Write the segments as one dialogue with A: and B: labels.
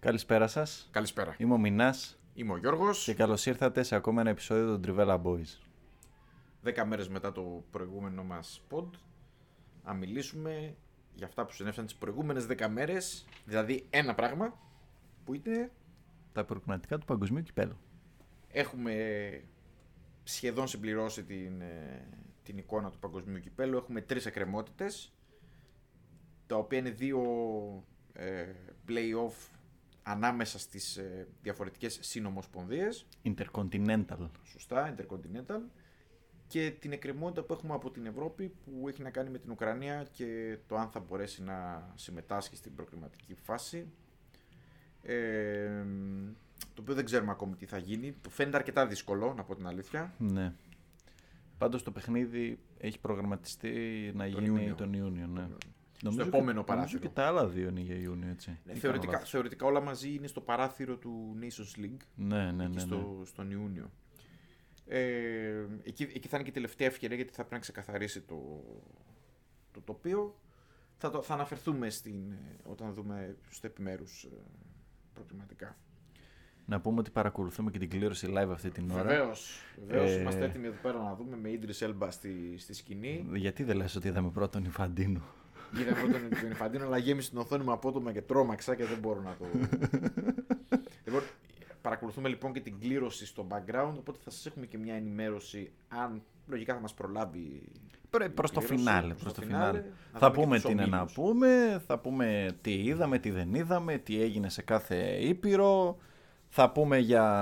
A: Καλησπέρα σας.
B: Καλησπέρα.
A: Είμαι ο Μινάς
B: Είμαι ο Γιώργος.
A: και καλώς ήρθατε σε ακόμα ένα επεισόδιο των Trivella Boys.
B: Δέκα μέρες μετά το προηγούμενο μας pod, να μιλήσουμε για αυτά που συνέβησαν τις προηγούμενες δέκα μέρες. Δηλαδή, ένα πράγμα που είναι
A: Τα προκριματικά του Παγκοσμίου Κυπέλου.
B: έχουμε σχεδόν συμπληρώσει την, ε, την εικόνα του παγκοσμίου κυπέλου. Έχουμε τρεις εκκρεμότητες, τα οποία είναι δύο ε, play-off ανάμεσα στις ε, διαφορετικές συνομοσπονδίες.
A: Intercontinental.
B: σωστά, Intercontinental, και την εκκρεμότητα που έχουμε από την Ευρώπη που έχει να κάνει με την Ουκρανία και το αν θα μπορέσει να συμμετάσχει στην προκριματική φάση. Ε, το οποίο δεν ξέρουμε ακόμη τι θα γίνει. Το φαίνεται αρκετά δύσκολο, να πω την αλήθεια.
A: Ναι. Πάντως το παιχνίδι έχει προγραμματιστεί να
B: Τον
A: γίνει
B: Ιούνιο.
A: τον Ιούνιο. Ναι. και-
B: επόμενο
A: Νομίζω
B: παράθυρο. Ναι,
A: και τα άλλα δύο είναι για Ιούνιο, έτσι. Ή κάνω
B: θεωρητικά,
A: λάθος.
B: θεωρητικά όλα μαζί είναι στο παράθυρο του Nations League
A: Ναι, ναι,
B: εκεί
A: ναι. ναι.
B: στο, στον Ιούνιο. Ε, εκεί, εκεί θα είναι και η τελευταία ευκαιρία γιατί θα πρέπει να ξεκαθαρίσει το, το τοπίο. Θα, το, θα αναφερθούμε στην, ε, όταν δούμε στους επιμέρους ε, προβληματικά.
A: Να πούμε ότι παρακολουθούμε και την κλήρωση live αυτή την ώρα.
B: Βεβαίως, βεβαίως
A: Ε,
B: είμαστε έτοιμοι εδώ πέρα να δούμε με Ίντρις Έλμπα στη, στη σκηνή.
A: Γιατί δεν λες ότι είδαμε πρώτον Ιφαντίνο.
B: Είδα πρώτον τον Ιφαντίνο αλλά γέμισε την οθόνη μου απότομα και τρόμαξα και δεν μπορώ να το... λοιπόν, παρακολουθούμε λοιπόν και την κλήρωση στο background οπότε θα σας έχουμε και μια ενημέρωση αν λογικά θα μας προλάβει
A: Προς το
B: κλήρωση,
A: φινάλε.
B: προς
A: Προς το
B: το
A: φινάλε.
B: φινάλε. Να
A: Θα
B: δούμε και
A: πούμε
B: τους
A: τι είναι να
B: ομίλους.
A: πούμε, θα πούμε τι είδαμε, τι δεν είδαμε, τι έγινε σε κάθε ήπειρο. Θα πούμε για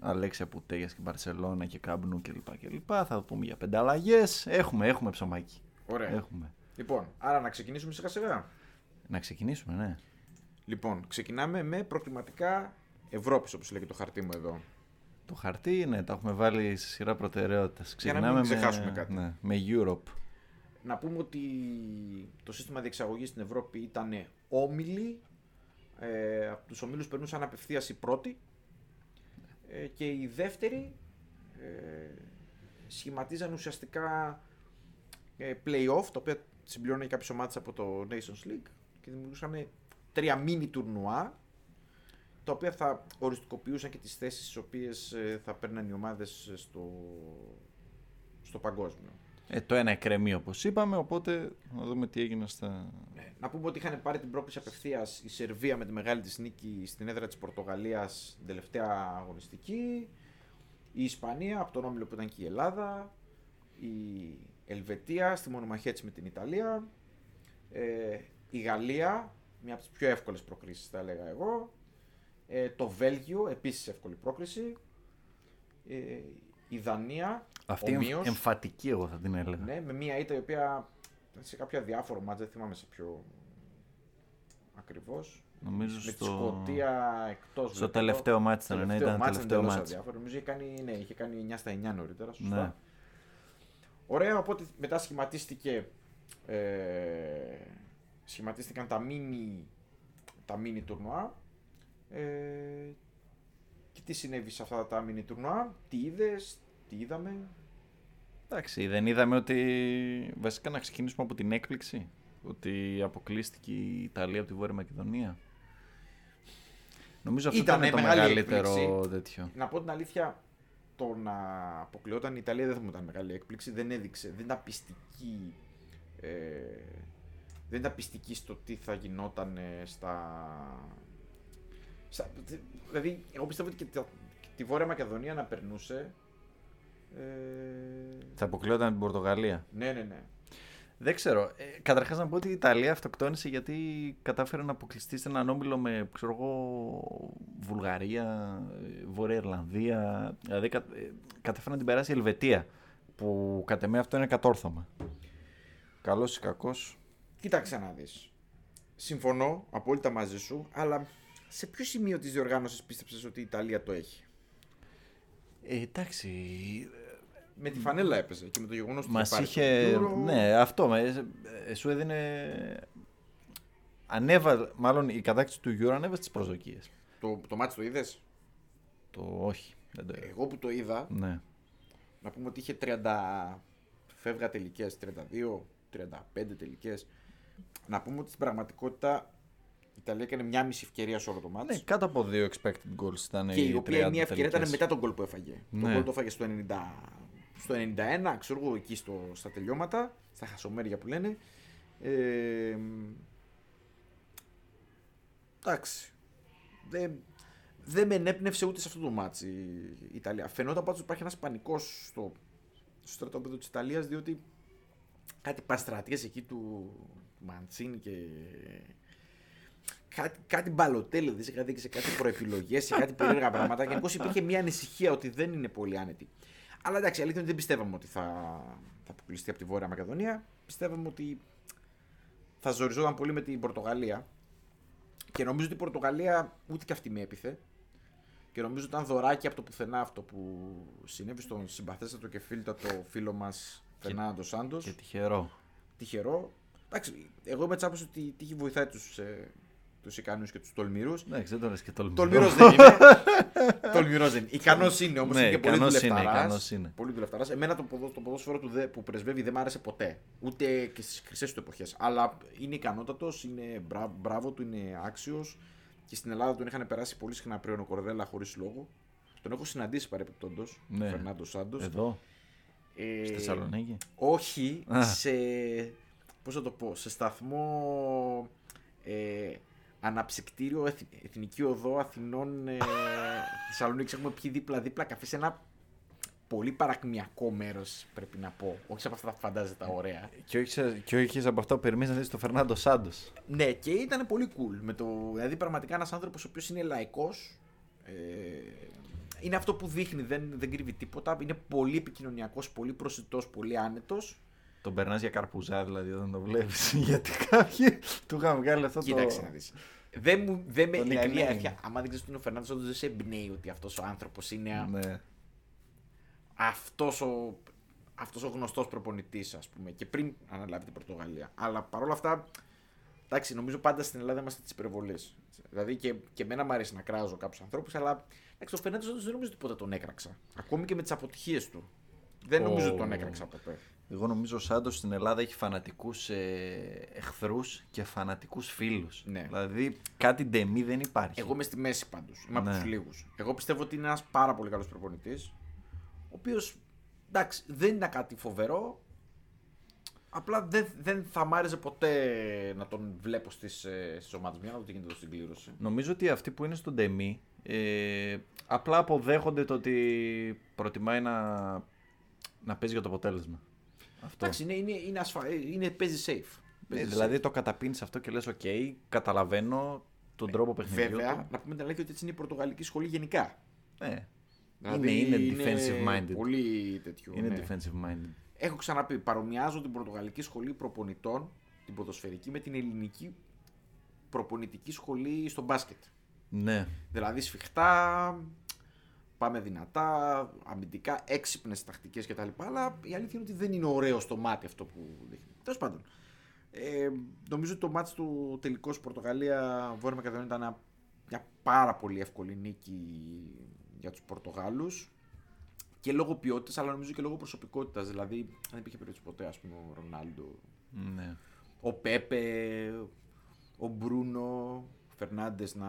A: Αλέξια Πουτέγιας και Μπαρσελόνα και Καμπνού κλπ. κλπ. Θα πούμε για πενταλλαγές. Έχουμε, έχουμε ψωμάκι.
B: Ωραία.
A: Έχουμε.
B: Λοιπόν, άρα να ξεκινήσουμε σιγά σιγά.
A: Να ξεκινήσουμε, ναι.
B: Λοιπόν, ξεκινάμε με προκριματικά Ευρώπης, όπως λέει και το χαρτί μου εδώ.
A: Το χαρτί, ναι, τα έχουμε βάλει σε σειρά προτεραιότητας.
B: Για να
A: Ξεκινάμε
B: μην
A: με,
B: ξεχάσουμε κάτι.
A: ναι, με Europe.
B: Να πούμε ότι το σύστημα διεξαγωγής στην Ευρώπη ήταν όμιλοι. Ε, από τους ομίλους περνούσαν απευθείας οι πρώτοι. Ε, και οι δεύτεροι ε, σχηματίζαν ουσιαστικά ε, play-off, τα οποία συμπληρώναν κάποιες ομάδες από το Nations League και δημιουργούσαν τρία μίνι τουρνουά τα οποία θα οριστικοποιούσαν και τις θέσεις στις οποίες ε, θα παίρναν οι ομάδες στο, στο παγκόσμιο.
A: Ε, το ένα εκκρεμεί όπως είπαμε, οπότε να δούμε τι έγινε στα.
B: Ναι. Να πούμε ότι είχαν πάρει την πρόκληση απευθείας η Σερβία με τη μεγάλη της νίκη στην έδρα της Πορτογαλίας την τελευταία αγωνιστική. Η Ισπανία από τον όμιλο που ήταν και η Ελλάδα. Η Ελβετία στη μονομαχία της με την Ιταλία. Ε, η Γαλλία, μια από τις πιο εύκολες προκρίσεις, θα έλεγα εγώ. Ε, το Βέλγιο, επίσης εύκολη πρόκριση. Ε, η Δανία.
A: Αυτή εμ-
B: ομοίως.
A: εμφατική, εγώ θα την έλεγα.
B: Ναι, με μία ήττα η οποία σε κάποια διάφορο μάτς, δεν θυμάμαι σε ποιο ακριβώς.
A: Νομίζω
B: με
A: στο-
B: τη Σκοτία εκτός.
A: Στο
B: βλέπω.
A: τελευταίο μάτς ήταν, ναι,
B: Τελευταίο
A: ήταν
B: μάτς,
A: τελευταίο
B: εντελώς
A: μάτς.
B: αδιάφορο. Νομίζω είχε κάνει, ναι, είχε κάνει 9 στα 9 νωρίτερα, σωστά.
A: Ναι.
B: Ωραία, οπότε μετά σχηματίστηκε, ε, σχηματίστηκαν τα μίνι, τα μίνι τουρνουά. Ε, και τι συνέβη σε αυτά τα μίνι τουρνουά, τι είδες, τι είδαμε,
A: Εντάξει, δεν είδαμε ότι. Βασικά να ξεκινήσουμε από την έκπληξη. Ότι αποκλείστηκε η Ιταλία από τη Βόρεια Μακεδονία. Νομίζω αυτό
B: Ήτανε
A: ήταν το
B: μεγάλη
A: μεγαλύτερο
B: έκπληξη.
A: τέτοιο.
B: Να πω την αλήθεια, το να αποκλειόταν η Ιταλία δεν θα μου ήταν μεγάλη έκπληξη. Δεν έδειξε, δεν ήταν πιστική. Ε, δεν ήταν πιστική στο τι θα γινόταν ε, στα. στα δηλαδή, εγώ πιστεύω ότι και, τα- και τη Βόρεια Μακεδονία να περνούσε. Ε,
A: Θα αποκλειόταν από την Πορτογαλία.
B: ναι, ναι, ναι.
A: Δεν ξέρω. Ε, Καταρχάς να πω ότι η Ιταλία αυτοκτόνησε γιατί κατάφερε να αποκλειστεί σε έναν όμιλο με ξέρω εγώ, Βουλγαρία, ε, Βόρεια Ιρλανδία. Δηλαδή κα- ε, κατάφερε να την περάσει η Ελβετία. Που κατά με αυτό είναι κατόρθωμα. Καλός ή κακός.
B: Κοίταξε να δεις. Συμφωνώ απόλυτα μαζί σου, αλλά σε ποιο σημείο της διοργάνωσης πίστεψες ότι η Ιταλία το έχει.
A: Ε, εντάξει.
B: Με τη φανέλα έπαιζε και με το γεγονός ότι
A: Μας
B: πάρει
A: είχε.
B: τον Euro.
A: Ναι, αυτό. με- ε, σου έδινε. Ανέβα, μάλλον η κατάκτηση του Euro ανέβασε τις προσδοκίες.
B: Το, το μάτι το είδες.
A: Το όχι. Δεν το...
B: Εγώ που το είδα,
A: Ναι.
B: να πούμε ότι είχε 30. Φεύγα τελικές, 32, 35 τελικές. Να πούμε ότι στην πραγματικότητα η Ιταλία έκανε μια μισή ευκαιρία σε όλο το μάτι.
A: ναι, κάτω από δύο expected goals ήταν
B: και η οποία
A: 30
B: μια ευκαιρία ήταν
A: τελικές.
B: μετά τον κόλ που έφαγε. Το
A: Ναι.
B: κόλ το έφαγε στο 90, στο 91, ξέρω εγώ, εκεί στο, στα τελειώματα, στα χασομέρια που λένε. Ε, εντάξει. Δεν, δεν με ενέπνευσε ούτε σε αυτό το μάτσι η Ιταλία. Φαινόταν πάντως ότι υπάρχει ένας πανικός στο, στο στρατόπεδο της Ιταλίας, διότι κάτι παστρατιές εκεί του, του Μαντσίνη και κάτι, κάτι μπαλοτέλεδες, είχα δείξει κάτι προεπιλογές, σε κάτι περίεργα πράγματα. Γενικώς υπήρχε μια ανησυχία ότι δεν είναι πολύ άνετη. Αλλά εντάξει, η αλήθεια είναι ότι δεν πιστεύαμε ότι θα, θα αποκλειστεί από τη Βόρεια Μακεδονία. Πιστεύαμε ότι θα ζοριζόταν πολύ με την Πορτογαλία. Και νομίζω ότι η Πορτογαλία ούτε και αυτή με έπιθε. Και νομίζω ότι ήταν δωράκι από το πουθενά αυτό που συνέβη στον συμπαθέστατο και φίλτατο φίλο μας Φερνάντο Σάντος
A: Και τυχερό.
B: τυχερό. Εντάξει, εγώ είμαι τσάπος ότι η τύχη βοηθάει τους, ε, τους ικανούς και τους τολμηρούς.
A: Εντάξει, Ναι, δεν το λες και τολμηρός.
B: Τολμηρός δεν είναι. Τολμηρός δεν είναι. Ικανός είναι όμως
A: Ναι,
B: είναι και πολύ
A: ικανός είναι,
B: δουλευταράς.
A: ικανός είναι.
B: Πολύ δουλευταράς. Εμένα το, ποδο, το ποδόσφαιρο του δε, που πρεσβεύει δεν μ' άρεσε ποτέ. Ούτε και στις χρυσές του εποχές. Αλλά είναι ικανότατος, είναι μπρα, μπράβο του, είναι άξιος. Και στην Ελλάδα τον είχαν περάσει πολύ συχνά πριν ο Κορδέλα χωρίς λόγο. Τον έχω συναντήσει παρεπιπτόντως,
A: Ναι.
B: ναι. Φερνάντο Σάντος.
A: Εδώ,
B: Ε,
A: στη Θεσσαλονίκη.
B: όχι
A: Α.
B: σε. Πώς θα το πω, σε σταθμό. Ε, αναψυκτήριο Εθ- Εθνική Οδό Αθηνών ε, Θεσσαλονίκης. Έχουμε πιει δίπλα-δίπλα καφέ σε ένα πολύ παρακμιακό μέρος, πρέπει να πω. Όχι σε από αυτά που φαντάζεται τα ωραία.
A: Και όχι, σε- και όχι σε από αυτά που περιμένεις να δεις τον Φερνάντο Σάντος.
B: Ναι, και ήταν πολύ cool. Με το... Δηλαδή, πραγματικά ένας άνθρωπος ο οποίος είναι λαϊκός. Ε, είναι αυτό που δείχνει, δεν, δεν κρύβει τίποτα. Είναι πολύ επικοινωνιακός, πολύ προσιτός, πολύ άνετος.
A: Τον περνάς για καρπουζά, δηλαδή, όταν το βλέπεις. Γιατί κάποιοι του είχαν βγάλει αυτό
B: Κοίταξε
A: το.
B: να δεις. Δεν μου, δεν με,
A: το
B: δηλαδή,
A: nickname.
B: αλήθεια, άμα δεν ξέρεις ότι είναι ο Φερνάνδο, όντως δεν σε εμπνέει ότι αυτός ο άνθρωπος είναι
A: Ναι.
B: αυτός ο, αυτός ο γνωστός προπονητής, ας πούμε, και πριν αναλάβει την Πορτογαλία. Αλλά παρόλα αυτά, εντάξει, νομίζω πάντα στην Ελλάδα είμαστε τη υπερβολή. Δηλαδή και, και εμένα μου αρέσει να κράζω κάποιους ανθρώπους, αλλά εντάξει, ο Φερνάνδο όντως δεν νομίζω ότι ποτέ τον έκραξα. Ακόμη και με τις αποτυχίες του. Δεν
A: Ω.
B: νομίζω ότι τον έκραξα ποτέ.
A: Εγώ νομίζω ο Σάντο στην Ελλάδα έχει φανατικούς ε, εχθρούς και φανατικούς φίλους.
B: Ναι.
A: Δηλαδή κάτι ντεμή δεν υπάρχει.
B: Εγώ είμαι στη μέση πάντως. Είμαι από
A: Ναι.
B: τους λίγους. Εγώ πιστεύω ότι είναι ένας πάρα πολύ καλός προπονητής. Ο οποίος εντάξει, δεν είναι κάτι φοβερό. Απλά δεν, δεν θα μ' άρεσε ποτέ να τον βλέπω στις στις ομάδες μου. Για να δω τι γίνεται εδώ στην κλήρωση.
A: Νομίζω ότι αυτοί που είναι στον ντεμή ε, απλά αποδέχονται το ότι προτιμάει να, να παίζει για το αποτέλεσμα. Αυτό.
B: Εντάξει, ε. είναι, είναι, είναι, ασφα... ε, είναι παίζει safe.
A: Ναι,
B: Παίζει
A: δηλαδή το καταπίνεις αυτό και λες: Οκ, καταλαβαίνω τον τρόπο
B: safe.
A: παιχνιδιού.
B: Ε, Βέβαια,
A: του».
B: να πούμε την αλήθεια ότι έτσι είναι η πορτογαλική σχολή γενικά.
A: Ναι.
B: Δηλαδή,
A: είναι defensive minded.
B: Πολύ τέτοιο.
A: Είναι
B: ναι.
A: defensive minded.
B: Έχω ξαναπεί, παρομοιάζω την Πορτογαλική σχολή προπονητών, την ποδοσφαιρική, με την ελληνική προπονητική σχολή στο μπάσκετ.
A: Ναι.
B: Δηλαδή σφιχτά, πάμε δυνατά, αμυντικά, έξυπνες τακτικές κτλ. Αλλά η αλήθεια είναι ότι δεν είναι ωραίο στο μάτι αυτό που δείχνει. Τέλος πάντων. Ε, νομίζω ότι το μάτι του τελικός Πορτογαλία-Βόρεια Μακεδονία ήταν ένα- μια πάρα πολύ εύκολη νίκη για τους Πορτογάλους. Και λόγω ποιότητας, αλλά νομίζω και λόγω προσωπικότητας. Δηλαδή, δεν υπήρχε περίπτωση ποτέ, ας πούμε, ο Ρονάλντο,
A: ναι.
B: ο Πέπε, ο Μπρούνο, ο Φερνάντες να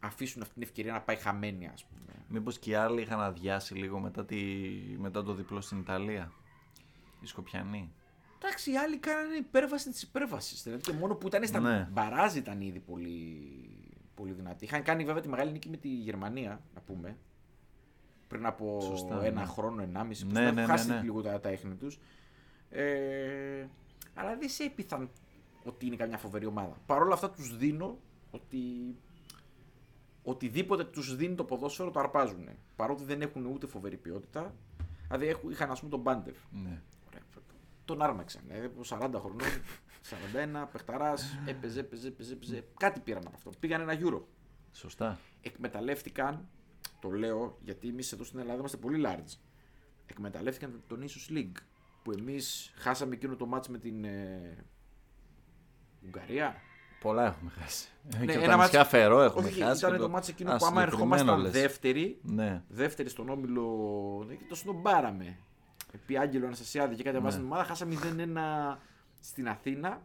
B: αφήσουν αυτή την ευκαιρία να πάει χαμένη, ας πούμε.
A: Μήπως και οι άλλοι είχαν αδειάσει λίγο μετά, τη... μετά το διπλό στην Ιταλία. Οι Σκοπιανοί.
B: Εντάξει, οι άλλοι κάνανε υπέρβαση της υπέρβασης. Δηλαδή και μόνο που ήταν στα
A: Ναι.
B: μπαράζ ήταν ήδη πολύ, πολύ δυνατοί. Είχαν κάνει βέβαια τη μεγάλη νίκη με τη Γερμανία, να πούμε. Πριν από
A: Σωστά,
B: ένα
A: ναι.
B: χρόνο, ενάμιση.
A: Ναι,
B: Ναι, ναι,
A: ναι, ναι,
B: χάσει
A: ναι.
B: λίγο τα, τα έχνη τους. Ε, αλλά δεν σε έπειθαν ότι είναι καμιά φοβερή ομάδα. Παρ' όλα αυτά τους δίνω ότι οτιδήποτε τους δίνει το ποδόσφαιρο το αρπάζουν. Παρότι δεν έχουν ούτε φοβερή ποιότητα. Δηλαδή έχουν- είχαν ας πούμε τον Μπάντεφ.
A: Ναι.
B: Ωραία. Τον άρμαξαν. Ε, από 40 χρονών. 41, παιχταράς, έπαιζε, έπαιζε, έπαιζε, έπαιζε. Κάτι πήραν από αυτό. Πήγαν ένα γύρο.
A: Σωστά.
B: Εκμεταλλεύτηκαν, το λέω γιατί εμείς εδώ στην Ελλάδα είμαστε πολύ large. Εκμεταλλεύτηκαν τον ίσως League που εμείς χάσαμε εκείνο το μάτς με την. ε, Ουγγαρία. Ναι,
A: Πολλά έχουμε χάσει. Ε, και
B: ένα
A: όταν
B: μάτς-
A: μάτς... φερό έχουμε
B: Όχι,
A: χάσει.
B: ήταν
A: και
B: το μάτς εκείνο
A: Α,
B: που άμα
A: συγκεκριμένο
B: ερχόμασταν
A: λες.
B: δεύτεροι,
A: Ναι.
B: δεύτερη στον όμιλο ναι, και το σνομπάραμε. Επί Άγγελο Αναστασιάδη και κάτι από την ομάδα, χάσαμε 0-1 στην Αθήνα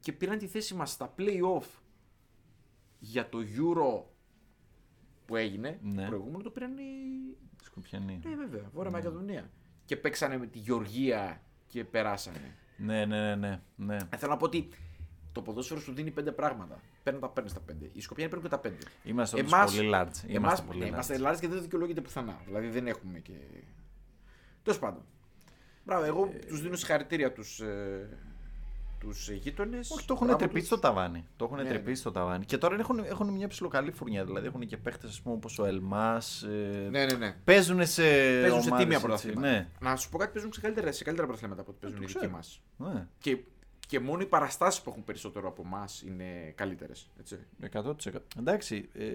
B: και πήραν τη θέση μας στα play-off για το Euro που έγινε.
A: Ναι.
B: Το προηγούμενο το πήραν οι...
A: Σκοπιανή.
B: Ναι, βέβαια, Βόρεια Μακεδονία. Και παίξανε με τη Γεωργία και περάσανε.
A: Ναι, ναι, ναι, ναι. ναι.
B: Ε, Θέλω να πω ότι το ποδόσφαιρο σου δίνει πέντε πράγματα. Παίρνει τα παίρνεις τα πέντε. Οι Σκοπιάνοι παίρνουν και τα πέντε.
A: Είμαστε όμως πολύ large. Είμαστε
B: εμάς-
A: πολύ
B: ναι,
A: large.
B: Είμαστε large και δεν το δικαιολογείται πουθενά. Δηλαδή δεν έχουμε και. Τέλος πάντων. Μπράβο,
A: Ε,
B: εγώ τους τους δίνω συγχαρητήρια τους ε, τους γείτονες.
A: Όχι, το έχουν τρεπήσει στο ταβάνι. Το έχουν
B: Ναι, ναι.
A: τρεπήσει στο ταβάνι. Και τώρα έχουν, έχουν μια ψιλοκαλή φουρνιά. Δηλαδή έχουν και παίχτες όπως ο Ελμά. Ε,
B: Ναι, ναι, ναι.
A: Παίζουν σε.
B: Παίζουν σε
A: ομάδες,
B: τίμια
A: έτσι.
B: πρωταθλήματα.
A: Ναι. Ε,
B: Να σου πω κάτι, παίζουν σε καλύτερα, σε καλύτερα πρωταθλήματα από ό,τι παίζουν οι
A: το
B: δικοί
A: ξέρω.
B: μας.
A: ναι.
B: Και, και μόνο οι παραστάσεις που έχουν περισσότερο από εμάς είναι καλύτερες.
A: 100%. Εντάξει, ε,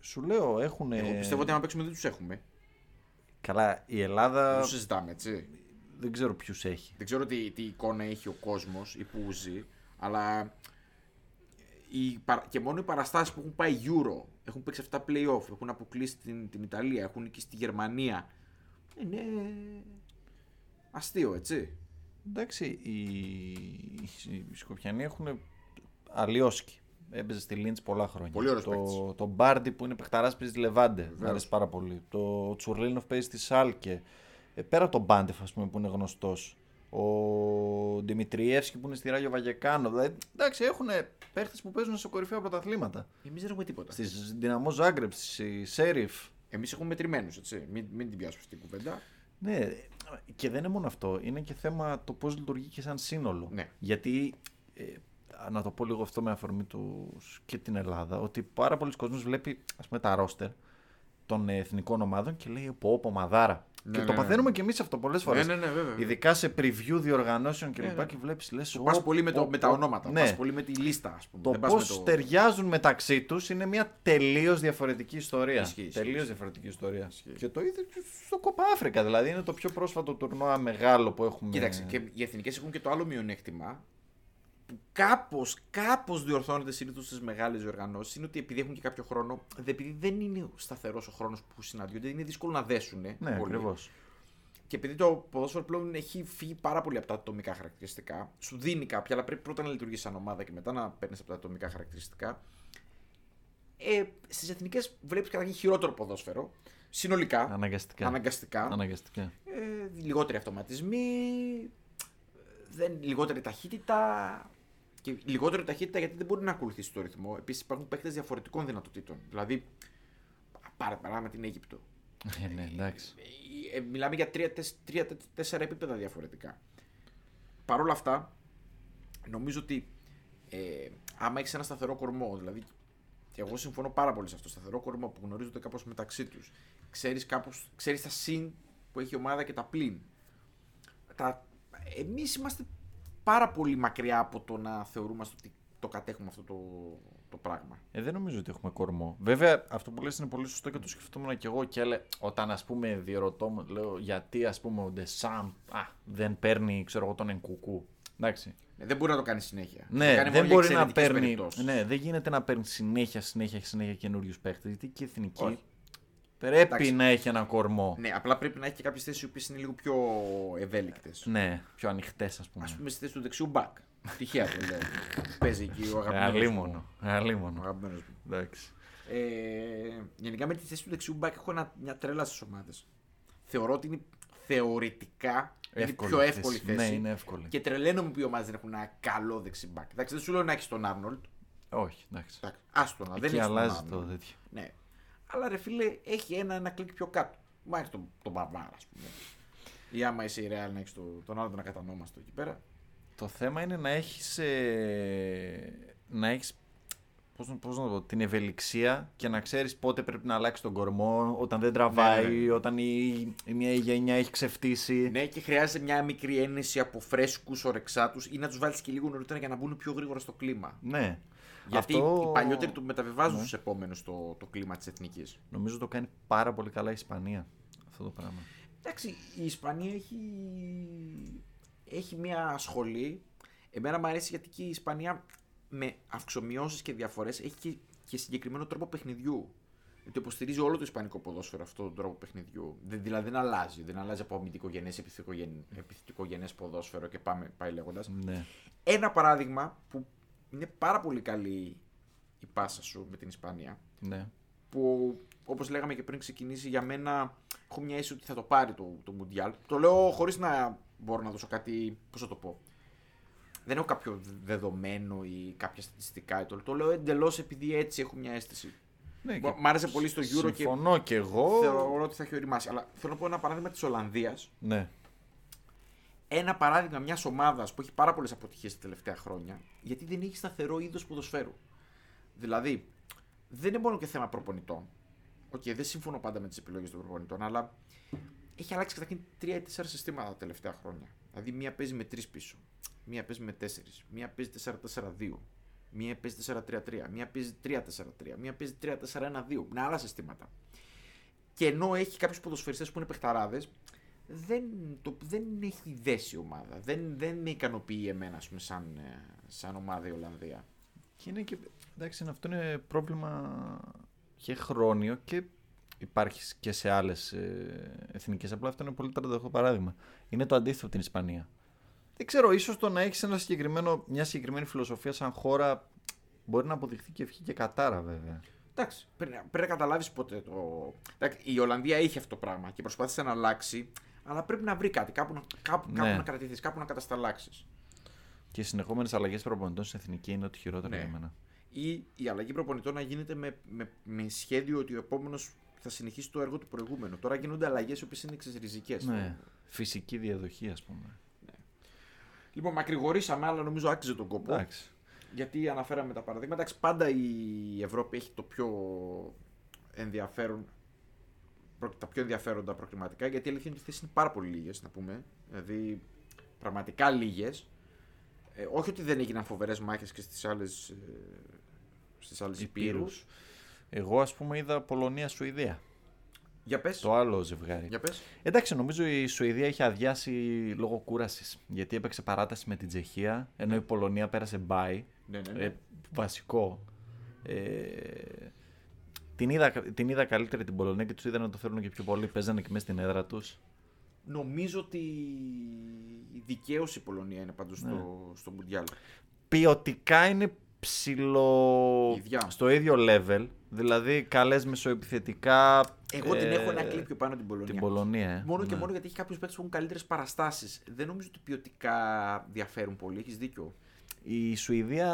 A: σου λέω έχουν.
B: Εγώ πιστεύω ότι αν παίξουμε δεν τους έχουμε.
A: ε, Καλά, η
B: Δεν
A: Ελλάδα
B: το συζητάμε, έτσι.
A: δεν ξέρω ποιους έχει.
B: Δεν ξέρω τι, τι εικόνα έχει ο κόσμος ή που ζει, αλλά οι, παρα- και μόνο οι παραστάσεις που έχουν πάει Euro, έχουν παίξει αυτά playoff, έχουν αποκλείσει την, την Ιταλία, έχουν νικήσει τη Γερμανία. Είναι αστείο, έτσι.
A: Εντάξει, οι, οι οι Σκοπιανοί έχουν αλλιώσκει. Έπαιζε στη Λίντ πολλά χρόνια.
B: Πολύ ωραίος
A: το,
B: παίκτης.
A: το Μπάρντι που είναι παιχταράς παίζει τη Λεβάντε. Μου αρέσει πάρα πολύ. Το Τσουρλίνοφ παίζει στη Σάλκε. Ε, πέρα από τον Μπάντεφ, ας πούμε, που είναι γνωστός. Ο Δημητριεύσκη που είναι στη Ράγιο Βαγεκάνο. Δηλαδή, εντάξει, έχουν παίχτες που παίζουν σε κορυφαία πρωταθλήματα.
B: Εμείς δεν έχουμε τίποτα.
A: Στη Δυναμό Ζάγκρεπ, στη Σέριφ.
B: Εμείς έχουμε μετρημένους, έτσι. Μην, μην την πιάσουμε αυτή την κουβέντα.
A: Ναι, και δεν είναι μόνο αυτό. Είναι και θέμα το πώς λειτουργεί και σαν σύνολο.
B: Ναι.
A: Γιατί, ε, να το πω λίγο αυτό με αφορμή τους και την Ελλάδα, ότι πάρα πολλοί κόσμοι βλέπει ας πούμε, τα ρόστερ των εθνικών ομάδων και λέει πω, πω μαδάρα.
B: Ναι,
A: και
B: ναι,
A: το
B: ναι.
A: παθαίνουμε κι εμείς αυτό πολλές φορές.
B: ναι, ναι, βέβαια.
A: Ειδικά σε preview διοργανώσεων και
B: Ναι,
A: λοιπά
B: ναι.
A: και βλέπεις λες.
B: Πα πολύ με, το, με τα ονόματα.
A: Ναι.
B: Πας πολύ με τη λίστα, ας πούμε.
A: Το
B: Δεν πας
A: πώς
B: με το-
A: ταιριάζουν μεταξύ τους είναι μια τελείως διαφορετική ιστορία.
B: Ισχύει, ισχύει,
A: Τελείω
B: ισχύει.
A: διαφορετική ιστορία.
B: Ισχύει.
A: Και το είδες και στο Κοπά Αφρικα. Δηλαδή είναι το πιο πρόσφατο τουρνουά μεγάλο που έχουμε.
B: Κοίταξε, και οι εθνικές έχουν και το άλλο μειονέκτημα που κάπως κάπως διορθώνεται συνήθως στις μεγάλες διοργανώσεις είναι ότι επειδή έχουν και κάποιο χρόνο, δε- επειδή δεν είναι σταθερός ο χρόνος που συναντιούνται, είναι δύσκολο να δέσουν.
A: Ναι, ακριβώς.
B: Και επειδή το ποδόσφαιρο πλέον έχει φύγει πάρα πολύ από τα ατομικά χαρακτηριστικά, σου δίνει κάποια, αλλά πρέπει πρώτα να λειτουργήσει σαν ομάδα και μετά να παίρνεις από τα ατομικά χαρακτηριστικά. Ε, Στις εθνικές βλέπεις καταρχήν χειρότερο ποδόσφαιρο. Συνολικά.
A: Αναγκαστικά.
B: Αναγκαστικά.
A: Αναγκαστικά.
B: Ε, λιγότεροι αυτοματισμοί, δεν, λιγότερη ταχύτητα. Και λιγότερη ταχύτητα γιατί δεν μπορεί να ακολουθήσει το ρυθμό. Επίσης υπάρχουν παίχτε διαφορετικών δυνατοτήτων. Δηλαδή, πάρε παράδειγμα την Αίγυπτο.
A: Ε, ναι, εντάξει.
B: Ε, μιλάμε για τρία-τέσσερα επίπεδα διαφορετικά. Παρ' όλα αυτά, νομίζω ότι ε, άμα έχεις ένα σταθερό κορμό, δηλαδή και εγώ συμφωνώ πάρα πολύ σε αυτό, σταθερό κορμό που γνωρίζονται κάπως μεταξύ τους, ξέρεις κάπως, ξέρεις τα συν που έχει η ομάδα και τα πλήν. Τα... Εμείς είμαστε πάρα πολύ μακριά από το να θεωρούμαστε ότι το κατέχουμε αυτό το, το πράγμα.
A: Ε, δεν νομίζω ότι έχουμε κορμό. Βέβαια, αυτό που λες είναι πολύ σωστό και το σκεφτόμουν και εγώ και έλε, όταν ας πούμε διερωτώ, μου, λέω γιατί ας πούμε ο Ντεσάμ α, δεν παίρνει ξέρω εγώ τον Ενκουκού. Εντάξει.
B: Ναι, δεν μπορεί να το κάνει συνέχεια. Το
A: Ναι,
B: κάνει
A: δεν
B: μόνο για
A: μπορεί να
B: εξαιρετικές
A: παίρνει.
B: περιπτώσεις.
A: Ναι, δεν γίνεται να παίρνει συνέχεια, συνέχεια, συνέχεια καινούριους παίχτες. Γιατί και η εθνική
B: Όχι.
A: πρέπει
B: Εντάξει.
A: να έχει ένα κορμό.
B: Ναι, απλά πρέπει να έχει και κάποιες θέσεις οι οποίες είναι λίγο πιο ευέλικτες.
A: Ναι, πιο ανοιχτές, ας πούμε.
B: Ας πούμε στη θέση του δεξιού μπακ. Τυχαία το λέω. Παίζει εκεί ο
A: Ε,
B: αγαπημένο.
A: Αλίμονο. ε, αλίμονο.
B: Αγαπημένος μου.
A: Εντάξει.
B: Ε, γενικά με τη θέση του δεξιού μπακ έχω ένα- μια τρέλα στις ομάδες. Θεωρώ ότι είναι θεωρητικά
A: Εύκολη
B: είναι η πιο εύκολη
A: θέση.
B: θέση.
A: Ναι, είναι εύκολη.
B: Και τρελαίνομαι που οι ομάδε δεν έχουν ένα καλό δεξί μπακ. Εντάξει, δεν σου λέω να έχεις τον Άρνολτ.
A: Όχι, εντάξει.
B: Εντάξει, Άστο να δεν
A: Εκεί
B: έχεις τον
A: αλλάζει
B: Άρνολτ.
A: το τέτοιο.
B: Ναι. Αλλά ρε φίλε, έχει ένα, ένα κλικ πιο κάτω. Μα έχει τον, τον Μπαρμπάρα, ας πούμε. Ή άμα είσαι η Real να έχεις τον άλλο τον ακατανόμαστο εκεί πέρα.
A: Το θέμα είναι να έχεις. Ε, να έχεις. πώς, να- πώς να το πω, την ευελιξία και να ξέρεις πότε πρέπει να αλλάξει τον κορμό, όταν δεν τραβάει,
B: Ναι, ναι,
A: όταν η, η μια γενιά έχει ξεφτύσει.
B: Ναι, και χρειάζεται μια μικρή ένεση από φρέσκους ορεξάτους ή να τους βάλεις και λίγο νωρίτερα για να μπουν πιο γρήγορα στο κλίμα.
A: Ναι.
B: Γιατί
A: Αυτό
B: οι παλιότεροι του μεταβιβάζουν
A: Ναι.
B: στους επόμενους το, το κλίμα της εθνικής.
A: νομίζω το κάνει πάρα πολύ καλά η Ισπανία αυτό το πράγμα.
B: Εντάξει, η Ισπανία έχει, έχει μια σχολή. Εμένα μου αρέσει γιατί και η Ισπανία με αυξομοιώσεις και διαφορές έχει και, και συγκεκριμένο τρόπο παιχνιδιού. Το υποστηρίζει όλο το ισπανικό ποδόσφαιρο αυτό τον τρόπο παιχνιδιού. Δε- Δηλαδή δεν αλλάζει. Δεν αλλάζει από αμυντικογενές σε επιθετικογενές ποδόσφαιρο και πάμε, πάει λέγοντας.
A: Ναι.
B: Ένα παράδειγμα που είναι πάρα πολύ καλή η πάσα σου με την Ισπανία
A: ναι.
B: που όπως λέγαμε και πριν ξεκινήσει για μένα έχω μια αίσθηση ότι θα το πάρει το, το Μουντιάλ. Το λέω χωρίς να μπορώ να δώσω κάτι, πώς θα το πω. Δεν έχω κάποιο δεδομένο ή κάποια στατιστικά ή το, το λέω εντελώς επειδή έτσι έχω μια αίσθηση.
A: ναι
B: Μου- Μ' άρεσε πολύ στο Euro και
A: Συμφωνώ και εγώ.
B: θεωρώ ότι θα έχει οριμάσει. Αλλά θέλω να πω ένα παράδειγμα της Ολλανδίας.
A: Ναι.
B: Ένα παράδειγμα μιας ομάδας που έχει πάρα πολλές αποτυχίες τα τελευταία χρόνια, γιατί δεν έχει σταθερό είδος ποδοσφαίρου. Δηλαδή, δεν είναι μόνο και θέμα προπονητών. Οκ, δεν συμφωνώ πάντα με τις επιλογές των προπονητών, αλλά έχει αλλάξει καταρχήν τρία ή τέσσερα συστήματα τα τελευταία χρόνια. Δηλαδή, μία παίζει με τρεις πίσω, μία παίζει με τέσσερις, μία παίζει 4-4-2, μία παίζει 4-3-3, μία παίζει 3-4-3, μία παίζει 3-4-1-2. Με άλλα συστήματα. Και ενώ έχει κάποιους ποδοσφαιριστές που είναι παιχταράδες, δεν, το, δεν έχει δέσει η ομάδα. Δεν, δεν με ικανοποιεί εμένα, ας πούμε, σαν, ε, σαν ομάδα η Ολλανδία.
A: Και είναι και. Εντάξει, αυτό είναι πρόβλημα και χρόνιο και υπάρχει και σε άλλες εθνικές. Απλά αυτό είναι πολύ τρανταχό παράδειγμα. Είναι το αντίθετο από την Ισπανία. Δεν ξέρω, ίσως το να έχεις μια συγκεκριμένη φιλοσοφία σαν χώρα μπορεί να αποδειχθεί και ευχή και κατάρα, βέβαια.
B: Εντάξει, πρέπει, να- πρέπει να καταλάβεις πότε το. Εντάξει, η Ολλανδία είχε αυτό το πράγμα και προσπάθησε να αλλάξει, αλλά πρέπει να βρει κάτι, κάπου, να- κάπου,
A: Ναι.
B: κάπου να κρατηθείς, κάπου να κατασταλάξεις.
A: Και οι συνεχόμενες αλλαγές προπονητών στην εθνική είναι ό,τι χειρότερο
B: Ναι.
A: για μένα.
B: Ή η αλλαγή προπονητών να γίνεται με, με, με σχέδιο ότι ο επόμενος θα συνεχίσει το έργο του προηγούμενου. Τώρα γίνονται αλλαγές οι οποίες είναι εξαιρετικές.
A: Ναι. Φυσική διαδοχή, ας πούμε.
B: Λοιπόν, μακρηγορήσαμε, αλλά νομίζω άξιζε τον κόπο.
A: Εντάξει.
B: Γιατί αναφέραμε τα παραδείγματα. Εντάξει, πάντα η Ευρώπη έχει το πιο ενδιαφέρον, προ- τα πιο ενδιαφέροντα προκριματικά, γιατί η αλήθεια είναι ότι οι θέσεις είναι πάρα πολύ λίγες, να πούμε. Δηλαδή, πραγματικά λίγες. Ε, όχι ότι δεν έγιναν φοβερές μάχες και στις άλλες, ε, στις άλλες
A: Υπήρους.
B: υπήρους.
A: Εγώ, ας πούμε, είδα Πολωνία-Σουηδία.
B: Για πες,
A: Το άλλο ζευγάρι.
B: για πες.
A: Εντάξει, νομίζω η Σουηδία είχε αδειάσει λόγω κούρασης. Γιατί έπαιξε παράταση με την Τσεχία, ενώ η Πολωνία πέρασε μπάι.
B: Ναι, ναι, ναι.
A: Ε, βασικό. Ε, την, είδα, την είδα καλύτερη την Πολωνία και τους είδα να το θέλουν και πιο πολύ. Παίζανε και μέσα στην έδρα τους.
B: Νομίζω ότι δικαίως η Πολωνία είναι πάντως στο,
A: Ναι.
B: στο Μουντιάλ.
A: Ποιοτικά είναι ψηλό.
B: Ίδια.
A: στο ίδιο level. Δηλαδή, καλές μεσοεπιθετικά.
B: Εγώ την
A: ε,
B: έχω ένα κλίπ πιο πάνω την Πολωνία.
A: Την Πολωνία. ε.
B: Μόνο και
A: Ναι.
B: μόνο γιατί έχει κάποιους παίκτες που έχουν καλύτερες παραστάσεις. Δεν νομίζω ότι ποιοτικά διαφέρουν πολύ. Έχεις δίκιο.
A: Η Σουηδία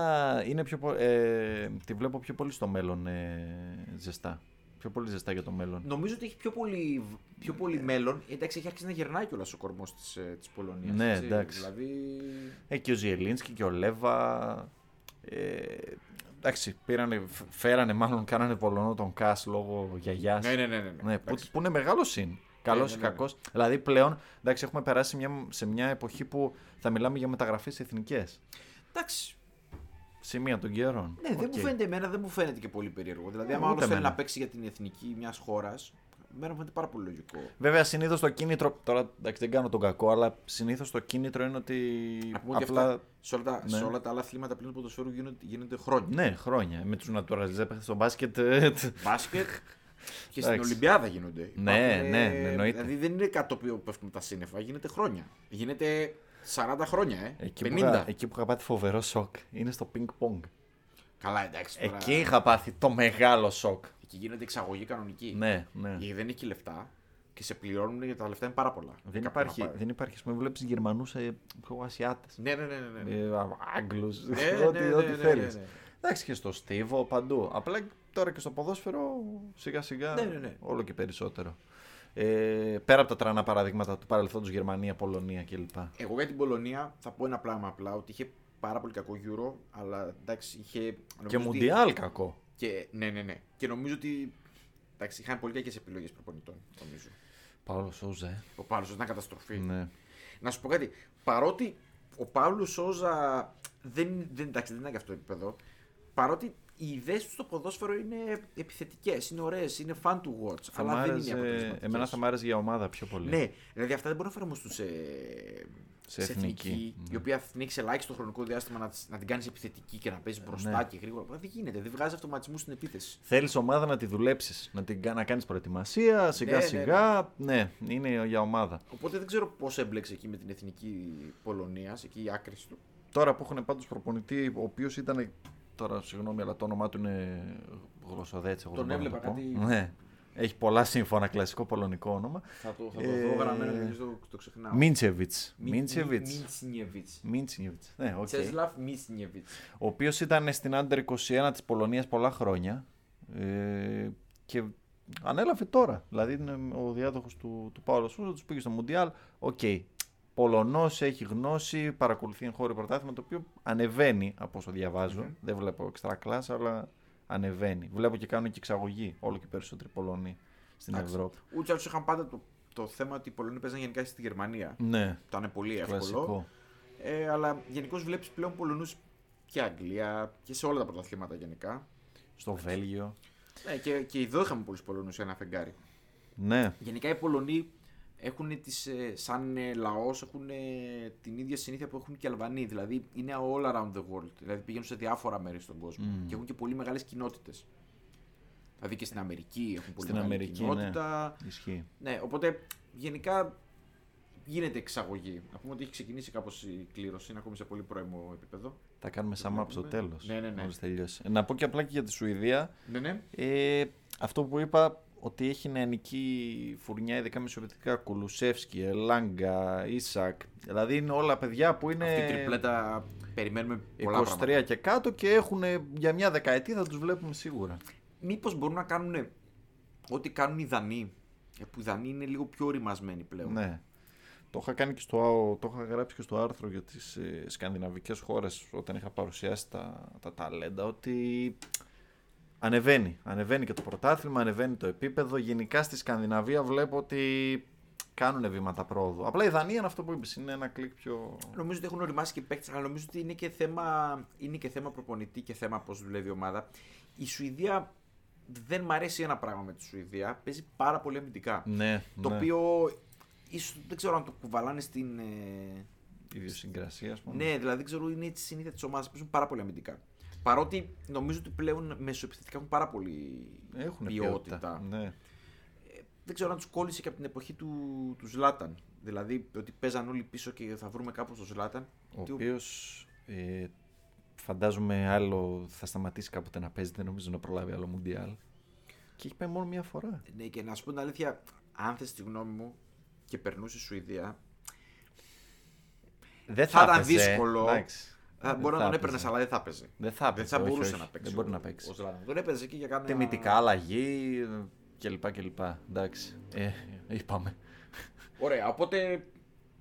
A: είναι πιο, πο- ε, τη βλέπω πιο πολύ στο μέλλον ε, ζεστά. Πιο πολύ ζεστά για το μέλλον.
B: Νομίζω ότι έχει πιο πολύ, πιο
A: Ναι.
B: πολύ μέλλον. Εντάξει, έχει αρχίσει να γερνάει κιόλας ο ε, κορμός της Πολωνίας.
A: Ναι, εντάξει.
B: Δηλαδή.
A: Ε, και ο Ζιελίνσκι και ο Λέβα. Ε, εντάξει, πήρανε, φ- φέρανε μάλλον, κάνανε Πολωνό τον Κας λόγω γιαγιάς.
B: Ναι, ναι, ναι. ναι, ναι.
A: Ναι, που,
B: Εντάξει.
A: που είναι μεγάλος συν. Καλός ή
B: ναι, ναι, ναι.
A: κακός. Δηλαδή πλέον εντάξει, έχουμε περάσει σε μια, σε μια εποχή που θα μιλάμε για μεταγραφές εθνικές.
B: Εντάξει.
A: Σημεία των καιρών.
B: Ναι, δεν μου
A: Οκ.
B: φαίνεται εμένα, δεν μου φαίνεται και πολύ περίεργο. Δηλαδή,
A: Ναι,
B: άμα
A: ούτε
B: άλλος θέλει
A: εμένα.
B: να παίξει για την εθνική μιας χώρας, εμένα μου φαίνεται πάρα πολύ λογικό.
A: Βέβαια, συνήθως το κίνητρο. Τώρα εντάξει, δεν κάνω τον κακό, αλλά συνήθως το κίνητρο είναι ότι.
B: Να πούμε ότι
A: Απλά.
B: αυτά σε όλα, τα,
A: ναι.
B: σε όλα τα άλλα αθλήματα πλέον του ποδοσφαίρου γίνονται, γίνονται χρόνια.
A: Ναι, χρόνια. Με τους naturalized παίχτε στο μπάσκετ. ε, τ-
B: μπάσκετ και στην
A: Εντάξει.
B: Ολυμπιάδα γίνονται.
A: Ναι,
B: Υπάρχουν,
A: ναι,
B: ε,
A: εννοείται.
B: Δηλαδή δεν είναι κάτι το οποίο πέφτουν τα σύννεφα, γίνεται χρόνια. Γίνεται 40 χρόνια, ε.
A: Εκεί
B: 50.
A: που, είχα, εκεί που είχα πάθει φοβερό σοκ είναι στο ping pong.
B: Καλά, εντάξει. Τώρα...
A: Εκεί είχα πάθει το μεγάλο σοκ.
B: εκεί γίνεται εξαγωγή κανονική.
A: Ναι, ναι.
B: Γιατί δεν έχει λεφτά και σε πληρώνουν γιατί τα λεφτά είναι πάρα πολλά.
A: Δεν
B: Κάπου να
A: υπάρχει,
B: πάει.
A: δεν υπάρχει. Ας πούμε, βλέπεις Γερμανούς, ε, πιο Ασιάτες.
B: Ναι, ναι, ναι. ναι, ναι.
A: Ε, Άγγλους.
B: Ναι, ναι,
A: Ε, ό,τι
B: ναι,
A: ό,τι
B: ναι, ναι,
A: θέλεις.
B: ναι.
A: Εντάξει και στο Στίβο, παντού. Απλά τώρα και στο ποδόσφαιρο σιγά σιγά
B: Ναι, ναι, ναι.
A: όλο και περισσότερο. Ε, πέρα από τα τρανά παραδείγματα του παρελθόντος Γερμανία, Πολωνία κλπ.
B: Εγώ για την Πολωνία θα πω ένα πράγμα απλά ότι είχε πάρα πολύ κακό Euro, αλλά εντάξει είχε.
A: Και
B: νομίζω ότι-
A: Μουντιάλ κακό.
B: Και, ναι, ναι, ναι. Και νομίζω ότι. Εντάξει, είχαν πολύ κακές επιλογές προπονητών, νομίζω.
A: Παύλος Σόουζα. ε.
B: Ο Παύλος ήταν καταστροφή.
A: Ναι.
B: Να σου πω κάτι. Παρότι ο Παύλος Σόζα δεν, δεν, εντάξει, δεν ήταν και αυτό το επίπεδο, παρότι οι ιδέες τους στο ποδόσφαιρο είναι επιθετικές, είναι ωραίες, είναι fun to watch.
A: Θα μ'
B: αλλά δεν
A: άρεσε-
B: είναι αποτελεσματικές.
A: Εμένα θα μ' άρεσε για ομάδα πιο πολύ.
B: Ναι, δηλαδή αυτά δεν μπορούν να εφαρμοστούν σε,
A: Σε εθνική, ναι.
B: η οποία την έχεις ελάχιστο χρονικό διάστημα να, της- να την κάνεις επιθετική και να παίζεις μπροστά
A: ναι.
B: και γρήγορα. Μα Δεν γίνεται, δεν βγάζει αυτοματισμούς στην επίθεση.
A: Θέλεις ομάδα να τη δουλέψεις, να, την κα- να κάνεις προετοιμασία, σιγά
B: ναι,
A: σιγά. Ναι, είναι για ομάδα.
B: Οπότε δεν ξέρω πώς έμπλεξε εκεί με την εθνική Πολωνία, εκεί η άκρη του.
A: Τώρα που έχουν πάντως προπονητή, ο οποίος ήταν. Τώρα, συγγνώμη, αλλά το όνομά του είναι Γλωσσοδέτσι. εγώ
B: Τον
A: δεν μπορώ να
B: έβλεπα
A: το πω.
B: κάτι-
A: Ναι. Έχει πολλά σύμφωνα, κλασικό πολωνικό όνομα.
B: Θα το, θα το
A: Ε,
B: δω γραμμένο, γιατί το, το ξεχνάω.
A: Μίντσεβιτ.
B: Μι-
A: Μίντσεβιτ.
B: Μι- Μίντσνιεβιτς.
A: Μίντσεβιτ. Ναι, οκ.
B: Τσεσλαφ Μίντσνιεβιτς.
A: Ο οποίος ήταν στην Under 21 της Πολωνίας πολλά χρόνια. Ε, και ανέλαβε τώρα. Δηλαδή είναι ο διάδοχος του, του Πάολο Σούζα, τους πήγε στο Μουντιάλ. Οκ. Πολωνός, έχει γνώση, παρακολουθεί εγχώριο πρωτάθλημα το οποίο ανεβαίνει από όσο διαβάζω.
B: Μμμ.
A: Δεν βλέπω extra class, αλλά ανεβαίνει. Βλέπω και κάνουν και εξαγωγή όλο και περισσότεροι Πολωνοί στην
B: Εντάξει.
A: Ευρώπη.
B: Ούτως ή άλλως είχαν πάντα το, το θέμα ότι οι Πολωνοί παίζαν γενικά στη Γερμανία.
A: Ναι,
B: Ήταν πολύ εύκολο.
A: κλασικό.
B: Ε, αλλά γενικώς βλέπεις πλέον Πολωνούς και Αγγλία και σε όλα τα πρωταθλήματα γενικά.
A: Στο Βέλγιο.
B: Ε, και, και εδώ είχαμε πολλούς Πολωνούς σε ένα φεγγάρι.
A: Ναι.
B: Γενικά οι Πολωνοί έχουν τις, ε, σαν ε, λαός έχουν ε, την ίδια συνήθεια που έχουν και οι Αλβανοί. Δηλαδή είναι all around the world. Δηλαδή πηγαίνουν σε διάφορα μέρη στον κόσμο
A: Μμμ.
B: και έχουν και πολύ μεγάλες κοινότητες. Δηλαδή και στην Αμερική έχουν πολύ
A: Στην
B: μεγάλη
A: Αμερική, ναι.
B: κοινότητα.
A: Ισχύει.
B: Ναι. οπότε γενικά γίνεται εξαγωγή. Να πούμε ότι έχει ξεκινήσει κάπως η κλήρωση, είναι ακόμη σε πολύ πρώιμο επίπεδο.
A: Τα κάνουμε σαν map στο τέλος.
B: Ναι, ναι, ναι.
A: τελειώσει. Να πω και απλά και για τη Σουηδία.
B: Ναι, ναι.
A: Ε, αυτό που είπα ότι έχει νεανική φουρνιά, ειδικά μεσοβετικά, Κουλουσεύσκι, Ελάγκα, Ίσακ. Δηλαδή είναι όλα παιδιά που είναι
B: Αυτή η τριπλέτα περιμένουμε πολλά 23.
A: 23 και κάτω και έχουν για μια δεκαετία θα τους βλέπουμε σίγουρα.
B: Μήπως μπορούν να κάνουν ό,τι κάνουν οι Δανείοι. ε, Που οι Δανείοι είναι λίγο πιο ρημασμένοι πλέον.
A: Ναι. Το είχα, κάνει και στο, το είχα γράψει και στο άρθρο για τις ε, σκανδιναβικές χώρες όταν είχα παρουσιάσει τα, τα ταλέντα ότι ανεβαίνει. Ανεβαίνει και το πρωτάθλημα, ανεβαίνει το επίπεδο. Γενικά στη Σκανδιναβία βλέπω ότι κάνουν βήματα πρόοδου. Απλά η Δανία είναι αυτό που είπες, είναι ένα κλικ πιο...
B: Νομίζω ότι έχουν οριμάσει και παίκτες, αλλά νομίζω ότι είναι και θέμα, είναι και θέμα προπονητή και θέμα πώς δουλεύει η ομάδα. Η Σουηδία δεν μ' αρέσει ένα πράγμα με τη Σουηδία. Παίζει πάρα πολύ αμυντικά.
A: Ναι,
B: Το
A: ναι.
B: οποίο ίσως δεν ξέρω αν το κουβαλάνε στην. ε,
A: Ιδιοσυγκρασία, ας πούμε.
B: Ναι, δηλαδή δεν ξέρω, είναι έτσι η συνήθεια της ομάδας. Παίζουν πάρα πολύ αμυντικά. Παρότι νομίζω ότι πλέον μεσοεπιθετικά έχουν πάρα πολύ
A: Έχουν Ναι, ποιότητα. Ναι.
B: δεν ξέρω αν τους κόλλησε και από την εποχή του, του Ζλάταν. Δηλαδή ότι παίζαν όλοι πίσω και θα βρούμε κάπου στο Ζλάταν.
A: Ο
B: Τι-
A: οποίος ε, φαντάζομαι άλλο θα σταματήσει κάποτε να παίζει, δεν νομίζω να προλάβει άλλο Μουντιάλ. Και έχει πάει μόνο μία φορά.
B: Ναι, και να σου πω την αλήθεια, αν θες τη γνώμη μου και περνούσε η Σουηδία,
A: Δεν
B: θα ήταν δύσκολο.
A: εντάξει.
B: θα
A: Δεν
B: μπορεί να
A: θα
B: τον έπαιρνες,
A: έπαιζε.
B: αλλά δεν θα έπαιζε.
A: Δεν θα
B: δεν
A: έπαιζε,
B: θα
A: όχι,
B: μπορούσε
A: όχι.
B: να παίξει.
A: Δεν μπορεί
B: ο-
A: να παίξει.
B: ο Ζλάταν. Τον έπαιζε και για κάνα.
A: Τιμητικά αλλαγή κλπ. κλπ. Εντάξει. Ε, είπαμε.
B: Ωραία, οπότε.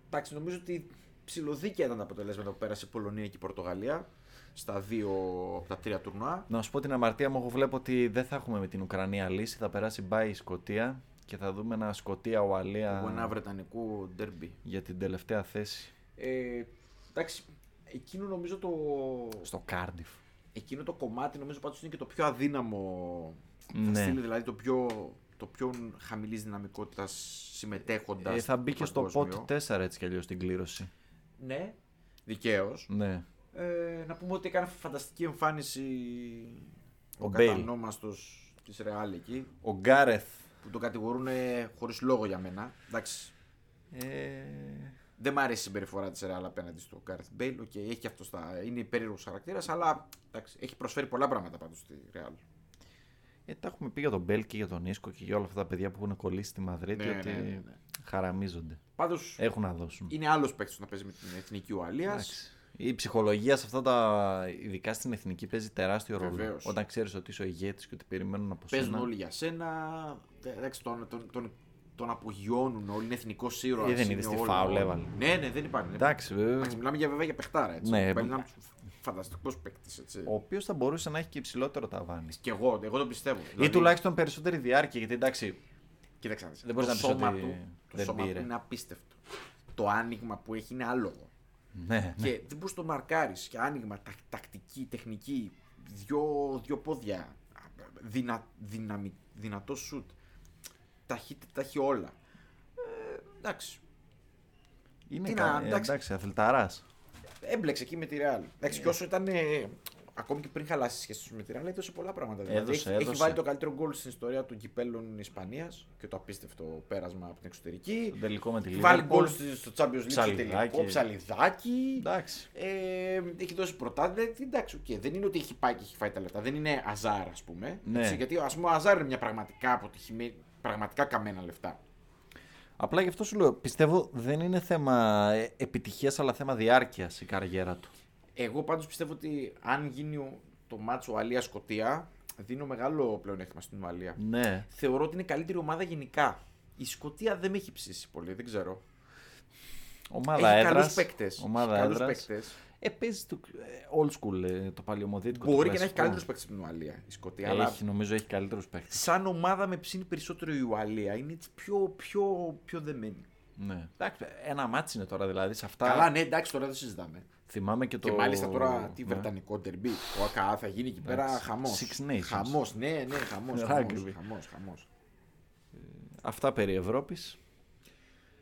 B: Εντάξει, νομίζω ότι ψηλοδίκαια ήταν τα αποτελέσματα που πέρασε η Πολωνία και η Πορτογαλία στα δύο από τα τρία τουρνουά.
A: Να σου πω την αμαρτία μου, εγώ βλέπω ότι δεν θα έχουμε με την Ουκρανία λύση. Θα περάσει μπάι η Σκωτία και θα δούμε ένα Σκωτία-Ουαλία
B: Από ένα βρετανικό ντέρμπι.
A: για την τελευταία θέση
B: Ε, εντάξει, εκείνο νομίζω το.
A: στο Κάρντιφ.
B: εκείνο το κομμάτι νομίζω πάντως είναι και το πιο αδύναμο. Θα
A: Ναι.
B: στείλει δηλαδή το πιο, το πιο χαμηλής δυναμικότητας συμμετέχοντας.
A: Ε, θα μπει και στο pot
B: παγκόσμιο.
A: 4 έτσι κι αλλιώς στην κλήρωση.
B: Ναι, δικαίως.
A: Ναι.
B: Ε, να πούμε ότι έκανε φανταστική εμφάνιση
A: Ο
B: ο,
A: Μπέιλ.
B: κατανόμαστος της Ρεάλ εκεί,
A: Ο Γκάρεθ.
B: που τον κατηγορούν χωρίς λόγο για μένα. Εντάξει,
A: Ε...
B: δεν μ' αρέσει η συμπεριφορά της Ρεάλ απέναντι στο Γκάρεθ Μπέιλ. Οκ, έχει και αυτό στα... είναι περίεργος χαρακτήρας, αλλά εντάξει, έχει προσφέρει πολλά πράγματα πάντως στη Ρεάλ.
A: Ε, τα έχουμε πει για τον Μπέλ και για τον Ίσκο και για όλα αυτά τα παιδιά που έχουν κολλήσει στη Μαδρίτη
B: Ναι,
A: ότι ε,
B: ναι, ναι, ναι.
A: χαραμίζονται.
B: Πάντως,
A: Έχουν να δώσουν.
B: είναι άλλος παίκτης να παίζει με την εθνική Ουαλία.
A: Εντάξει. Η ψυχολογία σε αυτά τα. ειδικά στην εθνική παίζει τεράστιο ρόλο.
B: Βεβαίως.
A: Όταν ξέρεις ότι είσαι ο ηγέτης και ότι περιμένουν από
B: Παίζουν
A: σένα.
B: όλοι για σένα. Ε, Εντάξει, τον, τον, τον τον απογειώνουν όλοι, είναι εθνικό ήρωα.
A: Ε, δεν είδες τι φάουλ έβαλε.
B: Ναι, ναι, δεν υπάρχει.
A: Εντάξει, βέβαια.
B: Εντάξει, μιλάμε για, βέβαια για παιχτάρα. Έτσι.
A: Ναι,
B: Πάλι
A: ε,
B: ένα φανταστικό παίκτης. Έτσι.
A: Ο οποίος θα μπορούσε να έχει και υψηλότερο ταβάνι.
B: Κι εγώ, εγώ το πιστεύω.
A: Ή τουλάχιστον περισσότερη διάρκεια. Γιατί εντάξει,
B: Κοίταξε να δεις.
A: Δεν μπορείς
B: το
A: να πεις
B: σώμα
A: ότι
B: του, το
A: δεν
B: σώμα
A: πήρε.
B: του είναι απίστευτο. Το άνοιγμα που έχει είναι άλογο.
A: ναι, ναι.
B: Και δεν μπορείς να το μαρκάρεις. Και άνοιγμα, τα, τακτική, τεχνική, δυο, δυο πόδια. Δυνα, δυναμι, δυνατό σουτ. Τα έχει, τα έχει όλα. Ε, εντάξει.
A: είναι
B: τι
A: κα-
B: να-
A: ε,
B: εντάξει.
A: εντάξει, αθληταράς.
B: Έμπλεξε εκεί με τη Ρεάλ. Εντάξει, και όσο ήταν. ε, ακόμη και πριν χαλάσει σχέση με τη Ρεάλ, έδωσε πολλά πράγματα. δηλαδή,
A: Έδωσε,
B: έχει, έχει
A: έδωσε.
B: βάλει το καλύτερο γκολ στην ιστορία των κυπέλων Ισπανίας και το απίστευτο πέρασμα από την εξωτερική.
A: Το τελικό με τη
B: Βάλει
A: Liverpool.
B: γκολ στη- στο Champions League στο
A: Ψαλιδάκι.
B: τελικό. Ψαλιδάκι.
A: Εντάξει.
B: Ε, έχει δώσει προτάσεις. Δηλαδή, εντάξει, οκ, δεν είναι ότι έχει πάει και έχει φάει τα λεφτά. Δεν είναι Αζάρ, ας πούμε.
A: Ναι.
B: Έτσι, γιατί ας πούμε, ο Αζάρ είναι μια πραγματικά αποτυχημένη, πραγματικά καμένα λεφτά.
A: Απλά γι' αυτό σου λέω, πιστεύω δεν είναι θέμα επιτυχίας, αλλά θέμα διάρκειας η καριέρα του.
B: Εγώ πάντως πιστεύω ότι αν γίνει ο- το μάτσο Αλία-Σκοτία, δίνω μεγάλο πλεονέκτημα στην Ουαλία.
A: Ναι.
B: Θεωρώ ότι είναι η καλύτερη ομάδα γενικά. Η Σκοτία δεν με έχει ψήσει πολύ, δεν ξέρω.
A: Ομάδα
B: έχει
A: έδρα.
B: καλούς παίκτες.
A: Ομάδα
B: Έχει καλούς
A: έδρας.
B: παίκτες.
A: Ε, παίζει το ε, old school, ε, το παλαιομοδίτικο. το
B: Μπορεί και να έχει
A: κλασικό.
B: καλύτερους παίκτες στην Ουαλία η Σκοτία. αλλά
A: Έχει, νομίζω έχει καλύτερους παίκτες.
B: σαν ομάδα με ψήνει περισσότερο η Ουαλία. Είναι έτσι πιο, πιο, πιο δεμένη.
A: Ναι. Εντάξει, ένα μάτσι είναι τώρα δηλαδή. Σε αυτά
B: Καλά, ναι, εντάξει, τώρα δεν συζητάμε.
A: θυμάμαι και το.
B: Και μάλιστα τώρα τι
A: Ναι.
B: βρετανικό ντερμπι. Ο ΑΚΑ θα γίνει εκεί πέρα
A: Εντάξει.
B: χαμός.
A: Six Nations.
B: Χαμός, ναι, ναι, χαμός.
A: Rugby.
B: Χαμός, χαμός.
A: Αυτά περί Ευρώπης.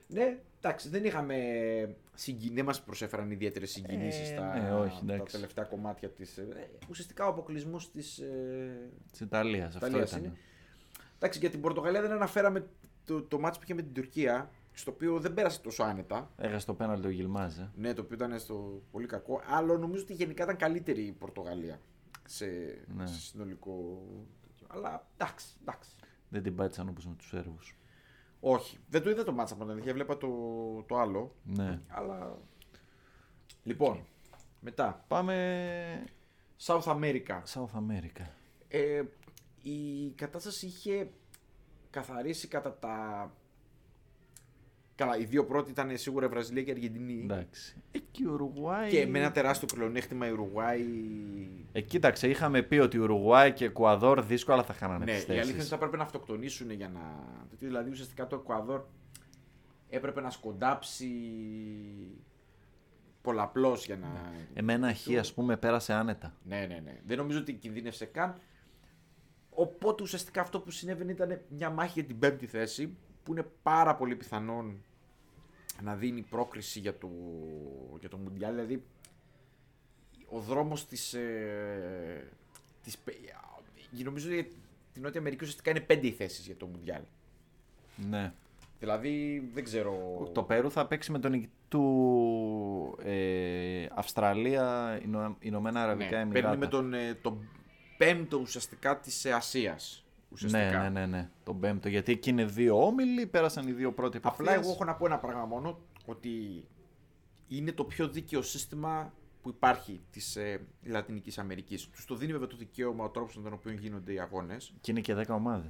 B: Ναι, εντάξει, δεν είχαμε συγκινήσει. Δεν μας προσέφεραν ιδιαίτερες συγκινήσεις
A: Ε,
B: τα,
A: ναι, όχι,
B: τα
A: εντάξει.
B: τελευταία κομμάτια της. Ουσιαστικά ο αποκλεισμός της.
A: Της Ιταλίας. Αυτό
B: Ιταλίας
A: ήταν.
B: είναι. Εντάξει, για την Πορτογαλία δεν αναφέραμε το, το μάτσο που είχε με την Τουρκία, στο οποίο δεν πέρασε τόσο άνετα.
A: Έχασε το πέναλτι ο Γιλμάζ. ε.
B: Ναι, το οποίο ήταν στο πολύ κακό. Αλλά νομίζω ότι γενικά ήταν καλύτερη η Πορτογαλία σε,
A: Ναι.
B: σε συνολικό. τέτοιο. Αλλά εντάξει, εντάξει.
A: Δεν την πάτησαν όπως με τους Σέρβους.
B: Όχι. Δεν το είδα το μάτσα από την αλήθεια. Βλέπα το, το άλλο.
A: Ναι.
B: Αλλά. Λοιπόν, μετά.
A: Πάμε.
B: South America.
A: South America.
B: Ε, η κατάσταση είχε καθαρίσει κατά τα. Καλά, οι δύο πρώτοι ήταν σίγουρα η Βραζιλία και η Αργεντινή.
A: Εντάξει. Ε, και η Ουρουγουάη.
B: Και με ένα τεράστιο πλεονέκτημα η Ουρουάη
A: Ε, κοίταξε, είχαμε πει ότι Ουρουάη και Εκουαδόρ δύσκολα θα χάνανε
B: Ναι,
A: τις
B: η αλήθεια είναι ότι
A: θέσεις.
B: θα πρέπει να αυτοκτονήσουν για να. τέτοιο. Δηλαδή ουσιαστικά το Εκουαδόρ έπρεπε να σκοντάψει πολλαπλώς για να.
A: Εμένα χ, ας πούμε, πέρασε άνετα.
B: Ναι, ναι, ναι. Δεν νομίζω ότι κινδύνευσε καν. Οπότε ουσιαστικά αυτό που συνέβαινε ήταν μια μάχη για την πέμπτη θέση που είναι πάρα πολύ πιθανόν να δίνει πρόκριση για το, για το Μουντιάλ. Δηλαδή ο δρόμος της, ε, της πε- ε, νομίζω ότι την Νότια Αμερική ουσιαστικά είναι πέντε οι θέσεις για το Μουντιάλ.
A: Ναι.
B: Δηλαδή δεν ξέρω...
A: Το Περού θα παίξει με τον νικητή του ε, Αυστραλία, Ηνω- Ηνωμένα Αραβικά
B: ναι,
A: Εμμυράτα.
B: παίρνει με τον, ε, τον πέμπτο ουσιαστικά της ε, Ασίας.
A: ναι,
B: Ουσιαστικά.
A: ναι, ναι, ναι, τον πέμπτο. Γιατί εκεί είναι δύο όμιλοι, πέρασαν οι δύο πρώτοι
B: Απλά
A: απευθείας.
B: εγώ έχω να πω ένα πράγμα μόνο, ότι είναι το πιο δίκαιο σύστημα που υπάρχει της ε, Λατινικής Αμερικής. Τους το δίνει βέβαια το δικαίωμα ο τρόπος με τον οποίο γίνονται οι αγώνες.
A: Και είναι και 10 ομάδε.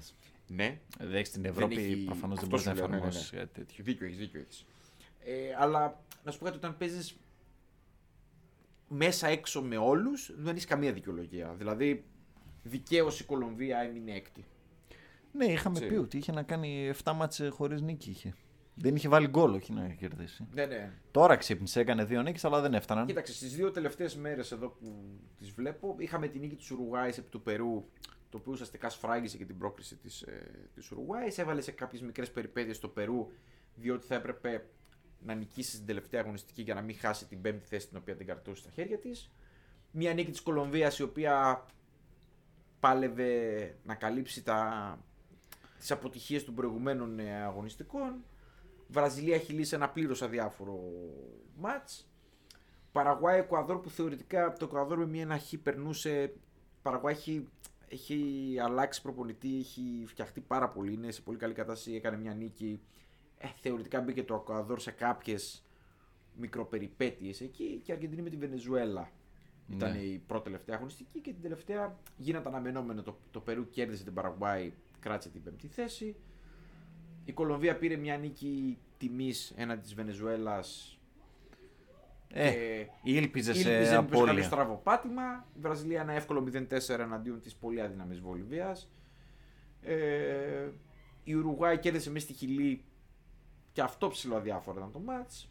B: Ναι,
A: Δεν έχει στην Ευρώπη,
B: έχει-
A: προφανώς δεν
B: αυτό
A: μπορείς
B: σου
A: να
B: λέω, ναι, ναι, ναι.
A: εφαρμόσεις κάτι τέτοιο.
B: έχει δίκιο, έχεις δίκιο. Έχεις. Ε, αλλά να σου πω κάτι, όταν παίζεις μέσα έξω με όλους, δεν έχεις καμία δικαιολογία. Δηλαδή, δικαίω η Κολομβία έμεινε έκτη.
A: Ναι, είχαμε
B: Έτσι.
A: πει ότι είχε να κάνει 7 μάτσε χωρίς νίκη. Είχε. Δεν είχε βάλει γκολ, όχι να κερδίσει.
B: Ναι, ναι.
A: Τώρα ξύπνησε, έκανε δύο νίκες, αλλά δεν έφταναν.
B: Κοίταξε, στις δύο τελευταίες μέρες εδώ που τις βλέπω, είχαμε την νίκη της Ουρουγουάη επί του Περού, το οποίο ουσιαστικά σφράγγισε και την πρόκριση της ε, της Ουρουγουάη. Έβαλε σε κάποιες μικρές περιπέτειες στο Περού, διότι θα έπρεπε να νικήσει την τελευταία αγωνιστική για να μην χάσει την πέμπτη θέση την οποία την καρτούσε στα χέρια της. Μια νίκη της Κολομβίας η οποία πάλευε να καλύψει τα, τις αποτυχίες των προηγουμένων ε, αγωνιστικών. Βραζιλία έχει λύσει ένα πλήρως αδιάφορο μάτς. Παραγουάη Εκουαδόρ που θεωρητικά από το Εκουαδόρ με μια χ περνούσε. Παραγουάη έχει, έχει αλλάξει προπονητή, έχει φτιαχτεί πάρα πολύ. Είναι σε πολύ καλή κατάσταση, έκανε μια νίκη. Ε, θεωρητικά μπήκε το Εκουαδόρ σε κάποιες μικροπεριπέτειες εκεί και η Αργεντινή με τη Βενεζουέλα. Ήταν
A: Ναι.
B: η πρώτη τελευταία αγωνιστική και την τελευταία γίνατε αναμενόμενο. Το, το Περού κέρδισε την Παραγουάη, κράτησε την πέμπτη θέση. Η Κολομβία πήρε μια νίκη τιμής έναντι της Βενεζουέλας.
A: Ε, ήλπιζε σε
B: Καλό
A: απώλεια.
B: στραβό πάτημα. Η Βραζιλία ένα εύκολο 0-4 εναντίον της πολύ αδύναμη Βολιβίας. Ε, η Ουρουγουάη κέρδισε μέσα στη Χιλή και αυτό ψηλό αδιάφορο ήταν το μάτς.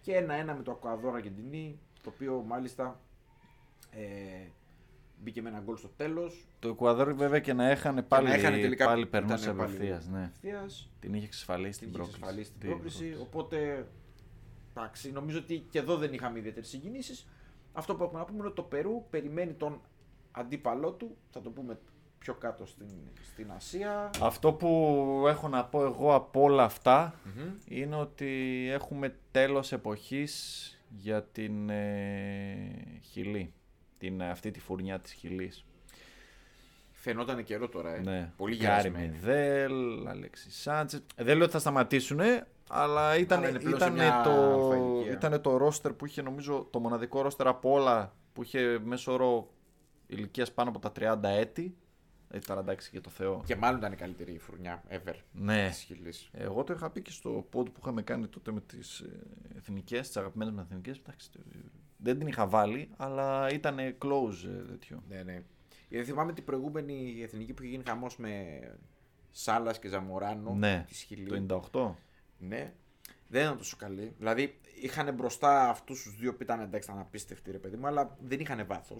B: Και ένα-ένα με το Ακουαδόρα Αργεντινή, το οποίο μάλιστα ε, μπήκε με ένα γκολ στο τέλος.
A: Το Εκουαδόρ βέβαια και να έχανε
B: Και να
A: πάλι,
B: έχανε τελικά
A: πάλι
B: ήταν
A: περνούσε
B: πάλι
A: απευθείας. Ναι.
B: απευθείας.
A: Την είχε εξασφαλίσει
B: Την
A: την
B: είχε
A: πρόκληση.
B: εξασφαλίσει την
A: Τι
B: πρόκληση. Οπότε. Εντάξει, νομίζω ότι και εδώ δεν είχαμε ιδιαίτερες συγκινήσεις. Αυτό που έχουμε να πούμε είναι ότι το Περού περιμένει τον αντίπαλό του. Θα το πούμε πιο κάτω στην, στην ασια
A: Αυτό που έχω να πω εγώ από όλα αυτά είναι ότι έχουμε τέλος εποχής για την ε, Χιλή. Την, ε, αυτή τη φουρνιά της Χιλής.
B: Φαινόταν καιρό τώρα. Ε.
A: Ναι.
B: Πολύ
A: Γκάρι
B: γερασμένη.
A: Μενδέλ, Αλέξης Σάντσες. Ε, Δεν λέω ότι θα σταματήσουν, αλλά ήταν,
B: Αλλά είναι πλέον σε
A: ήταν,
B: μια
A: το,
B: αλφαηλικία.
A: ήταν το ρόστερ που είχε νομίζω το μοναδικό ρόστερ από όλα που είχε μέσο όρο ηλικίας πάνω από τα 30 έτη. Δηλαδή 46 για το Θεό.
B: Και μάλλον ήταν η καλύτερη η φουρνιά ever
A: Ναι.
B: της Χιλής.
A: Εγώ το είχα πει και στο pod που είχαμε κάνει τότε με ε, τι εθνικές, τις αγαπημένες μου εθνικέ. Δεν την είχα βάλει, αλλά ήταν close ε, τέτοιο.
B: Ναι, ναι. Γιατί θυμάμαι την προηγούμενη εθνική που είχε γίνει χαμός με Σάλλα και Ζαμοράνο
A: Ναι,
B: της Χιλή.
A: το
B: Ναι. Δεν ήταν τόσο καλή. Δηλαδή είχαν μπροστά αυτούς τους δύο που ήταν εντάξει, ήταν απίστευτοι ρε παιδί μου, αλλά δεν είχαν βάθο.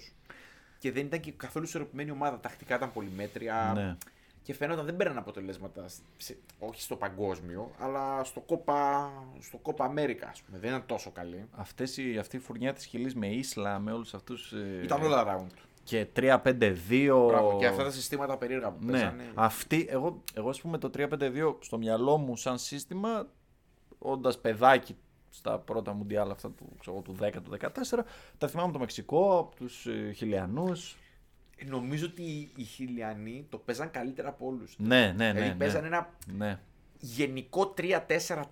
B: Και δεν ήταν και καθόλου ισορροπημένη ομάδα. Τακτικά ήταν πολυμέτρια.
A: 98. Ναι.
B: Και φαίνονταν δεν παίρναν αποτελέσματα. σ- σε- όχι στο παγκόσμιο, αλλά στο κόπα, στο κόπα Αμέρικα, ας πούμε. Δεν ήταν τόσο καλή.
A: Αυτές η, αυτή η φουρνιά της χιλής με Ίσλα, με όλους αυτούς ε,
B: Ήταν όλα round.
A: και 3-5-2.
B: Μπράβο. Και αυτά τα συστήματα περίεργα που
A: Ναι.
B: παίζανε.
A: Αυτή, εγώ, εγώ ας πούμε το 3-5-2 στο μυαλό μου σαν σύστημα, όντας παιδάκι στα πρώτα μουντιάλ αυτά του, ξέρω, εγώ, του 10, του 14, τα θυμάμαι από το Μεξικό, από τους ε, Χιλιανούς.
B: Νομίζω ότι οι Χιλιανοί το παίζαν καλύτερα από όλους.
A: Ναι, ναι, ναι.
B: δηλαδή
A: ναι.
B: παίζαν ένα
A: Ναι.
B: γενικό 3-4-3,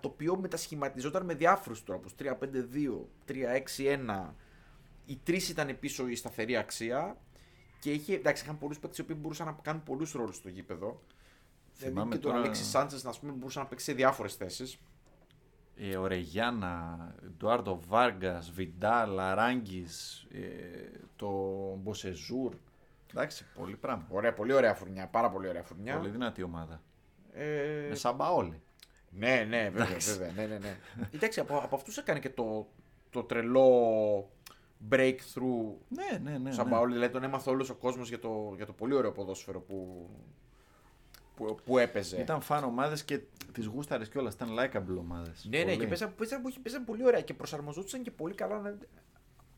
B: το οποίο μετασχηματιζόταν με διάφορους τρόπους. 3-5-2, 3-6-1. Οι τρεις ήταν πίσω η σταθερή αξία. Και είχε, εντάξει, είχαν πολλούς παίκτες οι οποίοι μπορούσαν να κάνουν πολλούς ρόλους στο γήπεδο. Δηλαδή
A: Θυμάμαι
B: και τον
A: τώρα-
B: Αλέξης Σάντζες, να πούμε, μπορούσε να παίξει σε διάφορες θέσεις.
A: Ε, ο Ρεγιάννα, Ντουάρντο Βάργας, Βιντάλ, Αράγκης, το Μποσεζούρ. Εντάξει, πολύ πράγμα.
B: Ωραία, πολύ ωραία φουρνιά. Πάρα πολύ ωραία φουρνιά.
A: Πολύ δυνατή ομάδα.
B: Ε,
A: Με Σαμπαόλη.
B: Ναι, ναι, βέβαια. βέβαια ναι, ναι, ναι. Εντάξει, από, από αυτούς έκανε και το, το τρελό breakthrough
A: Ναι, ναι, ναι.
B: Ο
A: ναι.
B: Σαμπαόλη, δηλαδή τον έμαθε όλος ο κόσμος για το, για το πολύ ωραίο ποδόσφαιρο που, που, που έπαιζε.
A: Ήταν φαν ομάδες και τις γούσταρες κιόλας. Ήταν likeable ομάδες.
B: Ναι, ναι, και παίζαν, παίζαν, παίζαν- παίζαν πολύ ωραία και προσαρμοζόντουσαν και πολύ καλά. να-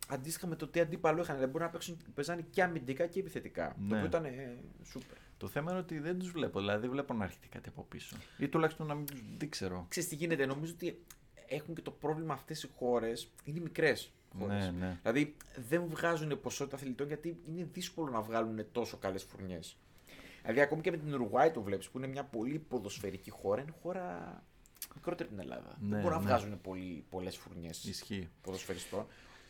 B: Αντίστοιχα με το τι αντίπαλο είχαν. Δηλαδή μπορούν να παίξουν, παίζανε και αμυντικά και επιθετικά.
A: Ναι.
B: Το οποίο ήταν ε, σούπερ.
A: Το θέμα είναι ότι δεν τους βλέπω. Δηλαδή δεν βλέπω να έρχεται κάτι από πίσω. Ή τουλάχιστον να μην τους. Δεν ξέρω.
B: Ξέρεις τι γίνεται, νομίζω ότι έχουν και το πρόβλημα αυτές οι χώρες, είναι μικρές χώρες.
A: Ναι, ναι.
B: Δηλαδή δεν βγάζουν ποσότητα αθλητών γιατί είναι δύσκολο να βγάλουν τόσο καλές φουρνιές. Δηλαδή ακόμη και με την Ουρουάη το βλέπεις που είναι μια πολύ ποδοσφαιρική χώρα, είναι χώρα μικρότερη από την Ελλάδα.
A: Ναι,
B: δεν μπορούν
A: ναι.
B: να βγάζουν πολύ, πολλές φουρνιές
A: Ισχύει.
B: ποδοσφαιριστών.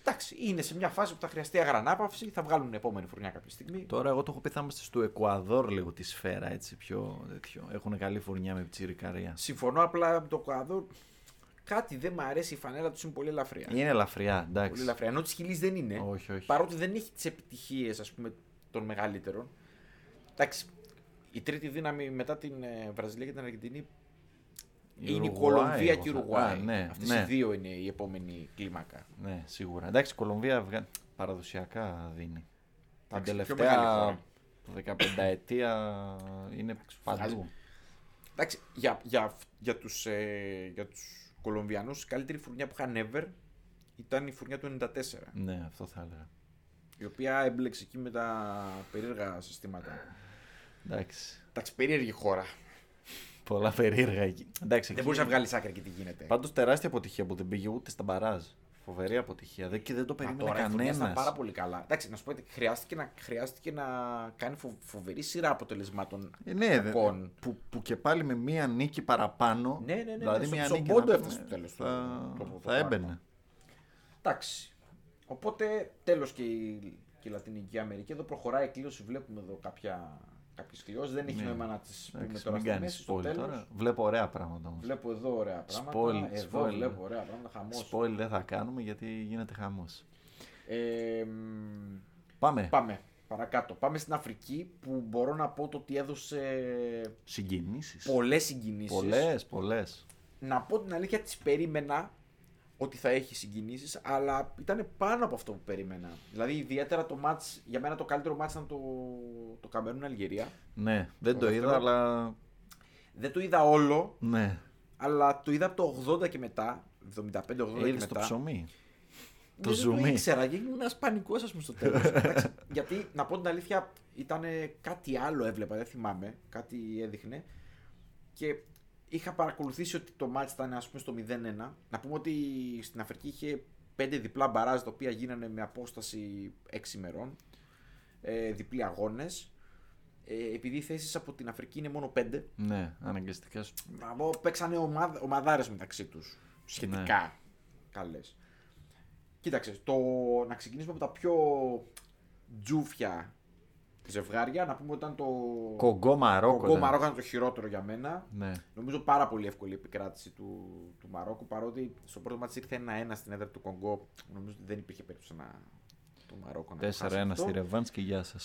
B: Εντάξει, είναι σε μια φάση που θα χρειαστεί αγρανάπαυση, θα βγάλουν επόμενη φουρνιά κάποια στιγμή.
A: Τώρα, εγώ το έχω πει, θα είμαστε στο Εκουαδόρ λίγο τη σφαίρα έτσι πιο τέτοιο. Έχουν καλή φουρνιά με τσιρικαρία.
B: Συμφωνώ απλά με το Κουαδόρ. Κάτι δεν μου αρέσει η φανέλα τους, είναι πολύ ελαφριά.
A: Είναι ελαφριά, εντάξει.
B: Πολύ ελαφριά. Ενώ της Χιλής δεν είναι.
A: Όχι, όχι.
B: Παρότι δεν έχει τις επιτυχίες, ας πούμε, των μεγαλύτερων. Εντάξει, η τρίτη δύναμη μετά την ε, Βραζιλία και την Αργεντινή είναι η
A: Ουρουγουάη,
B: Κολομβία
A: εγώ
B: και η
A: θα-
B: Ουρουγουάη.
A: Α, ναι,
B: Αυτές
A: ναι.
B: οι δύο είναι η επόμενη κλίμακα.
A: Ναι, σίγουρα. Εντάξει, η Κολομβία βγα- παραδοσιακά δίνει. Τα
B: Εντάξει, πιο
A: τελευταία
B: μεγάλη
A: 15 ετία είναι παντού.
B: Εντάξει, για, για, για τους ε, για τους Κολομβιανούς, η καλύτερη φουρνιά που είχαν ever ήταν η φουρνιά του 94.
A: Ναι, αυτό θα έλεγα.
B: Η οποία έμπλεξε εκεί με τα περίεργα συστήματα.
A: Εντάξει.
B: Εντάξει, περίεργη χώρα.
A: Πολλά περίεργα εκεί. Εντάξει,
B: Δεν μπορείς να βγάλεις άκρη και τι γίνεται.
A: Πάντως τεράστια αποτυχία που δεν πήγε ούτε στα μπαράζ. Φοβερή αποτυχία. Δεν, και δεν το
B: Μα
A: περίμενε
B: Τώρα η Φουρνιές ήταν
A: κανένα.
B: πάρα πολύ καλά. Εντάξει, να σου πω ότι χρειάστηκε να, χρειάστηκε να κάνει φο- φοβερή σειρά αποτελεσμάτων.
A: ναι, δε-
B: κακών.
A: που, που και πάλι με μία νίκη παραπάνω.
B: Ναι, ναι, ναι, ναι,
A: Δηλαδή
B: στο-
A: μία
B: στον
A: νίκη.
B: πόντο
A: να
B: έφτασε
A: πούμε,
B: στο τέλος
A: Θα,
B: το- το- το
A: θα
B: πράγμα.
A: έμπαινε.
B: Εντάξει. Οπότε τέλος και, η- και η Λατινική Αμερική. Εδώ προχωράει η κλήρωση. Βλέπουμε εδώ κάποια κάποιος κλειό. Δεν έχει
A: Ναι.
B: νόημα να τις πούμε
A: Εντάξει,
B: τώρα
A: μην
B: στη
A: κάνεις
B: μέση. Στο
A: spoil τώρα.
B: τέλος,
A: Βλέπω ωραία πράγματα όμως.
B: βλέπω εδώ ωραία πράγματα.
A: Spoil,
B: εδώ
A: spoil.
B: βλέπω ωραία πράγματα. Χαμός.
A: Spoil δεν θα κάνουμε γιατί γίνεται χαμός.
B: Ε, μ,
A: Πάμε.
B: πάμε παρακάτω. Πάμε στην Αφρική που μπορώ να πω το ότι έδωσε
A: Συγκινήσεις.
B: πολλές συγκινήσεις.
A: Πολλές, πολλές.
B: Να πω την αλήθεια, τις περίμενα ότι θα έχει συγκινήσεις, αλλά ήταν πάνω από αυτό που περίμενα. Δηλαδή, ιδιαίτερα το μάτς, για μένα το καλύτερο μάτς ήταν το, το Καμερούν-Αλγερία.
A: Ναι, δεν
B: Το
A: το είδα,
B: δεύτερο.
A: αλλά.
B: Δεν το είδα όλο,
A: Ναι.
B: αλλά το είδα από το 80 και μετά. 75-80 και
A: Είδε
B: μετά.
A: Ε, το ψωμί.
B: Ναι,
A: το
B: δεν
A: ζουμί.
B: Το ήξερα, και ήμουν ένας πανικός, ας πούμε, στο τέλος. γιατί, να πω την αλήθεια, ήταν κάτι άλλο έβλεπα, δεν θυμάμαι. Κάτι έδειχνε. Και είχα παρακολουθήσει ότι το μάτι ήταν, ας πούμε, στο 0-1. Να πούμε ότι στην Αφρική είχε πέντε διπλά μπαράζ τα οποία γίνανε με απόσταση 6 ημερών. Ε, διπλοί αγώνες. Ε, επειδή οι θέσεις από την Αφρική είναι μόνο 5,
A: Ναι, αναγκαστικά σου.
B: να πω, παίξανε ομαδ, ομαδάρες μεταξύ τους. Σχετικά
A: Ναι.
B: καλές. Κοίταξε, το, να ξεκινήσουμε από τα πιο τζούφια ζευγάρια. Να πούμε ότι ήταν το
A: Κογκό Μαρόκο. ναι.
B: Κογκό
A: ήταν.
B: Μαρόκο ήταν το χειρότερο για μένα.
A: Ναι.
B: Νομίζω πάρα πολύ εύκολη η επικράτηση του, του Μαρόκου, παρότι στο πρώτο μάτς ήρθε ένα-ένα στην έδρα του Κονγκό. Νομίζω ότι δεν υπήρχε περίπτωση να το Μαρόκο να το χάσει
A: 4-1
B: αυτό.
A: στη Ρεβάνς και γεια σας.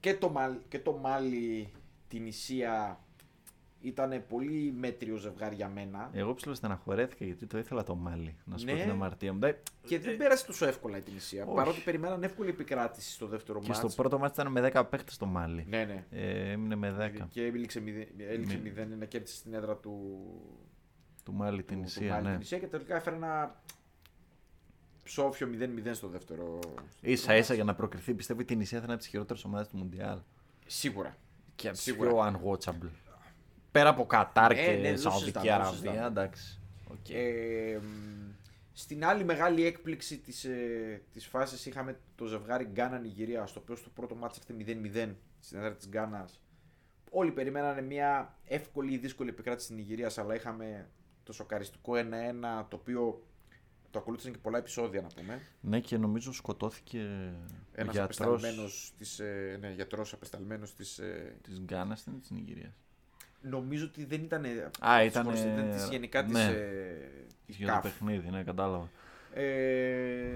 B: Και το, Μαλ, και το Μάλι, την Ισία, ήταν πολύ μέτριο ζευγάρι για μένα.
A: Εγώ ψηλό στεναχωρέθηκα γιατί το ήθελα το μάλι. Να σου
B: Ναι.
A: πω την αμαρτία μου. Εντάξει,
B: Και δεν πέρασε τόσο εύκολα η Τινησία.
A: Ε, όχι.
B: Παρότι περιμέναν εύκολη επικράτηση στο δεύτερο
A: Και στο
B: μάτς.
A: πρώτο μάτι ήταν με 10 παίχτε το μάλι.
B: Ναι, ναι.
A: Ε, έμεινε με 10.
B: Και έληξε 0-1
A: Μη-
B: κέρδισε στην έδρα του.
A: Του μάλι
B: του-
A: την
B: του
A: Ισία,
B: Μάλι
A: ναι.
B: την Ισία και τελικά έφερε ένα ψόφιο 0-0 στο δεύτερο.
A: σα ίσα για να προκριθεί, πιστεύω ότι η Ισία θα είναι από τις χειρότερες ομάδες του Μουντιάλ.
B: Σίγουρα.
A: Και από τις
B: Σίγουρα.
A: πιο unwatchable. Πέρα από Κατάρ
B: Ε, ναι,
A: και
B: δεν το συζητάμε,
A: Σαουδική
B: δεν το συζητάμε.
A: Αραβία, εντάξει. Οκ.
B: Ε, μ, στην άλλη μεγάλη έκπληξη της, ε, της φάσης είχαμε το ζευγάρι Γκάνα-Νιγηρία, στο οποίο στο πρώτο μάτς ήρθε 0-0 στην έδρα της Γκάνας. Όλοι περιμένανε μια εύκολη ή δύσκολη επικράτηση της Νιγηρίας, αλλά είχαμε το σοκαριστικό 1-1, το οποίο το ακολούθησαν και πολλά επεισόδια να πούμε.
A: Ναι, και νομίζω σκοτώθηκε ο
B: Ένας
A: γιατρός
B: απεσταλμένος της, ε, ναι, γιατρός απεσταλμένος της... ε,
A: της Γκάνας ή της Νιγηρίας.
B: νομίζω ότι δεν ήταν...
A: Α, ήταν,
B: ήταν της
A: ε,
B: γενικά της,
A: ναι.
B: ε, της
A: Για το
B: CAF.
A: παιχνίδι, ναι, κατάλαβα.
B: Ε,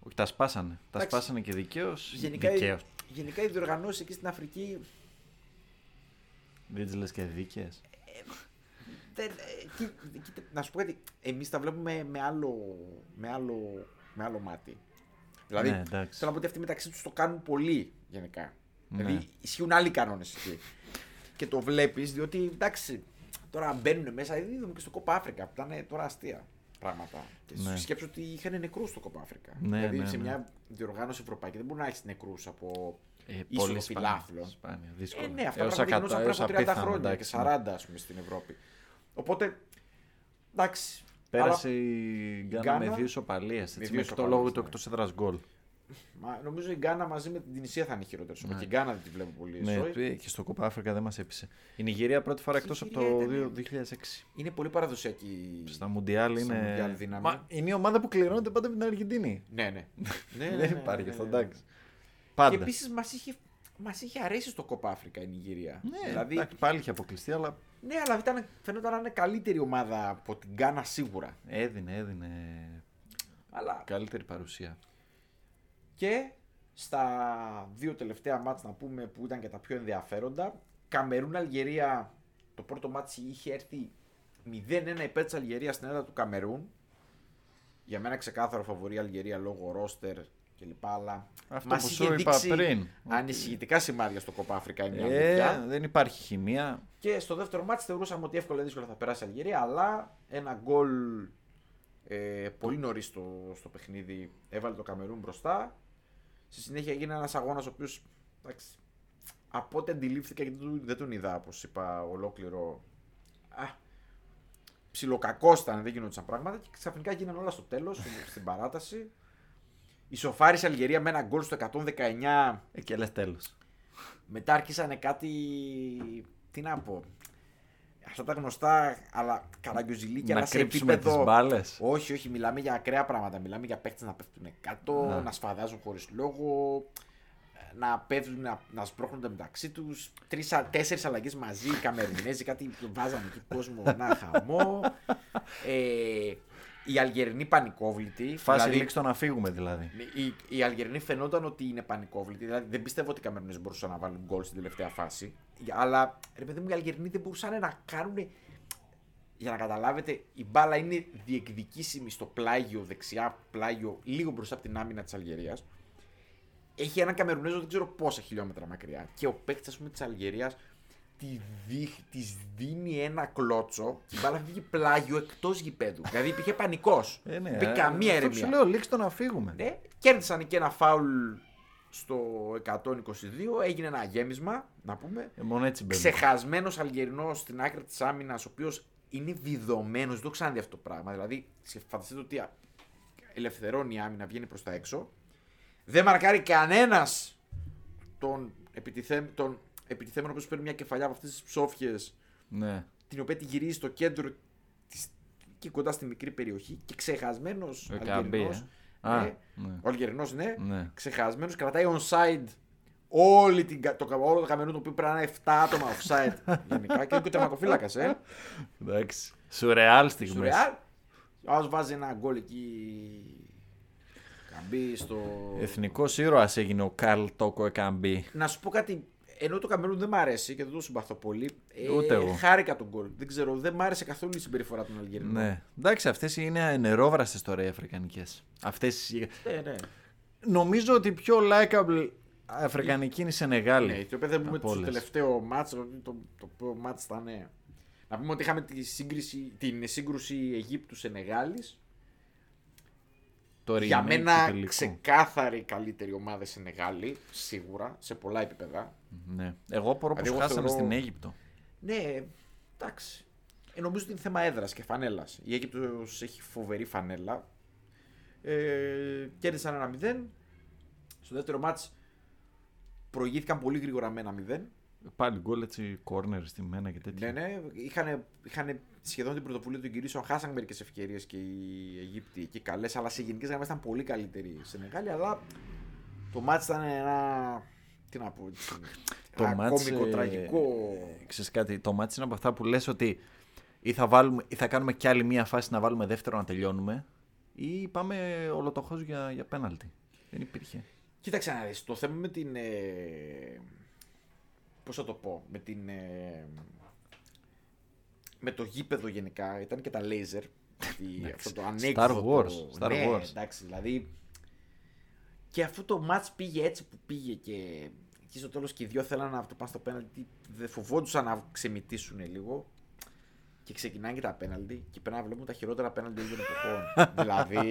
A: Όχι, τα σπάσανε. Τα
B: Εντάξει.
A: σπάσανε και δικαίως.
B: Γενικά,
A: Δικαίως.
B: γενικά οι διοργανώσεις εκεί στην Αφρική.
A: Δεν τις λες και δίκαιες.
B: Δεν, ε, εκεί- εκεί- να σου πω κάτι. Εμείς τα βλέπουμε με άλλο, με άλλο, με άλλο μάτι. Δηλαδή,
A: Ναι, εντάξει.
B: θέλω να πω ότι αυτοί μεταξύ τους το κάνουν πολύ γενικά.
A: Ναι.
B: Δηλαδή, ισχύουν άλλοι κανόνες εκεί. και το βλέπεις, διότι εντάξει, τώρα μπαίνουν μέσα. Δηλαδή, είδαμε και στο Κόπα Αφρικα που ήταν ε, τώρα αστεία πράγματα. Και
A: Ναι.
B: σκέψω ότι είχαν νεκρούς στο Κόπα Αφρικα.
A: Ναι,
B: δηλαδή,
A: ναι,
B: σε
A: ναι.
B: μια διοργάνωση ευρωπαϊκή δεν μπορεί να έχεις νεκρούς από
A: Ε,
B: ίσο
A: σπάνια.
B: φιλάθλων.
A: σπάνια,
B: Ε,
A: δύσκολα.
B: ναι, αυτά
A: Έως
B: τα πράγματα
A: ακατά-
B: γινόταν
A: έως
B: πριν από 30
A: απίθανο,
B: χρόνια
A: εντάξει,
B: και
A: ναι.
B: 40, ας πούμε, στην Ευρώπη. Οπότε, εντάξει.
A: Πέρασε η Γκάνα
B: Γκάνα
A: με δύο σοπαλίες.
B: με δύο
A: Με το λόγο
B: ισοπαλίες,
A: του
B: ναι.
A: εκτό έδρας γκολ.
B: Αλλά, μα, νομίζω η Γκάνα μαζί με την Τινησία θα είναι χειρότερη. Ναι. Και η Γκάνα δεν τη βλέπω πολύ.
A: Ναι,
B: ζωή.
A: ε, και στο Κοπα Αφρικα δεν μας έπεισε. Η Νιγηρία πρώτη φορά
B: Η
A: εκτός από το
B: Νιγηρία ήταν-
A: 2006.
B: Είναι πολύ παραδοσιακή.
A: Στα Μουντιάλ
B: Στα
A: είναι.
B: Μουντιάλ δύναμη.
A: Μα είναι η ομάδα που κληρώνεται πάντα με την Αργεντινή.
B: Ναι, ναι. ναι, ναι, ναι,
A: Δεν
B: ναι,
A: υπάρχει
B: ναι,
A: αυτό,
B: ναι.
A: εντάξει.
B: Και
A: Πάντα.
B: επίσης μας είχε, μας είχε αρέσει στο Κοπα Αφρικα η Νιγηρία.
A: Ναι,
B: δηλαδή,
A: εντάξει, πάλι είχε αποκλειστεί, αλλά
B: ναι, αλλά ήταν, φαινόταν να είναι καλύτερη ομάδα από την Γκάνα σίγουρα.
A: έδινε, έδινε
B: Αλλά
A: καλύτερη παρουσία.
B: Και στα δύο τελευταία μάτς να πούμε που ήταν και τα πιο ενδιαφέροντα. Καμερούν-Αλγερία, το πρώτο μάτς είχε έρθει 0-1 υπέρ της Αλγερίας στην έδρα του Καμερούν. Για μένα ξεκάθαρο φαβορεί η Αλγερία λόγω ρόστερ κλπ. Αλλά
A: Αυτό
B: μας
A: που
B: είχε
A: σου είπα
B: δείξει
A: πριν.
B: Ανησυχητικά σημάδια στο Κοπά Αφρικά η μια
A: Ε,
B: αλήθεια.
A: δεν υπάρχει χημεία.
B: Και στο δεύτερο μάτς θεωρούσαμε ότι εύκολα ή δύσκολα θα περάσει η Αλγερία, αλλά ένα γκολ ε, πολύ νωρίς στο, στο παιχνίδι έβαλε το Καμερούν μπροστά. Στη συνέχεια έγινε ένας αγώνας ο οποίος. Από ό,τι αντιλήφθηκα γιατί δεν τον- δεν τον είδα, όπως είπα, ολόκληρο. Α, ψιλοκακός ήταν, δεν γινόντουσαν πράγματα και ξαφνικά γίνανε όλα στο τέλος, στην παράταση. Ισοφάρισε η Αλγερία με ένα γκολ στο 119
A: Ε, και λες τέλος.
B: μετά άρχισανε κάτι. Τι να πω. Αυτά τα γνωστά, αλλά καραγκιουζιλίκια,
A: Να
B: αλλά σε
A: κρύψουμε τι
B: επίπεδο.
A: μπάλες.
B: Όχι, όχι, μιλάμε για ακραία πράγματα. Μιλάμε για παίχτε να πέφτουν κάτω,
A: Ναι.
B: να σφαδάζουν χωρίς λόγο, να παίζουν, να, να σπρώχνονται μεταξύ τους. Τέσσερις αλλαγές μαζί, οι Καμερινέζοι, κάτι που βάζανε εκεί κόσμο να χαμό. Ε, οι Αλγερινοί πανικόβλητοι.
A: Φάση
B: δηλαδή,
A: λήξη το να φύγουμε δηλαδή.
B: οι, οι Αλγερινοί φαινόταν ότι είναι πανικόβλητοι. Δηλαδή δεν πιστεύω ότι οι Καμερινέζοι μπορούσαν να βάλουν γκολ στην τελευταία φάση. Αλλά ρε παιδί μου, οι Αλγερινοί δεν μπορούσαν να κάνουν. Για να καταλάβετε, η μπάλα είναι διεκδικήσιμη στο πλάγιο, δεξιά πλάγιο, λίγο μπροστά από την άμυνα της Αλγερίας. Έχει έναν Καμερουνέζο δεν ξέρω πόσα χιλιόμετρα μακριά. Και ο παίκτης, ας πούμε, της Αλγερίας τη δι- της δίνει ένα κλότσο και η μπάλα βγήκε πλάγιο εκτός γηπέδου. δηλαδή υπήρχε πανικός.
A: Ε, ναι,
B: υπήρχε
A: ε,
B: καμία
A: αυτό Σου
B: έρευνα.
A: λέω λήξη το να φύγουμε.
B: Ναι, κέρδισαν και ένα φάουλ στο 122, έγινε ένα γέμισμα, να πούμε.
A: Ε, μόνο έτσι μπαίνει.
B: Ξεχασμένος Αλγερινός στην άκρη της άμυνας, ο οποίος είναι βιδωμένο, δεν το έχω ξαναδεί αυτό το πράγμα. Δηλαδή, σκεφ- φανταστείτε ότι α, ελευθερώνει η άμυνα, βγαίνει προς τα έξω. Δεν μαρκάρει κανένας τον, επιτιθέ, τον επιτιθέμενο που παίρνει μια κεφαλιά από αυτές τις ψόφιες,
A: Ναι.
B: την οποία τη γυρίζει στο κέντρο της, εκεί κοντά στη μικρή περιοχή και ξεχασμένος
A: Ο Καμπή,
B: Αλγερινός.
A: ε. Α, ναι.
B: Ο Αλγερινό, ναι.
A: Ναι.
B: Ξεχασμένος, κρατάει onside όλη την, κα- το, κα- όλο το καμερούν το οποίο πρέπει να είναι 7 άτομα offside γενικά. και είναι και ο τερματοφύλακας, ε.
A: Εντάξει. Σουρεάλ στιγμές.
B: Του Ρεάλ. Ας βάζει ένα γκολ εκεί. Καμπή στο.
A: Εθνικός ήρωας έγινε ο Καρλ Τόκο Εκαμπή.
B: Να σου πω κάτι. Ενώ το Καμερούν δεν μ' αρέσει και δεν το συμπαθώ πολύ. ε,
A: Ούτε εγώ.
B: Χάρηκα τον γκολ. Δεν ξέρω, δεν μ' άρεσε καθόλου η συμπεριφορά των Αλγερινών.
A: Ναι. Εντάξει, αυτές είναι νερόβραστε τώρα οι Αφρικανικές. Αυτές.
B: ναι. ναι.
A: Νομίζω ότι η πιο likable Αφρικανική είναι η Σενεγάλη.
B: Ναι, η Αιθιοπία δεν πούμε
A: Από
B: το
A: όλες.
B: τελευταίο μάτς, το, το, το οποίο μάτς ήταν... ε, Να πούμε ότι είχαμε τη σύγκριση, την σύγκρουση Αιγύπτου-Σενεγάλης.
A: Το
B: Για
A: remake του
B: μένα
A: τελικού.
B: ξεκάθαρη καλύτερη ομάδα Σενεγάλη, σίγουρα, σε πολλά επίπεδα.
A: Ναι. Εγώ μπορώ
B: Δηλαδή,
A: που
B: εγώ
A: χάσαμε
B: θεωρώ-
A: στην Αίγυπτο.
B: Ναι, εντάξει. Ε, νομίζω ότι είναι θέμα έδρας και φανέλας. Η Αίγυπτος έχει φοβερή φανέλα. Ε, κέρδισαν ένα 0. Στο δεύτερο μάτς προηγήθηκαν πολύ γρήγορα με ένα 0.
A: Πάλι γκολ έτσι, κόρνερ στη μένα και τέτοια.
B: Ναι, ναι. Είχαν, σχεδόν την πρωτοβουλία των κυρίσεων. Χάσαν μερικές ευκαιρίες και οι Αιγύπτιοι εκεί καλές. Αλλά σε γενικές γραμμές ήταν πολύ καλύτεροι σε μεγάλη. Αλλά το μάτι ήταν ένα. Τι να πω. έτσι,
A: Το
B: ένα
A: μάτς,
B: κόμικο,
A: ε,
B: τραγικό.
A: Ξέρεις κάτι, το μάτς είναι από αυτά που λες ότι ή θα, βάλουμε, ή θα κάνουμε κι άλλη μία φάση να βάλουμε δεύτερο να τελειώνουμε ή πάμε ολοτοχώς για, για πέναλτι. Δεν υπήρχε.
B: Κοίταξε να δεις, Το θέμα με την. Ε, πώς θα το πω. Με την. ε, με το γήπεδο γενικά ήταν και τα λέιζερ. αυτή- αυτό το ανέκδοτο.
A: Wars, Star
B: ναι,
A: Wars.
B: εντάξει, δηλαδή. Και αφού το match πήγε έτσι που πήγε και εκεί στο τέλος και οι δυο θέλαν να το πάνε στο πέναλτι, δεν φοβόντουσαν να ξεμητήσουν λίγο. Και ξεκινάνε και τα πέναλτι και πρέπει να βλέπουμε τα χειρότερα πέναλτι όλων των εποχών. δηλαδή.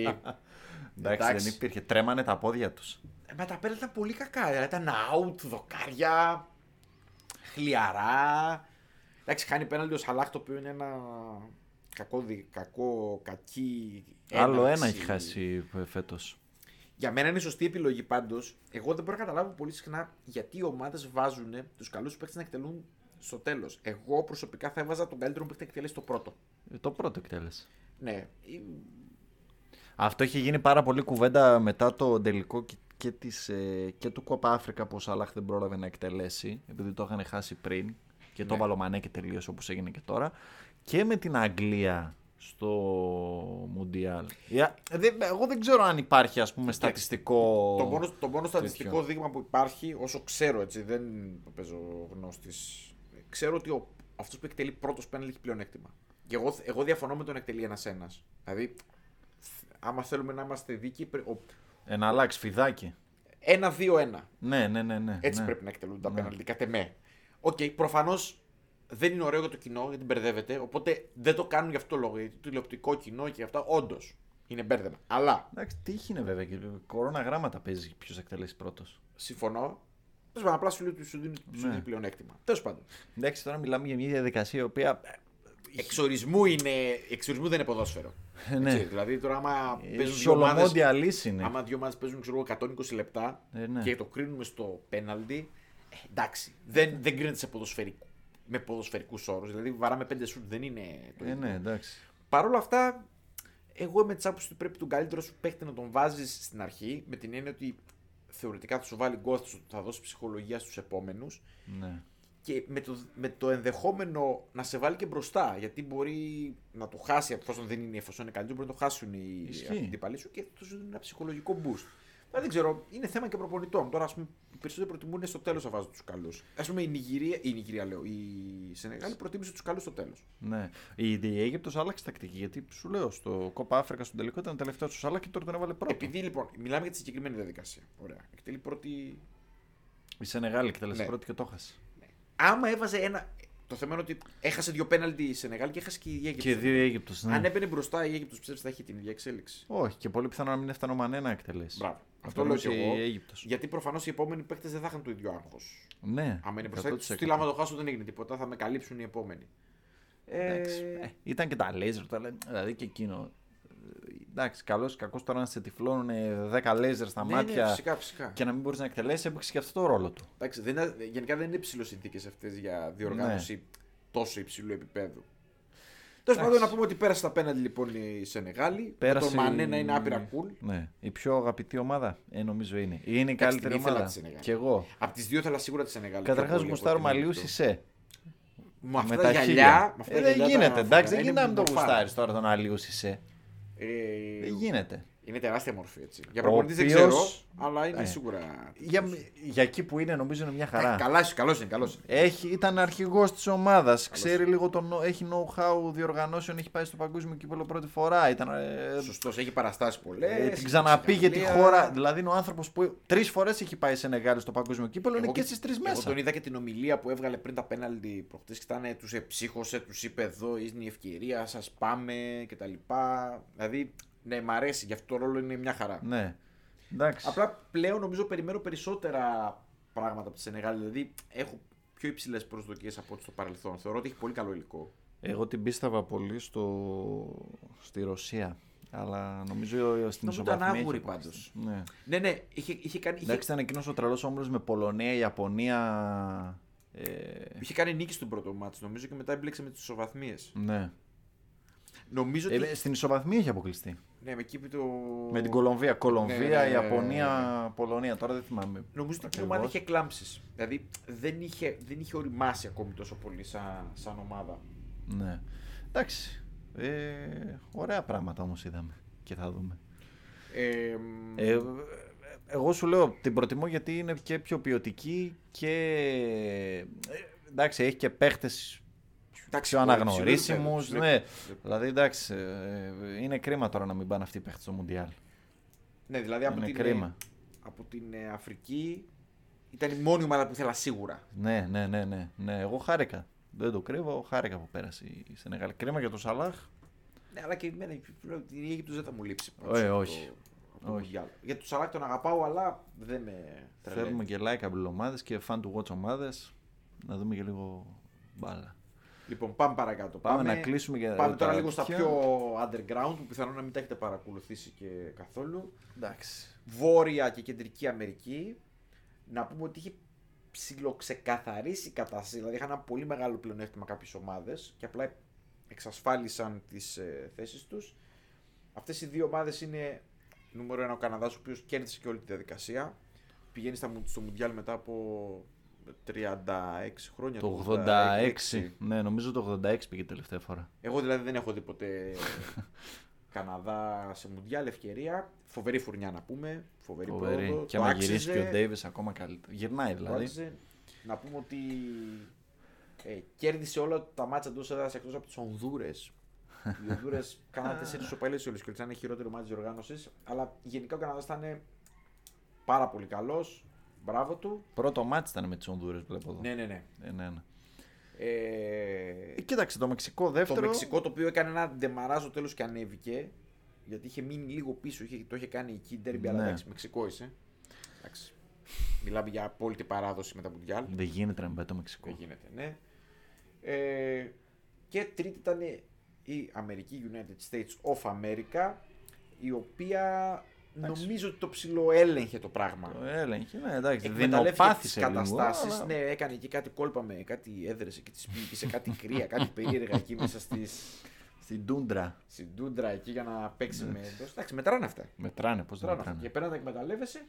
A: Εντάξει,
B: Εντάξει.
A: δεν υπήρχε. Τρέμανε τα πόδια τους.
B: Ε, Μα τα πέναλτι ήταν πολύ κακά. δηλαδή Ήταν out, δοκάρια, χλιαρά. Εντάξει, χάνει πέναλτι ο Σαλάχ το οποίο είναι ένα κακό, δι- κακό κακή
A: Άλλο ένα
B: έναρξη.
A: έχει χάσει ε, φέτος.
B: Για μένα είναι σωστή επιλογή πάντως. Εγώ δεν μπορώ να καταλάβω πολύ συχνά γιατί οι ομάδες βάζουν τους καλούς παίκτες να εκτελούν στο τέλος. Εγώ προσωπικά θα έβαζα τον καλύτερο παίκτη να εκτελέσει στο πρώτο.
A: Ε, Το πρώτο εκτέλεσε.
B: Ναι. Ε,
A: Αυτό είχε γίνει πάρα πολύ κουβέντα μετά το τελικό και, και, της, ε, και του Κοπα Αφρικα που ο Σαλάχ δεν πρόλαβε να εκτελέσει επειδή το είχαν χάσει πριν και το έβαλε ο Μανέ και τελείωσε όπως έγινε και τώρα και με την Αγγλία στο Μουντιάλ. Για- δε- Εγώ δεν ξέρω αν υπάρχει ας πούμε στατιστικό...
B: Το μόνο, το μόνο στατιστικό δείγμα που υπάρχει, όσο ξέρω έτσι, δεν παίζω γνώστης. Ξέρω ότι ο, αυτός που εκτελεί πρώτος πέναλ έχει πλεονέκτημα. Και εγώ, εγώ διαφωνώ με τον εκτελεί ένα-ένα. Δηλαδή, άμα θέλουμε να είμαστε δίκοι,
A: Ε, να αλλάξει φιδάκι.
B: ένα-δύο-ένα.
A: Ναι, ναι, ναι. ναι
B: Έτσι
A: ναι.
B: πρέπει να εκτελούνται τα πέναλτι, κατά με. Οκ, προφανώς δεν είναι ωραίο για το κοινό, γιατί μπερδεύεται. Οπότε δεν το κάνουν γι' αυτό το λόγο. Γιατί το τηλεοπτικό κοινό και αυτά, όντως είναι μπέρδεμα. Αλλά
A: Εντάξει, τύχη είναι βέβαια και κορώνα γράμματα παίζει ποιος εκτελέσει πρώτος.
B: συμφωνώ. Τέλος πάντων, απλά σου λέει ότι σου δίνει,
A: Ναι.
B: σου δίνει πλεονέκτημα. Τέλος πάντων.
A: Εντάξει, τώρα μιλάμε για μια διαδικασία η οποία
B: Εξορισμού, είναι, εξορισμού δεν είναι ποδόσφαιρο.
A: ναι.
B: Έτσι, δηλαδή τώρα, άμα
A: ε,
B: παίζουν δύο ομάδες.
A: σολομόντια λύση είναι.
B: Άμα δύο ομάδες παίζουν ξέρω, εγώ, 120 λεπτά
A: Ε, ναι.
B: και το κρίνουμε στο πέναλτι, ε, εντάξει. Δεν, δεν κρίνεται σε ποδοσφαιρικού, με ποδοσφαιρικούς όρους. Δηλαδή, βαράμε 5 σουτ δεν είναι το
A: Ε,
B: ίδιο.
A: ναι, εντάξει.
B: Παρ' όλα αυτά, εγώ είμαι της άποψης ότι πρέπει τον καλύτερο σου παίχτη να τον βάζεις στην αρχή, με την έννοια ότι θεωρητικά θα σου βάλει γκολ, θα σου- θα δώσει ψυχολογία στους επόμενους
A: Ναι.
B: και με το, με το ενδεχόμενο να σε βάλει και μπροστά. Γιατί μπορεί να το χάσει, εφόσον δεν είναι, εφόσον είναι καλύτερο, μπορεί να το χάσουν οι
A: Ισχύει.
B: αντίπαλοι σου και θα σου δίνουν ένα ψυχολογικό boost. Αλλά δεν ξέρω, είναι θέμα και προπονητών. Τώρα, ας πούμε, οι περισσότεροι προτιμούν στο τέλος να βάζουν τους καλούς. Ας πούμε, η Νιγηρία, η Νιγηρία λέω, η Σενεγάλη προτίμησε τους καλούς στο τέλος.
A: Ναι. Η, η Αίγυπτος άλλαξε τακτική γιατί σου λέω στο Κόπα Αφρικα στον τελικό ήταν τελευταίο του αλλά και τώρα τον έβαλε πρώτο.
B: Επειδή λοιπόν, μιλάμε για τη συγκεκριμένη διαδικασία. Ωραία. Εκτελεί πρώτη.
A: Η Σενεγάλη εκτέλεσε
B: Ναι.
A: πρώτη και το έχασε.
B: Άμα έβαζε ένα. Το θέμα είναι ότι έχασε δύο πέναλτι η Σενεγάλη και έχασε και η Αίγυπτος.
A: Και δύο η Αίγυπτος, Ναι.
B: Αν έμπαινε μπροστά η Αίγυπτος, πιστεύεις θα είχε την ίδια εξέλιξη.
A: Όχι, και πολύ πιθανό να μην έφτανε ο Μανέ να εκτελέσει.
B: Μπράβο. Αυτό
A: Αυτό
B: λέω και
A: νομίζω
B: εγώ.
A: η Αίγυπτος.
B: Γιατί προφανώς οι επόμενοι παίκτες δεν θα είχαν το ίδιο άγχος.
A: Ναι.
B: Άμα είναι μπροστά,
A: 100%.
B: του στυλ άμα το χάσω δεν έγινε τίποτα, θα με καλύψουν οι επόμενοι.
A: Εντάξει.
B: Ε,
A: Ε, ήταν και τα λέιζερ, τα λέ- δηλαδή και εκείνο. Ε, Εντάξει, καλός ή κακός τώρα να σε τυφλώνουν 10 λέιζερ στα
B: ναι,
A: μάτια
B: ναι, φυσικά, φυσικά.
A: και να μην μπορείς να εκτελέσεις, έπαιξε και αυτό το ρόλο του.
B: Εντάξει, δεν, είναι- γενικά δεν είναι υψηλός συνθήκες αυτές για
A: Ναι.
B: διοργάνωση τόσο υψηλού επίπεδου. Τέλος πάντων, να πούμε ότι πέρασε τα πέναντι λοιπόν η Σενεγάλη.
A: Πέρασε
B: Το Μανέ
A: η-
B: να είναι άπειρα cool.
A: Ναι. Η πιο αγαπητή ομάδα, ε, νομίζω είναι. Είναι η
B: Εντάξει, την
A: καλύτερη
B: ήθελα
A: ομάδα.
B: τη Σενεγάλη.
A: Κι εγώ.
B: Απ' τις δύο ήθελα σίγουρα τη Σενεγάλη. πιο
A: Καταρχά,
B: πολύ από
A: γουστάρω
B: την
A: μαλλιού
B: Αίγυπτο.
A: Σισε.
B: Με αυτά
A: με
B: τα
A: τα
B: γυαλιά.
A: χίλια.
B: με αυτά τα
A: Ε, δεν
B: γυαλιά τα
A: γίνεται, εντάξει, δεν
B: φορεμένα,
A: γίνεται να μην το
B: μορφά.
A: γουστάρεις τώρα τον Αλίους Σισε.
B: Ε,
A: Δεν γίνεται.
B: Είναι τεράστια μορφή έτσι. Για
A: Ο
B: προπονητής δεν ξέρω,
A: οποίος-
B: αλλά είναι
A: Ε.
B: σίγουρα.
A: Για, για εκεί που είναι, νομίζω είναι μια χαρά.
B: Καλά, καλός είναι, καλός.
A: Έχει, ήταν αρχηγός της ομάδας. Ξέρει λίγο το νο- έχει know-how διοργανώσεων. Έχει πάει στο παγκόσμιο κύπελο πρώτη φορά. Ήταν, ε,
B: Σωστός, έχει παραστάσει πολλές.
A: ε, την ξαναπήγε τη χώρα. Δηλαδή είναι ο άνθρωπος που τρεις φορές έχει πάει σε Νεγάλη στο παγκόσμιο κύπελο. Είναι και στις τρεις
B: Εγώ
A: μέσα.
B: τον είδα και την ομιλία που έβγαλε πριν τα πέναλτι προχτές και ήταν τους εψύχωσε, τους είπε εδώ, είναι η ευκαιρία, σας πάμε κτλ. Δηλαδή, ναι, μ' αρέσει, γι' αυτό το ρόλο είναι μια χαρά.
A: Ναι. Εντάξει.
B: Απλά πλέον νομίζω περιμένω περισσότερα πράγματα από τη Σενεγάλη. Δηλαδή, έχω πιο υψηλές προσδοκίες από ό,τι στο παρελθόν. Θεωρώ ότι έχει πολύ καλό υλικό.
A: Εγώ την πίστευα πολύ στο... στη Ρωσία. Αλλά νομίζω στην
B: Νομίζω ήταν
A: ισοβαθμία. είχε
B: άγουρη
A: αποκλειστεί.
B: πάντως.
A: Ναι.
B: Ναι, ναι, είχε, είχε κάνει. είχε-
A: Εντάξει, ήταν εκείνος ο τρελός όμιλο με Πολωνία, Ιαπωνία. Ε,
B: Είχε κάνει νίκη στον πρώτο μάτι, νομίζω, και μετά έμπλεξε με τις ισοβαθμίες.
A: ναι.
B: Νομίζω ότι.
A: Ε, στην ισοβαθμία είχε αποκλειστεί.
B: Ναι, με εκεί που το.
A: Με την Κολομβία. Κολομβία,
B: Ναι, ναι, ναι, ναι.
A: Ιαπωνία, Πολωνία. Τώρα δεν θυμάμαι.
B: Νομίζω ότι η
A: ακριβώς.
B: ομάδα είχε κλάμψεις. Δηλαδή δεν είχε, δεν είχε οριμάσει ακόμη τόσο πολύ σαν, σαν ομάδα.
A: Ναι. Εντάξει. Ε, ωραία πράγματα όμως είδαμε και θα δούμε.
B: Ε, μ,
A: Ε, εγώ σου λέω την προτιμώ γιατί είναι και πιο ποιοτική και. ε, εντάξει, έχει και παίχτες
B: εντάξει,
A: πιο
B: πολύ
A: αναγνωρίσιμου.
B: ψηλό επίπεδο,
A: Ναι.
B: ψηλό επίπεδο.
A: Δηλαδή, εντάξει, ε, ε, είναι κρίμα τώρα να μην πάνε αυτοί οι παίχτες στο Μουντιάλ.
B: Ναι, δηλαδή από
A: Είναι
B: την,
A: κρίμα.
B: από την ε, Αφρική ήταν η μόνη ομάδα που ήθελα σίγουρα.
A: Ναι, ναι, ναι, ναι, ναι. Εγώ χάρηκα. Δεν το κρύβω, χάρηκα που πέρασε η Σενεγάλη. Κρίμα για τον Σαλάχ.
B: Ναι, αλλά και εμένα η- η Αίγυπτος δεν θα μου λείψει.
A: Ε, όχι.
B: από το
A: Όχι.
B: Μουντιάλ. Για τον Σαλάκ τον αγαπάω, αλλά δεν με τρελαίνει.
A: Θέλουμε και likeable ομάδες και fan to watch ομάδες. Να δούμε και λίγο μπάλα.
B: Λοιπόν, πάμε παρακάτω.
A: Πάμε να κλείσουμε για
B: Πάμε
A: τα
B: τώρα λίγο στα
A: τέτοια.
B: πιο underground που πιθανόν να μην τα έχετε παρακολουθήσει και καθόλου.
A: Εντάξει.
B: Βόρεια και Κεντρική Αμερική. Να πούμε ότι είχε ψιλοξεκαθαρίσει η κατάσταση. Δηλαδή είχαν ένα πολύ μεγάλο πλεονέκτημα κάποιες ομάδες και απλά εξασφάλισαν τις ε, θέσεις τους. Αυτές οι δύο ομάδες είναι νούμερο ένα ο Καναδάς, ο οποίος κέρδισε και όλη τη διαδικασία. Πηγαίνει στα, μου- στο Μουντιάλ μετά από 36 χρόνια.
A: Το 86. Ναι, νομίζω το 86 πήγε τελευταία φορά.
B: Εγώ δηλαδή δεν έχω δει ποτέ Καναδά σε Μουντιάλ ευκαιρία. Φοβερή φουρνιά να πούμε. Φοβερή, πρόοδο.
A: Φοβερή. Και
B: Το
A: άμα
B: άξιζε,
A: γυρίσει και ο Ντέιβις ακόμα καλύτερα. Γυρνάει
B: το
A: δηλαδή.
B: άξιζε. Να πούμε ότι ε, κέρδισε όλα τα μάτσα εντό έδρα εκτός από τις Ονδούρες. Οι Ονδούρες κάνανε τέσσερις σοπαλίε όλε και ήταν χειρότερο μάτι της οργάνωση. Αλλά γενικά ο Καναδάς ήταν πάρα πολύ καλός. Μπράβο του.
A: Πρώτο μάτι ήταν με τις Ονδούρε, βλέπω εδώ.
B: Ναι, ναι, ναι.
A: Ε, ναι, ναι.
B: Ε,
A: Ε, κοίταξε το Μεξικό δεύτερο.
B: Το Μεξικό το οποίο έκανε ένα ντεμαράζ στο τέλος και ανέβηκε. Γιατί είχε μείνει λίγο πίσω, είχε, το είχε κάνει εκεί η Ντέρμπι, αλλά
A: Ναι.
B: εντάξει, Μεξικό είσαι. Εντάξει. Μιλάμε για απόλυτη παράδοση με τα Μουντιάλ.
A: Δεν γίνεται να μην πάει το Μεξικό.
B: Δεν γίνεται, ναι. Ε, και τρίτη ήταν η Αμερική, United States of America, η οποία νομίζω ότι το ψηλοέλεγχε το πράγμα.
A: Το έλεγχε, ναι, εντάξει.
B: Εκμεταλλεύτηκε τις
A: Δεινοπάθησε λίγο.
B: καταστάσεις.
A: αλλά-
B: Ναι, έκανε και κάτι κόλπα με κάτι έδρε και τις πήγε σε κάτι κρύα, κάτι περίεργα εκεί μέσα στις,
A: Στην Τούντρα.
B: στην τούντρα εκεί για να παίξει με εντό. Εντάξει, μετράνε αυτά.
A: Μετράνε, πώς δεν
B: Μετράνε αυτά.
A: μετράνε.
B: Και πέρα να τα εκμεταλλεύεσαι.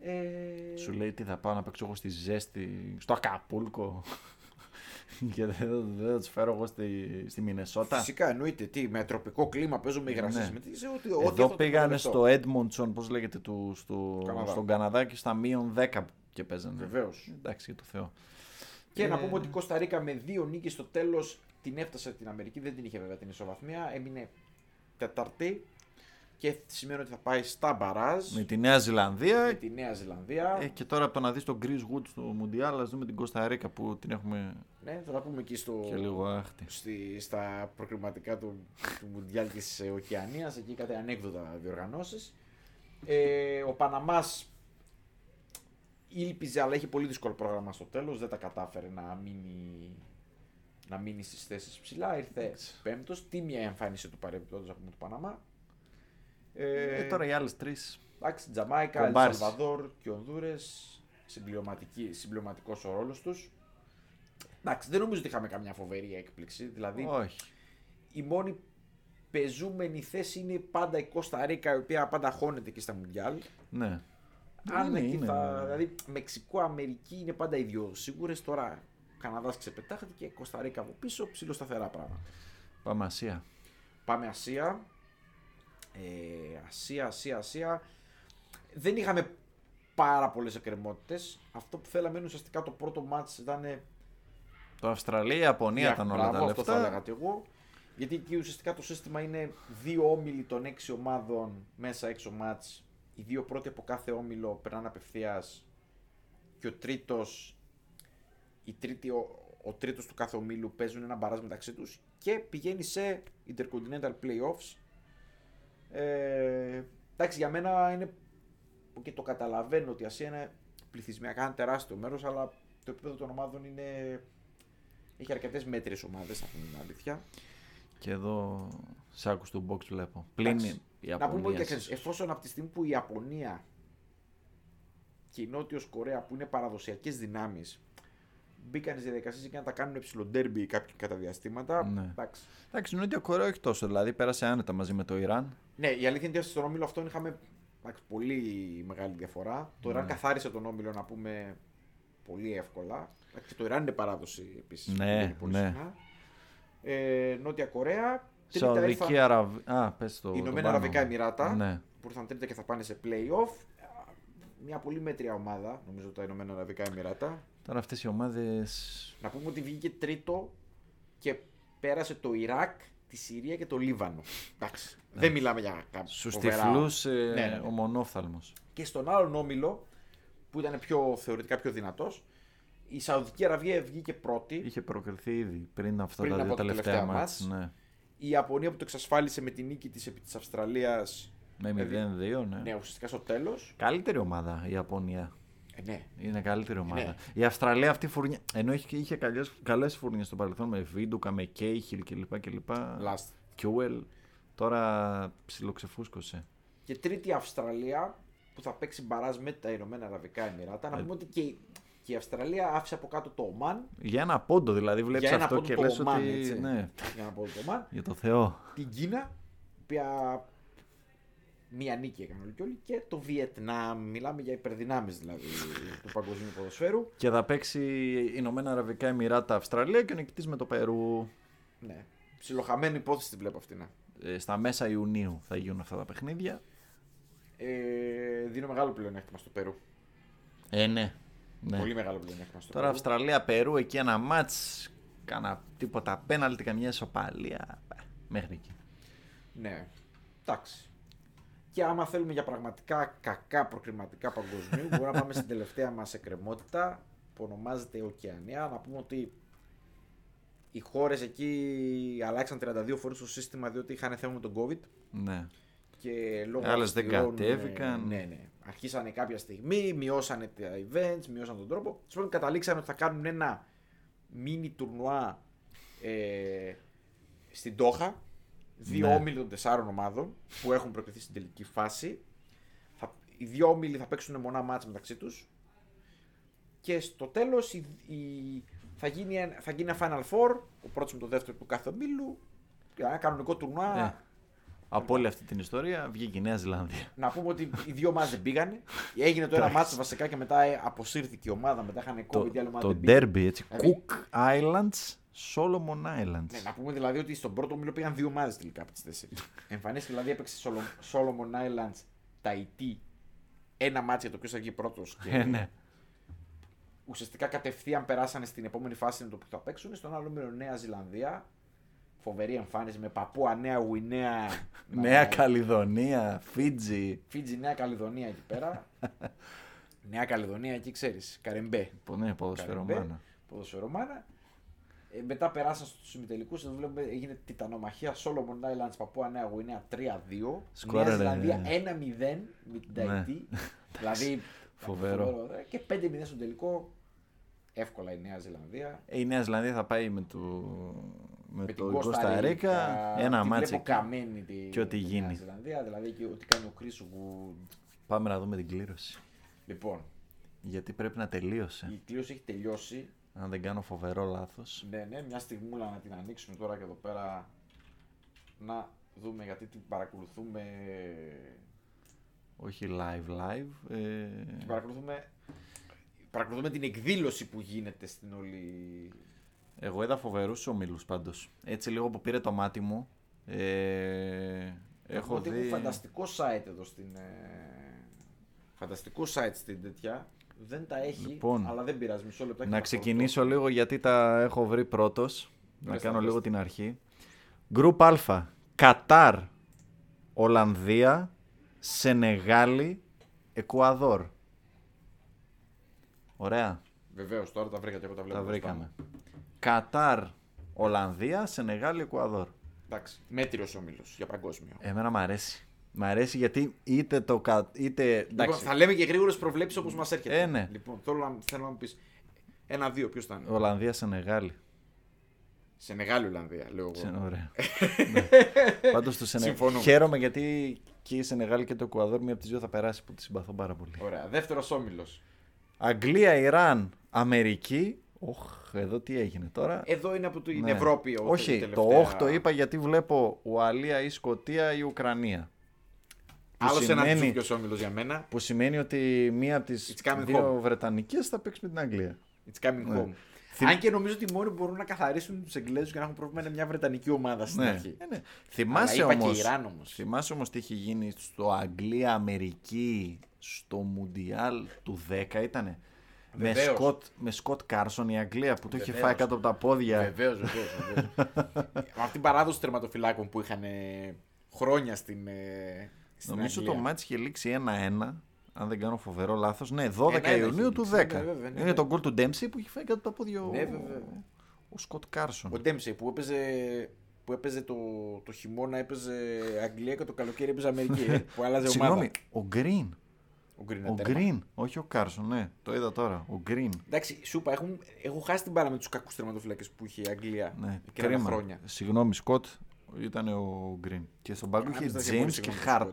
B: Ε,
A: Σου λέει τι θα πάω να παίξω εγώ στη ζέστη, στο Ακαπούλκο. και δεν, δεν θα τους φέρω εγώ στη, στη Μινεσότα.
B: Φυσικά εννοείται τι, με τροπικό κλίμα παίζουμε υγρασίε.
A: Ναι.
B: Με τις, σε ό,τι, ό,τι αυτό
A: Εδώ
B: το
A: πήγανε
B: δεχτώ.
A: στο Edmondson, πώς λέγεται, του, στο,
B: Καναδά.
A: στον Καναδά και στα μείον 10 και παίζανε.
B: Βεβαίως.
A: Εντάξει, για το Θεό.
B: Και να
A: Ε.
B: πούμε ότι η Κωνσταντίνα με δύο νίκες στο τέλος την έφτασε την Αμερική. Δεν την είχε βέβαια την ισοβαθμία. Έμεινε Τεταρτή και σημαίνει ότι θα πάει στα μπαράζ
A: Με τη Νέα Ζηλανδία.
B: με τη Νέα Ζηλανδία.
A: Ε, και τώρα από το να δεις τον Chris Wood στο Μουντιάλ, ας δούμε την Κωνσταντίνα που την έχουμε
B: Ναι, θα τα πούμε εκεί στο,
A: και λίγο ε. άχτη.
B: στη, στα προκριματικά του, του Μουντιάλ της ε, Οκεανίας, εκεί κάτι ανέκδοτα διοργανώσεις. Ε, ο Παναμάς ήλπιζε, αλλά είχε πολύ δύσκολο πρόγραμμα στο τέλος, δεν τα κατάφερε να μείνει, να μείνει στις θέσεις ψηλά. Ήρθε πέμπτος, τίμια η εμφάνιση του παρεμπιπτόντος από του Παναμά.
A: Ε, τώρα οι άλλες τρεις.
B: Εντάξει, Τζαμάικα,
A: Κομπάρς.
B: Ελσαλβαδόρ και Ονδούρε. Συμπληρωματικός ο ρόλος τους. Εντάξει, δεν νομίζω ότι είχαμε καμιά φοβερή έκπληξη. Δηλαδή,
A: Όχι.
B: η μόνη πεζούμενη θέση είναι πάντα η Κώστα Ρίκα, η οποία πάντα χώνεται και στα Μουντιάλ.
A: Ναι.
B: Αν
A: Είναι,
B: εκεί
A: είναι.
B: θα. Δηλαδή, Μεξικό, Αμερική είναι πάντα οι δύο σίγουρες. Τώρα Καναδάς ξεπετάχθηκε και Κώστα Ρίκα από πίσω, ψηλοσταθερά πράγματα.
A: Πάμε Ασία.
B: Πάμε Ασία. Ε, Ασία, Ασία, Ασία. Δεν είχαμε πάρα πολλές εκκρεμότητες. Αυτό που θέλαμε είναι ουσιαστικά το πρώτο μάτς ήταν... ε,
A: Το Αυστραλία, Ιαπωνία ήταν όλα τα
B: μπράβο, Αυτό θα
A: λεφτά.
B: έλεγα και εγώ. Γιατί εκεί ουσιαστικά το σύστημα είναι δύο όμιλοι των έξι ομάδων μέσα έξω μάτς. Οι δύο πρώτοι από κάθε όμιλο περνάνε απευθείας και ο τρίτος, η τρίτη, ο, ο τρίτος του κάθε ομίλου παίζουν ένα μπαράζ μεταξύ τους και πηγαίνει σε Intercontinental Playoffs. Ε, εντάξει, για μένα είναι και το καταλαβαίνω ότι η Ασία είναι πληθυσμιακά ένα τεράστιο μέρος, αλλά το επίπεδο των ομάδων είναι... Έχει αρκετές μέτρες ομάδες, θα πούμε την αλήθεια.
A: Και εδώ σε άκουσα του box βλέπω. Πλην
B: Εντάξει.
A: η
B: Να πούμε ότι
A: Ιαπωνία.
B: ξέρεις, εφόσον από τη στιγμή που η Ιαπωνία και η Νότιος Κορέα που είναι παραδοσιακές δυνάμεις μπήκαν στις διαδικασίες και να τα κάνουν ψιλοντέρμπι κάποια κατά διαστήματα.
A: Ναι.
B: Εντάξει.
A: Εντάξει, Νότια Κορέα όχι τόσο. Δηλαδή πέρασε άνετα μαζί με το Ιράν.
B: Ναι, η αλήθεια είναι ότι στον όμιλο αυτόν είχαμε εντάξει, πολύ μεγάλη διαφορά. Το
A: Ναι.
B: Ιράν καθάρισε τον όμιλο, να πούμε, πολύ εύκολα. Εντάξει, το Ιράν είναι παράδοση επίσης.
A: Ναι, ναι.
B: Ε, Νότια Κορέα. Τρίτα
A: Σαουδική
B: ήρθαν
A: Αραβία. Α, πες το.
B: οι
A: το
B: Ηνωμένα
A: πάνω.
B: Αραβικά Εμμυράτα
A: Ναι.
B: που ήρθαν τρίτα και θα πάνε σε playoff. Μια πολύ μέτρια ομάδα, νομίζω, τα Ηνωμένα Αραβικά Εμμυράτα.
A: Τώρα αυτές οι ομάδες.
B: Να πούμε ότι βγήκε τρίτο και πέρασε το Ιράκ, τη Συρία και το Λίβανο. Εντάξει.
A: Ναι.
B: Δεν μιλάμε για κάποιου.
A: Στου τυφλού
B: Ναι, ναι, ναι.
A: ε, ο μονόφθαλμος.
B: και στον άλλον όμιλο που ήταν πιο, θεωρητικά πιο δυνατός. Η Σαουδική Αραβία βγήκε πρώτη.
A: Είχε προκριθεί ήδη πριν αυτά
B: Πριν
A: τα
B: από
A: δύο
B: τα
A: τελευταία
B: τελευταία
A: μάτς.
B: μάτς.
A: Ναι.
B: Η Ιαπωνία που το εξασφάλισε με τη νίκη της επί της Αυστραλίας.
A: Με 0-2, ναι.
B: Δηλαδή, Ναι, ουσιαστικά στο τέλος.
A: Καλύτερη ομάδα η Ιαπωνία.
B: Ε, ναι.
A: Είναι καλύτερη ομάδα.
B: Ναι.
A: Η Αυστραλία αυτή η φουρνιά. Ενώ είχε, είχε καλές, καλές φουρνιές στο παρελθόν με Βίντουκα, με Κέιχιλ κλπ. κλπ.
B: Last.
A: Κιούελ. Τώρα ψιλοξεφούσκωσε.
B: Και τρίτη η Αυστραλία που θα παίξει μπαράζ με τα Ηνωμένα Αραβικά Εμμυράτα. Να
A: Ε,
B: πούμε ότι και, η- και η Αυστραλία άφησε από κάτω το Ομάν.
A: Για ένα πόντο δηλαδή βλέπεις
B: Για ένα
A: αυτό
B: πόντο
A: και
B: το
A: λες
B: Ομάν,
A: ότι...
B: έτσι.
A: Ναι,
B: Για να πω το Ομάν.
A: για το Θεό.
B: Την Κίνα, η οποία μία νίκη έκανε όλοι και όλοι. Και το Βιετνάμ. Μιλάμε για υπερδυνάμεις δηλαδή του παγκοσμίου ποδοσφαίρου.
A: Και θα παίξει Ηνωμένα Αραβικά Εμμυράτα Αυστραλία και ο νικητής με το Περού.
B: Ναι. Ψιλοχαμένη υπόθεση τη βλέπω αυτή. Ναι.
A: Ε, στα μέσα Ιουνίου θα γίνουν αυτά τα παιχνίδια.
B: Ε, δίνω μεγάλο πλεονέκτημα στο Περού.
A: Ε, ναι. ναι.
B: Πολύ μεγάλο πλεονέκτημα στο
A: Τώρα
B: Περού.
A: Αυστραλία-Περού εκεί ένα μάτς, κάνα τίποτα πέναλτι, καμιά ισοπαλία, ε, μέχρι εκεί.
B: Ναι. Εντάξει. Και άμα θέλουμε για πραγματικά κακά προκριματικά παγκοσμίου, μπορούμε να πάμε στην τελευταία μας εκκρεμότητα που ονομάζεται Οκεανία. Να πούμε ότι οι χώρες εκεί αλλάξαν 32 φορές το σύστημα διότι είχαν θέμα με τον COVID
A: Ναι.
B: και λόγω
A: Άλλες δεν
B: αυστηρών,
A: κατέβηκαν.
B: ε, Ναι, ναι. Αρχίσανε κάποια στιγμή, μειώσανε τα events, μειώσανε τον τρόπο. Τέλος πάντων, καταλήξανε ότι θα κάνουν ένα μίνι τουρνουά ε, στην Τόχα. Δύο
A: Ναι.
B: όμιλοι των τεσσάρων ομάδων που έχουν προκριθεί στην τελική φάση. Θα, οι δύο όμιλοι θα παίξουν μονά μάτς μεταξύ τους. Και στο τέλος η, η- θα, γίνει, ένα- θα γίνει ένα Final Four, ο πρώτος με το δεύτερο του κάθε ομίλου, για ένα κανονικό τουρνουά
A: Ε. Από όλη αυτή την ιστορία βγήκε η Νέα Ζηλανδία.
B: Να πούμε ότι οι δύο ομάδες δεν πήγανε. Έγινε το ένα μάτσο βασικά και μετά ε, αποσύρθηκε η ομάδα. Μετά είχαν COVID, η άλλη ομάδα
A: το
B: δεν πήγε.
A: derby, έτσι.
B: Δηλαδή-
A: Cook Islands, Solomon Islands.
B: Ναι, να πούμε δηλαδή ότι στον πρώτο μήλο πήγαν δύο ομάδες τελικά από τις τέσσερις. Εμφανίστηκε δηλαδή έπαιξε Solo- Solomon Islands, Ταϊτή, ένα μάτσο για το ποιος θα βγει πρώτος.
A: Ε, ναι.
B: ουσιαστικά κατευθείαν περάσανε στην επόμενη φάση με το που θα παίξουν. Στον άλλο μέρο Νέα Ζηλανδία. Φοβερή εμφάνιση με Παππούα, Νέα Γουινέα. να-
A: Νέα Καλιδονία, Φίτζι.
B: Φίτζι, Νέα Καλεδονία εκεί πέρα. Νέα Καλεδονία εκεί ξέρεις. Καρεμπέ.
A: Ναι, ποδοσφαιρομάνα.
B: Καρεμπέ, Ποδοσφαιρομάνα. Ε, μετά περάσαν στους ημιτελικούς. Εδώ βλέπουμε έγινε τιτανομαχία Solomon Islands Παππούα Νέα Γουινέα 3-2.
A: Σκόραρε. ναι,
B: Νέα Ζηλανδία 1-0 με την Ταϊτή. δηλαδή.
A: Φοβερό.
B: ε, Και 5-0 στον τελικό. Εύκολα η Νέα Ζηλανδία.
A: Ε, Η Νέα Ζηλανδία θα πάει με το, με
B: Με
A: το
B: την Κώστα
A: Κωνσταντίνα.
B: Ρίκα.
A: Ένα
B: τη
A: μάτσο.
B: Βλέπω καμένη τη,
A: Και ό,τι
B: τη Νέα
A: γίνει.
B: Ζηλανδία, δηλαδή και ό,τι κάνει ο Chris Wood.
A: Πάμε να δούμε την κλήρωση.
B: Λοιπόν,
A: Γιατί πρέπει να τελείωσε.
B: η κλήρωση έχει τελειώσει.
A: Αν δεν κάνω φοβερό λάθος.
B: Ναι, ναι, μια στιγμούλα να την ανοίξουμε τώρα και εδώ πέρα να δούμε γιατί την παρακολουθούμε.
A: Όχι live, live.
B: Την
A: Ε,
B: παρακολουθούμε, παρακολουθούμε την εκδήλωση που γίνεται στην όλη.
A: εγώ είδα φοβερούς ομίλους πάντως. Έτσι λίγο που πήρε το μάτι μου. Ε, έχω
B: Ότι
A: δει.
B: φανταστικό site εδώ στην. ε, Φανταστικό site στην τέτοια. Δεν τα έχει,
A: Λοιπόν,
B: αλλά δεν πειράζει. Μισό λεπτό.
A: Να ξεκινήσω λίγο γιατί τα έχω βρει πρώτος. Να
B: Πες τα,
A: κάνω
B: πες
A: λίγο
B: τα.
A: την αρχή. Γκρουπ Α. Κατάρ. Ολλανδία. Σενεγάλη. Εκουαδόρ. Ωραία.
B: Βεβαίως, τώρα τα βρήκα και εγώ τα βλέπω.
A: Τα
B: μπροστά
A: βρήκαμε.
B: μου.
A: Κατάρ. Ολλανδία. Σενεγάλη. Εκουαδόρ.
B: Εντάξει. Μέτριος όμιλο για παγκόσμιο.
A: Εμένα μ' αρέσει. Μ' αρέσει γιατί είτε το. Κα... είτε.
B: Λοιπόν,
A: εντάξει,
B: θα λέμε και γρήγορες προβλέψεις όπως μας έρχεται.
A: Ε, ναι.
B: Λοιπόν, θέλω να, θέλω να μου πεις. Ένα-δύο, ποιος θα είναι.
A: Ολλανδία, Σενεγάλη.
B: Σε μεγάλη Ολλανδία, λέω εγώ.
A: Ξε- Ωραία. Πάντω του Σενε...
B: Συμφωνούμε.
A: Χαίρομαι γιατί και η Σενεγάλη και το Εκουαδόρ μία από τις δύο θα περάσει που τη συμπαθώ πάρα πολύ.
B: Ωραία. Δεύτερος όμιλος.
A: Αγγλία, Ιράν, Αμερική. Οχ, εδώ τι έγινε τώρα.
B: Εδώ είναι από την
A: Ναι.
B: Ευρώπη. ο- Ε, η
A: Όχι,
B: τελευταία.
A: το 8 είπα γιατί βλέπω Ουαλία ή Σκοτία ή Ουκρανία. Που
B: Άλλος ένας
A: σημαίνει-
B: τέτοιο όμιλος για μένα.
A: Που σημαίνει ότι μία από τις
B: It's coming
A: δύο Βρετανικές θα παίξει με την Αγγλία.
B: It's coming
A: Ναι.
B: home.
A: Θυμ-
B: Αν και νομίζω ότι μόνοι που μπορούν να καθαρίσουν τους Εγγλέζους και να έχουν πρόβλημα είναι μια Βρετανική ομάδα στην
A: Ναι,
B: αρχή.
A: ναι, ναι. Θυμάσαι
B: Αλλά είπα
A: όμω.
B: και Ιράν όμως.
A: Θυμάσαι όμως τι είχε γίνει στο Αγγλία-Αμερική στο Μουντιάλ του 10 ήτανε. Με
B: Βεβαίως.
A: Σκοτ, με Σκοτ Κάρσον η Αγγλία που το είχε
B: Βεβαίως.
A: φάει κάτω από τα πόδια.
B: Βεβαίως, βεβαίως. Με αυτή την παράδοση τερματοφυλάκων που είχαν ε, χρόνια στην. ε, στην
A: Νομίζω
B: Αγγλία.
A: το μάτς είχε λήξει 1-1. Αν δεν κάνω φοβερό λάθος. Ναι, 12
B: Ένα-ένα
A: Ιουνίου
B: είχε
A: του 10.
B: λήξει, ναι, βέβαια, ναι,
A: Είναι
B: ναι.
A: το γκολ του Ντέμψη που είχε φάει κάτω από τα πόδια ο-
B: Ναι, βέβαια.
A: ο Σκοτ Κάρσον.
B: Ο Ντέμψε που έπαιζε, που έπαιζε το, το χειμώνα έπαιζε Αγγλία και το καλοκαίρι έπαιζε Αμερική. ε, που άλλαζε ομάδα.
A: Συγγνώμη, ο Γκριν.
B: Ο Γκριν.
A: Ο
B: Ατέρμα.
A: Γκριν, όχι ο Κάρσον, ναι, το είδα τώρα. Ο Γκριν.
B: Εντάξει, σου είπα, έχουν, έχω χάσει την μπάλα με τους κακούς τερματοφυλάκε που είχε η Αγγλία
A: Ναι,
B: εκείνα τα
A: κρίμα.
B: χρόνια.
A: Συγγνώμη, Σκοτ ήταν ο Γκριν. Και στον πάγκο είχε James και Hart.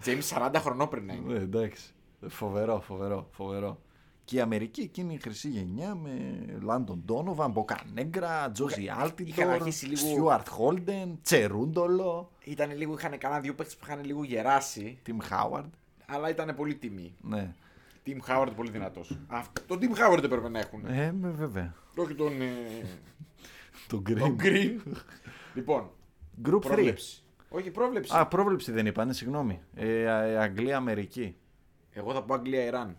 B: Τζέιμ 40 χρονών πριν να είναι.
A: Ναι, εντάξει. Φοβερό, φοβερό, φοβερό. Και η Αμερική εκείνη η χρυσή γενιά με Λάντον Ντόνοβαν, Μποκανέγκρα, Τζόζι
B: Είχα- είχαν
A: Άλτιντορ,
B: αρχίσει λίγο-
A: Στιούαρτ Χόλντεν, Τσερούντολο,
B: Ήταν λίγο, είχαν κανένα δύο παίχτε που είχαν λίγο γεράσει,
A: Τιμ Χάουαρντ.
B: αλλά ήταν πολύ τιμή.
A: Ναι.
B: Τιμ Χάουαρντ πολύ δυνατός. Τον Τιμ Χάουαρντ έπρεπε να έχουν.
A: Ε, με, βέβαια.
B: Όχι τον. ε,
A: Το
B: τον
A: Γκριν.
B: Γκριν. λοιπόν,
A: Group 3.
B: πρόβλεψη. Όχι, πρόβλεψη.
A: Α, πρόβλεψη δεν είπα, ναι, συγγνώμη. Ε, Α- ε, Αγγλία-Αμερική.
B: Εγώ θα πω Αγγλία-Ιράν.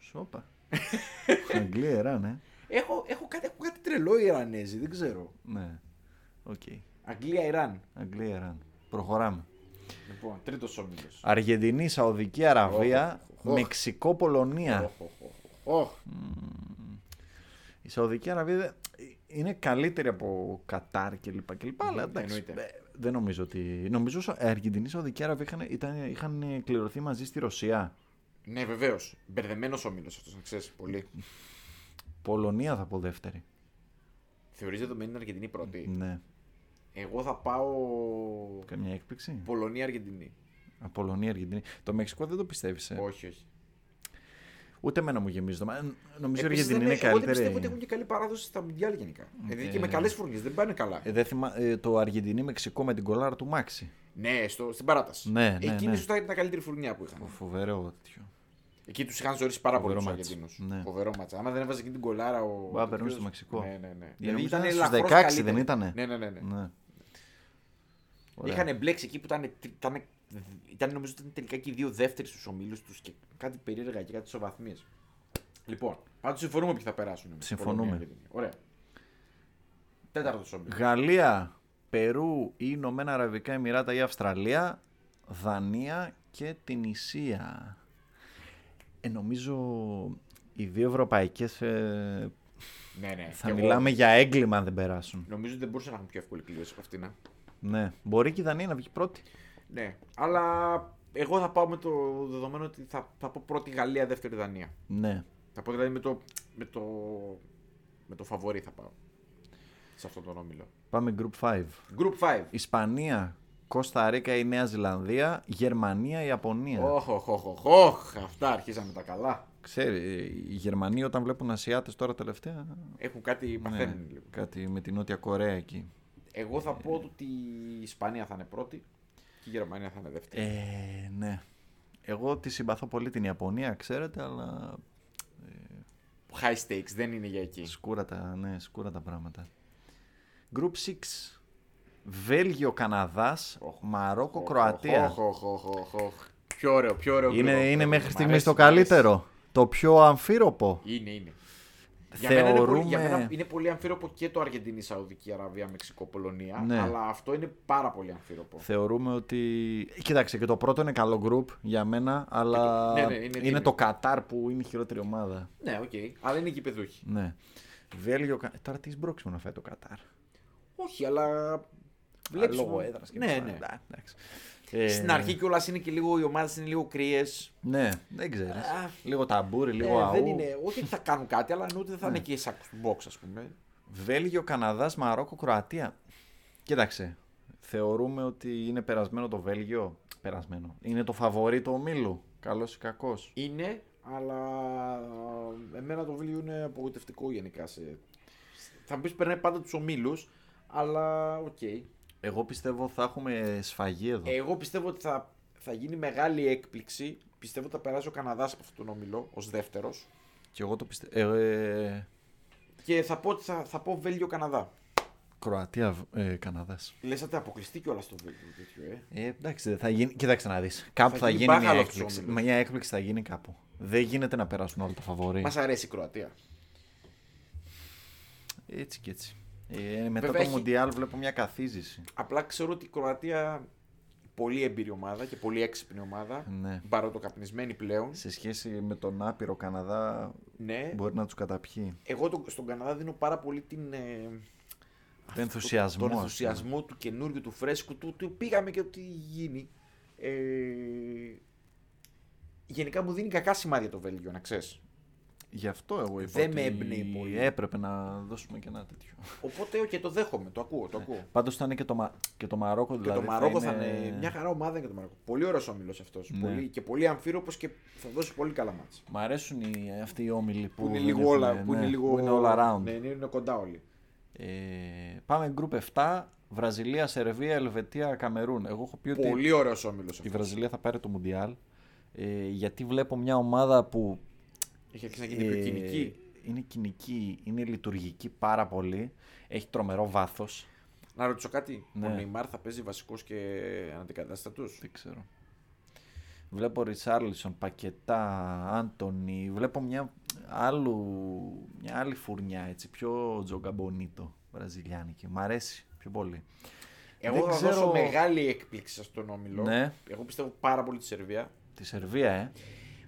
A: Σόπα. Αγγλία, Ιράν, ε.
B: Έχω, έχω, κάτι, έχω κάτι τρελό οι Ιρανέζοι, δεν ξέρω.
A: Ναι. Οκ.
B: Αγγλία-Ιράν.
A: Αγγλία, Ιράν. Προχωράμε.
B: Λοιπόν, τρίτος όμιλο.
A: Αργεντινή, Σαουδική Αραβία,
B: Οχ, οχ.
A: Μεξικό, Πολωνία.
B: Οχ,
A: Η Σαουδική Αραβία δε- είναι καλύτερη από Κατάρ κλπ. κλπ αλλά
B: Ναι, Εννοείται.
A: εντάξει. ε, Δεν νομίζω ότι. Νομίζω ότι Αργεντινή, Σαουδική Αραβία είχαν, ήταν, είχαν κληρωθεί μαζί στη Ρωσία.
B: Ναι, βεβαίως. Μπερδεμένος όμιλο αυτός, να ξέρεις πολύ.
A: Πολωνία θα πω δεύτερη.
B: Θεωρείς δεδομένη την Αργεντινή πρώτη.
A: Ναι.
B: Εγώ θα πάω.
A: Καμιά έκπληξη.
B: Πολωνία-Αργεντινή.
A: Ναι. Α, Πολωνία, Αργεντινή. Το Μεξικό δεν το πιστεύεις.
B: Όχι, όχι.
A: ε? Ούτε εμένα μου γεμίζει το μάτι. Νομίζω η
B: Επίσης,
A: Αργεντινή
B: δεν
A: είναι
B: έχει- εγώ δεν πιστεύω
A: καλύτερη.
B: ότι έχουν και καλή παράδοση στα Μουντιάλ γενικά. Δηλαδή και
A: Ε.
B: με καλές φουρνιές δεν πάνε καλά.
A: Ε, δεν θυμά- ε, το Αργεντινή-Μεξικό με την κολάρα του Μάξι.
B: Ναι, στο, στην παράταση.
A: Ναι, ναι,
B: Εκείνη
A: ναι.
B: σωστά ήταν η καλύτερη φουρνιά που είχαν.
A: Φοβερό τέτοιο.
B: Εκεί τους είχαν ζωρίσει πάρα πολύ
A: Φοβερό
B: τους
A: μάτς.
B: Αργεντίνου.
A: Ναι.
B: Φοβερό μάτσα. Άμα δεν έβαζε εκείνη την κολάρα ο.
A: Μπα, περνούσε
B: τέτοιος-
A: στο Μεξικό.
B: Ναι, ναι, ναι.
A: νομίζω Δηλαδή
B: ήτανε
A: ήταν στους
B: ελαφρώς
A: 16
B: καλύτερη.
A: δεν ήτανε.
B: Ναι, ναι, ναι. ναι.
A: Ναι. Ωραία.
B: Είχαν μπλέξει εκεί που ήταν, ήταν, ήταν νομίζω ότι ήταν τελικά και οι δύο δεύτεροι στους ομίλους τους και κάτι περίεργα και κάτι ισοβαθμίες. Λοιπόν, πάντως συμφωνούμε ποιοι θα περάσουν. εμείς.
A: Συμφωνούμε.
B: Πολωνία, Αργεντινή. Ωραία. Τέταρτος όμιλο.
A: Γαλλία, Περού, Ηνωμένα Αραβικά Εμμυράτα ή Αυστραλία, Δανία και την Ισία. Ε, νομίζω οι δύο ευρωπαϊκές ε,
B: Ναι, ναι.
A: θα
B: Και εγώ
A: μιλάμε για έγκλημα αν δεν περάσουν.
B: Νομίζω ότι δεν μπορούσαν να έχουν πιο εύκολη κλήρωση από αυτήν. α.
A: Ναι. Μπορεί και η Δανία να βγει πρώτη.
B: Ναι. Αλλά εγώ θα πάω με το δεδομένο ότι θα, θα πω πρώτη Γαλλία, δεύτερη Δανία.
A: Ναι.
B: Θα πω δηλαδή με το, με το, με το φαβορή θα πάω σε αυτόν τον όμιλο.
A: Πάμε Group 5.
B: Group 5.
A: Ισπανία, Κώστα Ρίκα ή Νέα Ζηλανδία, Γερμανία, Ιαπωνία.
B: Οχ, οχ, οχ, οχ, οχ, αυτά αρχίσαμε τα καλά.
A: Ξέρει, οι Γερμανοί όταν βλέπουν Ασιάτες τώρα τελευταία.
B: Έχουν κάτι
A: ναι,
B: παθαίνουν λίγο.
A: κάτι με την Νότια Κορέα εκεί.
B: Εγώ
A: Ε.
B: θα πω ότι η Ισπανία θα είναι πρώτη και η Γερμανία θα είναι δεύτερη.
A: Ε, ναι. Εγώ τη συμπαθώ πολύ την Ιαπωνία, ξέρετε, αλλά
B: High stakes δεν είναι για εκεί.
A: σκούρα τα, ναι, σκούρα τα πράγματα. Group 6. Βέλγιο, Καναδάς,
B: Οχ,
A: Μαρόκο,
B: Οχ,
A: Κροατία.
B: οχ, οχ, οχ, οχ, οχ. Πιο ωραίο, πιο ωραίο.
A: Είναι,
B: γκρουπ.
A: είναι
B: Μ'
A: μέχρι στιγμής
B: αρέσει,
A: το
B: μ' αρέσει.
A: καλύτερο. Το πιο αμφίροπο.
B: Είναι, είναι. Για μένα είναι, πολύ,
A: Θεωρούμε...
B: για μένα είναι πολύ αμφίροπο και το Αργεντινή, Σαουδική Αραβία, Μεξικό, Πολωνία.
A: Ναι.
B: Αλλά αυτό είναι πάρα πολύ αμφίροπο.
A: Θεωρούμε ότι. Κοίταξε, και το πρώτο είναι καλό γκρουπ για μένα, αλλά
B: Ναι, ναι, είναι τίμιο.
A: το Κατάρ που είναι η χειρότερη ομάδα.
B: Ναι, οκ. Αλλά είναι και παιδούχοι.
A: Ναι. Βέλγιο. Κα- Τώρα τις μπρόξιμο να φάει το Κατάρ.
B: Όχι, αλλά. Βλέπεις
A: Λόγω
B: που-
A: έδρας και
B: ναι,
A: τέτοια.
B: ναι.
A: Α, εντάξει. Ε,
B: Στην αρχή κιόλας είναι και λίγο οι ομάδες είναι λίγο κρύες.
A: Ναι, δεν ξέρεις.
B: Α, ναι,
A: Λίγο ταμπούρι, λίγο αού.
B: Ε, δεν είναι. Όχι ότι θα κάνουν κάτι, αλλά ούτε θα είναι και σαν box, ας πούμε.
A: Βέλγιο, Καναδάς, Μαρόκο, Κροατία. Κοίταξε. Θεωρούμε ότι είναι περασμένο το Βέλγιο. Περασμένο. Είναι το φαβορή του ομίλου. Καλός ή κακός.
B: Είναι, αλλά ε, εμένα το βίλιο είναι απογοητευτικό γενικά. Σε... Θα μου πεις περνάει πάντα τους ομίλους, αλλά οκ.
A: Εγώ πιστεύω θα έχουμε σφαγή εδώ.
B: Εγώ πιστεύω ότι θα, θα γίνει μεγάλη έκπληξη. Πιστεύω ότι θα περάσει ο Καναδάς από αυτόν τον όμιλο ως δεύτερος.
A: Και εγώ το πιστεύω. Ε,
B: Και θα πω, ότι θα, θα πω Βέλγιο-Καναδά.
A: Κροατία, ε, Καναδάς.
B: Λέσατε αποκλειστεί κιόλας το Βέλγιο τέτοιο,
A: Ε,
B: ε.
A: εντάξει, δεν θα γίνει. Κοίταξε να δεις. Κάπου θα,
B: Θα γίνει
A: γίνει, μια
B: μπάχαλος αυτός ο
A: έκπληξη.
B: όμιλος.
A: Μια έκπληξη θα γίνει κάπου. Δεν γίνεται να περάσουν όλα τα φαβορή.
B: Μας αρέσει η Κροατία.
A: Έτσι και έτσι. Ε, μετά
B: Βέβαια,
A: το
B: έχει-
A: Μουντιάλ βλέπω μια καθίζηση.
B: Απλά ξέρω ότι η Κροατία πολύ έμπειρη ομάδα και πολύ έξυπνη ομάδα.
A: Ναι.
B: Μπαροτοκαπνισμένη πλέον.
A: Σε σχέση με τον άπειρο Καναδά,
B: Ναι.
A: μπορεί να τους καταπιεί.
B: Εγώ το- στον Καναδά δίνω πάρα πολύ την, ε,
A: Το ενθουσιασμό. ας
B: τον ενθουσιασμό του καινούριου, του φρέσκου, του, του πήγαμε και ότι γίνει. Ε, γενικά μου δίνει κακά σημάδια το Βέλγιο, να ξέρεις.
A: πούμε. Γι' αυτό εγώ είπα.
B: Δεν
A: ότι
B: με έμπνεει πολύ.
A: Έπρεπε να δώσουμε και ένα τέτοιο.
B: Οπότε, και το δέχομαι, το ακούω, το ακούω.
A: Πάντως θα είναι και το, Μα... και το Μαρόκο
B: Και
A: Ναι. δηλαδή.
B: το Μαρόκο θα είναι... μια χαρά ομάδα είναι και το Μαρόκο. Πολύ ωραίος όμιλος αυτός.
A: Ναι.
B: Πολύ... Και πολύ αμφίροπο και θα δώσει πολύ καλά μάτς.
A: Μ' αρέσουν οι, αυτοί οι όμιλοι που,
B: Που, είναι
A: δεν
B: λίγο
A: έχουν-
B: όλα. Που
A: ναι,
B: είναι λίγο.
A: που είναι all around.
B: Ναι, είναι, είναι κοντά όλοι.
A: Ε, πάμε group 7. Βραζιλία, Σερβία, Ελβετία, Καμερούν. Εγώ έχω πει ότι
B: Πολύ ωραίος όμιλος αυτό.
A: η Βραζιλία θα πάρει το Μουντιάλ. Ε, γιατί βλέπω μια ομάδα που. ε,
B: Έχει αρχίσει να γίνει πιο κοινική.
A: Είναι κοινική, είναι λειτουργική πάρα πολύ. Έχει τρομερό βάθος.
B: Να ρωτήσω κάτι.
A: Ναι.
B: Ο Νεϊμάρ θα παίζει βασικός και αντικατάστατο.
A: Δεν ξέρω. Βλέπω Ρισάρλισον, Πακετά, Άντωνη. Βλέπω μια, άλλου, μια άλλη φουρνιά έτσι. Πιο τζογκαμπονίτο βραζιλιάνικη. Μ' αρέσει πιο πολύ.
B: Εγώ
A: Δεν
B: θα
A: ξέρω-
B: δώσω μεγάλη έκπληξη στον όμιλο.
A: Ναι.
B: Εγώ πιστεύω πάρα πολύ τη Σερβία.
A: Τη Σερβία, ε.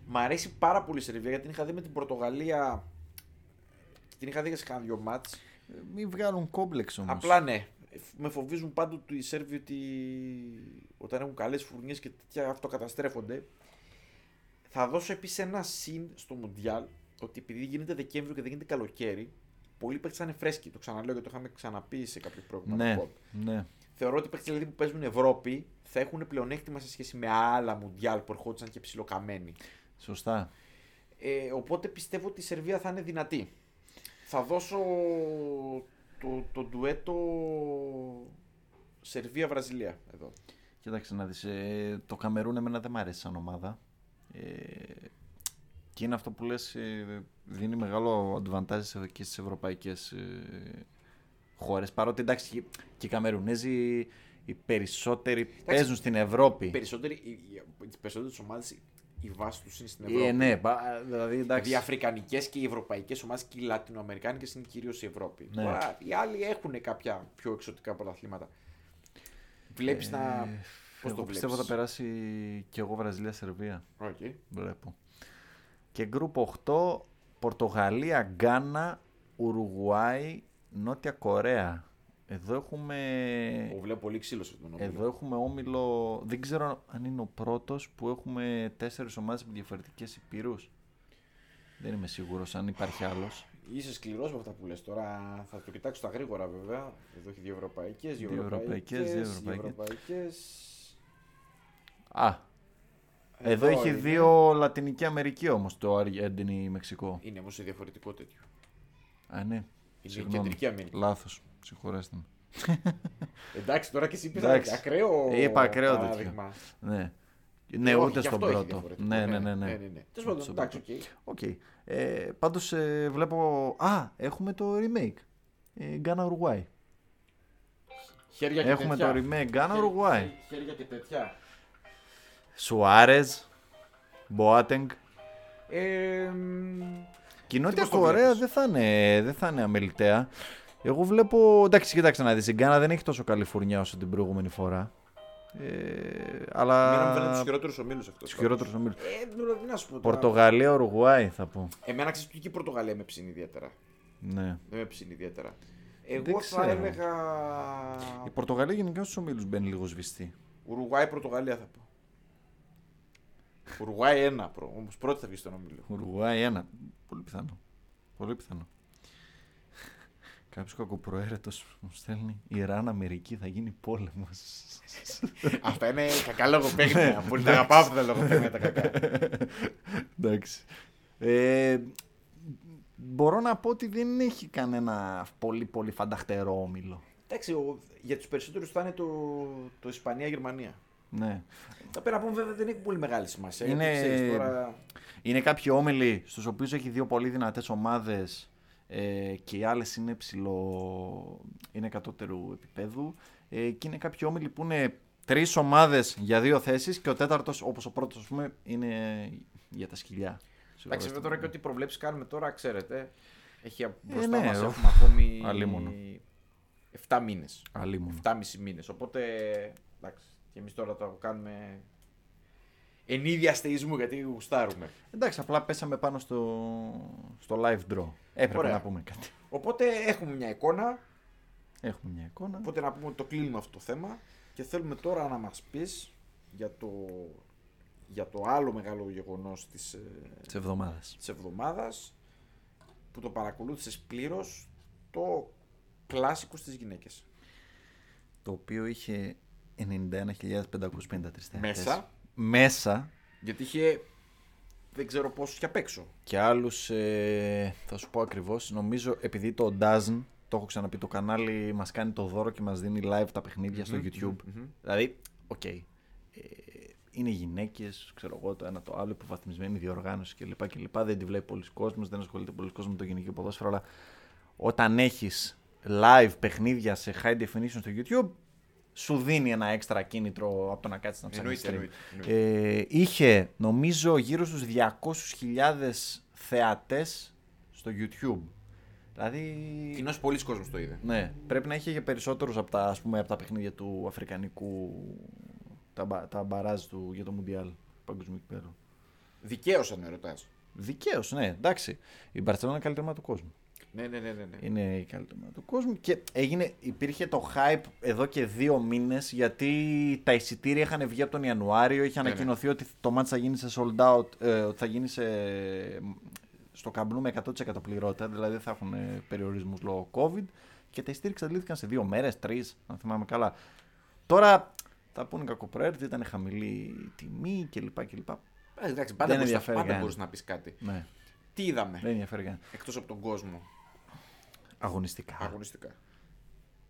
B: Μ' αρέσει πάρα πολύ η Σερβία γιατί την είχα δει με την Πορτογαλία. Την είχα δει και σε κάνα δυο μάτς.
A: Μην βγάλουν κόμπλεξ όμως.
B: Απλά ναι. Με φοβίζουν πάντοτε οι Σέρβοι ότι όταν έχουν καλές φουρνιές και τέτοια αυτοκαταστρέφονται. Θα δώσω επίσης ένα συν στο Μουντιάλ ότι επειδή γίνεται Δεκέμβριο και δεν γίνεται καλοκαίρι, πολλοί παίχτε θα είναι φρέσκοι. Το ξαναλέω γιατί το είχαμε ξαναπεί σε κάποιο πρόγραμμα.
A: Ναι, ναι.
B: Θεωρώ ότι οι παίχτε δηλαδή που παίζουν Ευρώπη θα έχουν πλεονέκτημα σε σχέση με άλλα Μουντιάλ που ερχόντουσαν και ψιλοκαμένοι.
A: Σωστά.
B: Ε, οπότε πιστεύω ότι η Σερβία θα είναι δυνατή. Θα δώσω το, το ντουέτο Σερβία-Βραζιλία εδώ.
A: Κοίταξε να δεις, ε, το Καμερούν εμένα δεν μ' αρέσει σαν ομάδα. Ε, και είναι αυτό που λες, ε, δίνει μεγάλο advantage σε- και στις ευρωπαϊκές ε, χώρες. Παρότι εντάξει και- και οι Καμερουνέζοι οι περισσότεροι παίζουν στην Ευρώπη.
B: Οι περισσότεροι, οι, οι, οι περισσότερες ομάδες, η βάση τους είναι στην Ευρώπη.
A: Ε, ναι, πα- δηλαδή εντάξει.
B: Δηλαδή οι Αφρικανικέ και οι Ευρωπαϊκές ομάδες και οι Λατινοαμερικάνικες είναι κυρίως η Ευρώπη.
A: Ναι.
B: Τώρα οι άλλοι έχουν κάποια πιο εξωτικά πρωταθλήματα. Βλέπεις να.
A: Ε,
B: Πώς το
A: Εγώ πιστεύω
B: πιστεύω
A: θα περάσει και εγώ Βραζιλία-Σερβία.
B: Okay.
A: Βλέπω. Και γκρουπ 8, Πορτογαλία, Γκάνα, Ουρουγουάη, Νότια Κορέα. Εδώ έχουμε,
B: βλέπω πολύ ξύλος σε αυτόν τον όμιλο.
A: Ε, εδώ έχουμε όμιλο, δεν ξέρω αν είναι ο πρώτος που έχουμε τέσσερις ομάδες από διαφορετικές υπήρους. Δεν είμαι σίγουρος αν υπάρχει άλλος.
B: Είσαι σκληρός με αυτά που λες τώρα. Θα το κοιτάξω τα γρήγορα βέβαια. Εδώ έχει δύο ευρωπαϊκές, δύο
A: Δύο
B: ευρωπαϊκέ,
A: ευρωπαϊκές,
B: δύο
A: δύο ευρωπαϊκές.
B: ευρωπαϊκές.
A: Α, εδώ, έχει
B: είναι.
A: δύο Λατινική Αμερική όμως το Αργέντινη Μεξικό.
B: Είναι όμως σε διαφορετικό τέτοιο.
A: Α, ναι.
B: η Κεντρική Αμερική.
A: Λάθος. Συγχωρέστε με.
B: Εντάξει, τώρα και εσύ πει
A: Εντάξει.
B: ακραίο.
A: Είπα ακραίο τέτοιο.
B: παράδειγμα.
A: Ναι. Ναι,
B: Ε, Όχι,
A: ούτε
B: γι'
A: στον
B: αυτό έχει
A: πρώτο.
B: διαφορετικό.
A: Ναι, ναι, ναι.
B: ναι,
A: ναι.
B: ναι. Τέλος πάντων,
A: Στον
B: εντάξει,
A: πρώτο.
B: οκ.
A: Οκ. Ε, πάντως ε, βλέπω... Α, έχουμε το remake. Ε, Γκάνα Ουρουάη.
B: Χέρια και
A: Έχουμε το
B: τέτοια.
A: remake Γκάνα
B: Χέρι-
A: Ουρουάη.
B: χέρι- Χέρια και τέτοια.
A: Σουάρες, Μποάτεγκ.
B: Ε, μ,
A: Και η Νότια
B: πώς το
A: Κορέα
B: βλέπεις?
A: δεν θα, είναι, δεν θα είναι αμεληταία. Εγώ βλέπω. Εντάξει, κοιτάξτε να δεις. Η Γκάνα δεν έχει τόσο καλή φουρνιά όσο την προηγούμενη φορά. Ε,
B: Μείναμε φαίνεται
A: αλλά.
B: τους χειρότερους ομίλους αυτός.
A: Τους χειρότερους ομίλους.
B: Ε, δηλαδή να σου πω. τώρα.
A: Πορτογαλία, Ουρουγουάη θα πω.
B: Εμένα ξέρεις ότι και η Πορτογαλία με ψήνει ιδιαίτερα.
A: Ναι.
B: Δεν με ψήνει ιδιαίτερα. Εγώ
A: Δεν
B: θα
A: ξέρω.
B: έλεγα.
A: Η Πορτογαλία γενικά στους ομίλους μπαίνει λίγο σβηστή.
B: Ουρουγουάη, Πορτογαλία θα πω. Ουρουγουάη ένα προ. Όμως πρώτη θα βγει στον ομίλο.
A: Ουρουγουάη ένα. Πολύ πιθανό. Πολύ πιθανό. Κάποιος κακοπροαίρετος μου στέλνει Ιράν, Αμερική, θα γίνει πόλεμος.
B: Αυτά είναι κακά λογοπαίγνια. Μπορεί να αγαπάω αυτά τα λογοπαίγνια τα κακά.
A: Εντάξει. Ε, μπορώ να πω ότι δεν έχει κανένα πολύ πολύ φανταχτερό όμιλο.
B: Εντάξει, ο- για τους περισσότερους θα είναι το, το Ισπανία-Γερμανία.
A: Ναι.
B: Τα πέρα από βέβαια δεν έχει πολύ μεγάλη σημασία.
A: Είναι-
B: Γιατί ξέρεις, τώρα...
A: Είναι κάποιοι όμιλοι στους οποίους έχει δύο πολύ δυνατές ομάδες ε, και οι άλλες είναι ψηλό, είναι κατώτερου επίπεδου ε, και είναι κάποιοι όμιλοι που είναι τρεις ομάδες για δύο θέσεις και ο τέταρτος όπως ο πρώτος ας πούμε είναι για τα σκυλιά.
B: Εντάξει, βέβαια τώρα και ό,τι προβλέψεις κάνουμε τώρα, ξέρετε. Έχει μπροστά
A: ναι,
B: μας
A: οφ.
B: έχουμε ακόμη.
A: Αλίμονο.
B: 7 μήνες.
A: Αλίμονο.
B: 7,5 μήνες. Οπότε. Εντάξει, και εμείς τώρα το κάνουμε. Εν είδη αστεϊσμού, γιατί γουστάρουμε.
A: Εντάξει, απλά πέσαμε πάνω στο, στο live draw. Έπρεπε
B: Ωραία.
A: να πούμε κάτι.
B: Οπότε έχουμε μια εικόνα.
A: Έχουμε μια εικόνα.
B: Οπότε να πούμε ότι το κλείνουμε αυτό το θέμα. Και θέλουμε τώρα να μας πεις για το, για το άλλο μεγάλο γεγονός της
A: Της εβδομάδας.
B: της εβδομάδας που το παρακολούθησες πλήρως το κλάσικο στις γυναίκες.
A: Το οποίο είχε 91.553 θεατές.
B: Μέσα.
A: Μέσα.
B: Γιατί είχε δεν ξέρω πόσους και απ' έξω.
A: Και άλλους, ε, θα σου πω ακριβώς, νομίζω επειδή το Dazn, το έχω ξαναπεί, το κανάλι μας κάνει το δώρο και μας δίνει live τα παιχνιδια στο YouTube. Δηλαδή, οκ. ε, είναι γυναίκες, ξέρω εγώ, το ένα το άλλο, υποβαθμισμένη διοργάνωση κλπ. κλπ. Δεν τη βλέπει πολλοί κόσμος, δεν ασχολείται πολλοί κόσμος με το γυναικείο ποδόσφαιρο, αλλά όταν έχεις live παιχνίδια σε high definition στο YouTube, σου δίνει ένα έξτρα κίνητρο από το να κάτσεις να ψάχνεις.
B: Εννοείται,
A: stream. Ε, είχε νομίζω γύρω στους 200.000 θεατές στο YouTube. Δηλαδή
B: Κοινώς πολλοί κόσμος το είδε.
A: ναι, πρέπει να είχε και περισσότερους από τα, ας πούμε, από τα παιχνίδια του Αφρικανικού, τα, μπα- τα μπαράζ του για το Μουντιάλ παγκοσμίου κυπέλλου.
B: Δικαίως αν με ρωτάς.
A: Δικαίως, ναι, εντάξει. Η Μπαρτσελόνα είναι καλύτερη ομάδα του κόσμου.
B: Ναι, ναι, ναι, ναι. ναι.
A: Είναι η καλύτερη ομάδα του κόσμου και έγινε, υπήρχε το hype εδώ και δύο μήνες γιατί τα εισιτήρια είχαν βγει από τον Ιανουάριο, είχε
B: ναι.
A: ανακοινωθεί ότι το match θα γίνει σε sold out, ε, ότι θα γίνει σε, στο καμπνού με 100% πληρότητα, δηλαδή δεν θα έχουν ε, περιορισμούς λόγω COVID και τα εισιτήρια εξαντλήθηκαν σε δύο μέρες, τρεις, αν θυμάμαι καλά. Τώρα θα πούνε κακοπροέρτη, ήταν χαμηλή τιμή κλπ. κλπ. Ε,
B: Ε, Εντάξει, πάντα, μπορείς,
A: ενδιαφέρει
B: πάντα
A: κανένα.
B: μπορείς να πεις κάτι.
A: Ναι,
B: Τι είδαμε
A: δεν ενδιαφέρει κανένα.
B: εκτός από τον κόσμο
A: Αγωνιστικά.
B: αγωνιστικά.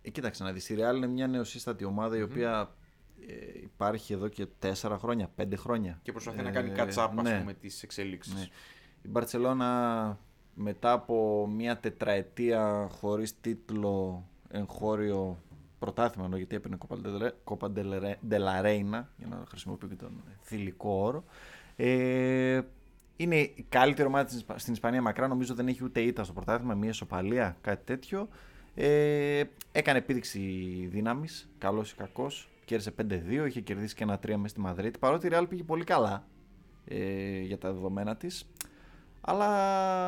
A: Ε, κοίταξε να δεις, η Real είναι μια νεοσύστατη ομάδα η οποία ε, υπάρχει εδώ και 4 χρόνια, 5 χρόνια.
B: Και προσπαθεί να κάνει catch-up ας πούμε τις εξελίξεις.
A: Ε, Ναι. Η Μπαρτσελώνα μετά από μια τετραετία χωρίς τίτλο εγχώριο πρωτάθλημα, ενώ γιατί έπαιρνε Copa del- Copa del Re- de la Reina, για να χρησιμοποιώ και τον θηλυκό όρο, ε, είναι η καλύτερη ομάδα της Ισπα- στην Ισπανία μακρά, νομίζω δεν έχει ούτε ήττα στο πρωτάθλημα, μια ισοπαλία, κάτι τέτοιο. Ε, έκανε επίδειξη δύναμης, καλός ή κακός, κέρδισε 5-2, είχε κερδίσει και ένα 3 μέσα στη Μαδρίτη, παρότι η Real πήγε πολύ καλά ε, για τα δεδομένα της. Αλλά.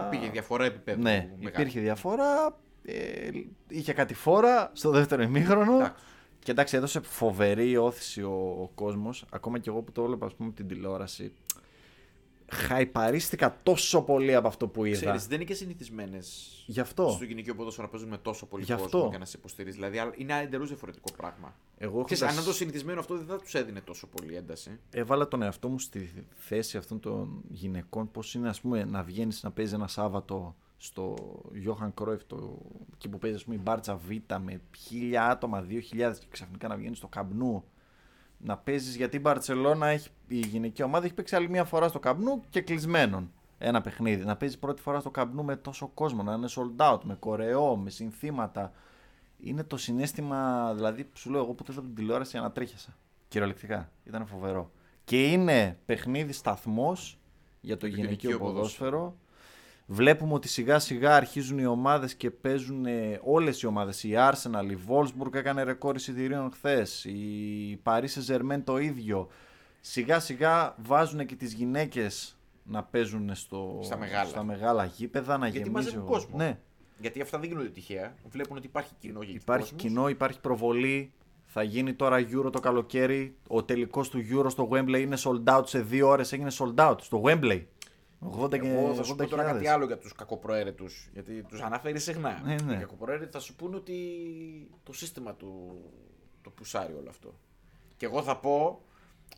B: Πήγε διαφορά επίπεδου.
A: Ναι,
B: μεγάλη.
A: υπήρχε διαφορά. Ε, είχε κάτι φόρα στο δεύτερο ημίχρονο.
B: Εντάξει.
A: Και εντάξει, έδωσε φοβερή όθηση ο, ο κόσμος. Ακόμα και εγώ που το έβλεπα, ας πούμε, από την τηλεόραση. Χαϊπαρίστηκα τόσο πολύ από αυτό που είδα.
B: Ξέρεις, δεν είναι και συνηθισμένες
A: Γι' αυτό.
B: στο γυναικείο ποδόσφαιρο να παίζουν με τόσο πολύ
A: Γι' αυτό.
B: κόσμο και να σε υποστηρίζει. Δηλαδή α- είναι εντελώς διαφορετικό πράγμα.
A: Εγώ έχοντας-
B: Ξέρεις, αν ήταν το συνηθισμένο αυτό δεν θα τους έδινε τόσο πολύ ένταση.
A: έβαλα τον εαυτό μου στη θέση αυτών των γυναικών. Πώς είναι, ας πούμε, να βγαίνεις να παίζεις ένα Σάββατο στο Johan Cruyff, το... εκεί που παίζεις, ας πούμε, η Μπάρτσα Β με χίλια άτομα, δύο χιλιάδες και ξαφνικά να βγαίνεις στο Καμπνού. Να παίζεις γιατί η Μπαρσελόνα, έχει... η γυναική ομάδα, έχει παίξει άλλη μία φορά στο Καμπνού και κλεισμένον ένα παιχνίδι. Να παίζει πρώτη φορά στο Καμπνού με τόσο κόσμο, να είναι sold out, με κορεό, με συνθήματα. Είναι το συνέστημα, δηλαδή που σου λέω εγώ που το είδα από την τηλεόραση ανατρίχιασα. Κυριολεκτικά. Ήταν φοβερό. Και είναι παιχνίδι σταθμός για το γυναικείο
B: γυναικείο
A: ποδόσφαιρο. Βλέπουμε ότι σιγά σιγά αρχίζουν οι ομάδες και παίζουν ε, όλες οι ομάδες. Η Arsenal, η Wolfsburg έκανε ρεκόρ εισιτηρίων χθες. Η Paris Saint-Germain το ίδιο. Σιγά σιγά βάζουν και τις γυναίκες να παίζουν στο,
B: Στα μεγάλα.
A: στα μεγάλα γήπεδα, να
B: Γιατί
A: γεμίζει
B: μαζεύουν
A: ο-
B: κόσμο.
A: Ναι,
B: Γιατί αυτά δεν γίνονται τυχαία. Βλέπουν ότι υπάρχει κοινό για
A: Υπάρχει
B: κόσμος.
A: κοινό, υπάρχει προβολή. Θα γίνει τώρα Euro το καλοκαίρι. Ο τελικός του Euro στο Wembley είναι sold out. Σε δύο ώρες έγινε sold out. Στο Wembley. 80 και
B: Εγώ θα σου πω τώρα
A: 80.000.
B: κάτι άλλο για τους κακοπροαίρετους. Γιατί τους αναφέρει συχνά.
A: Ναι, ναι.
B: Οι κακοπροαίρετοι θα σου πούνε ότι το σύστημα του το πουσάρει όλο αυτό. Και εγώ θα πω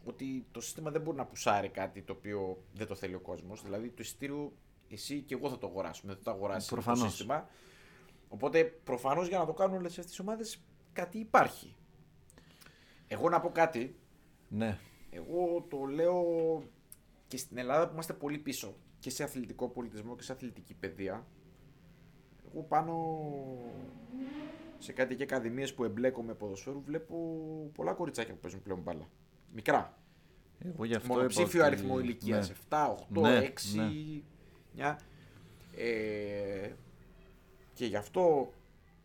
B: ότι το σύστημα δεν μπορεί να πουσάρει κάτι το οποίο δεν το θέλει ο κόσμος. Δηλαδή το εισιτήριο εσύ και εγώ θα το αγοράσουμε. Δεν θα το αγοράσει το
A: Προφανώς.
B: σύστημα. Οπότε προφανώς για να το κάνουν όλες αυτές τι ομάδες κάτι υπάρχει. Εγώ να πω κάτι
A: Ναι.
B: εγώ το λέω και στην Ελλάδα που είμαστε πολύ πίσω και σε αθλητικό πολιτισμό και σε αθλητική παιδεία. Εγώ πάνω σε κάτι και ακαδημίες που εμπλέκομαι ποδοσφαίρου βλέπω πολλά κοριτσάκια που παίζουν πλέον μπάλα. Μικρά.
A: Εγώ γι' αυτό
B: Μονοψήφιο
A: είπα ότι-
B: αριθμό ηλικίας.
A: Ναι.
B: 7, 8,
A: Ναι,
B: 6,
A: ναι.
B: 9. Ε, και γι' αυτό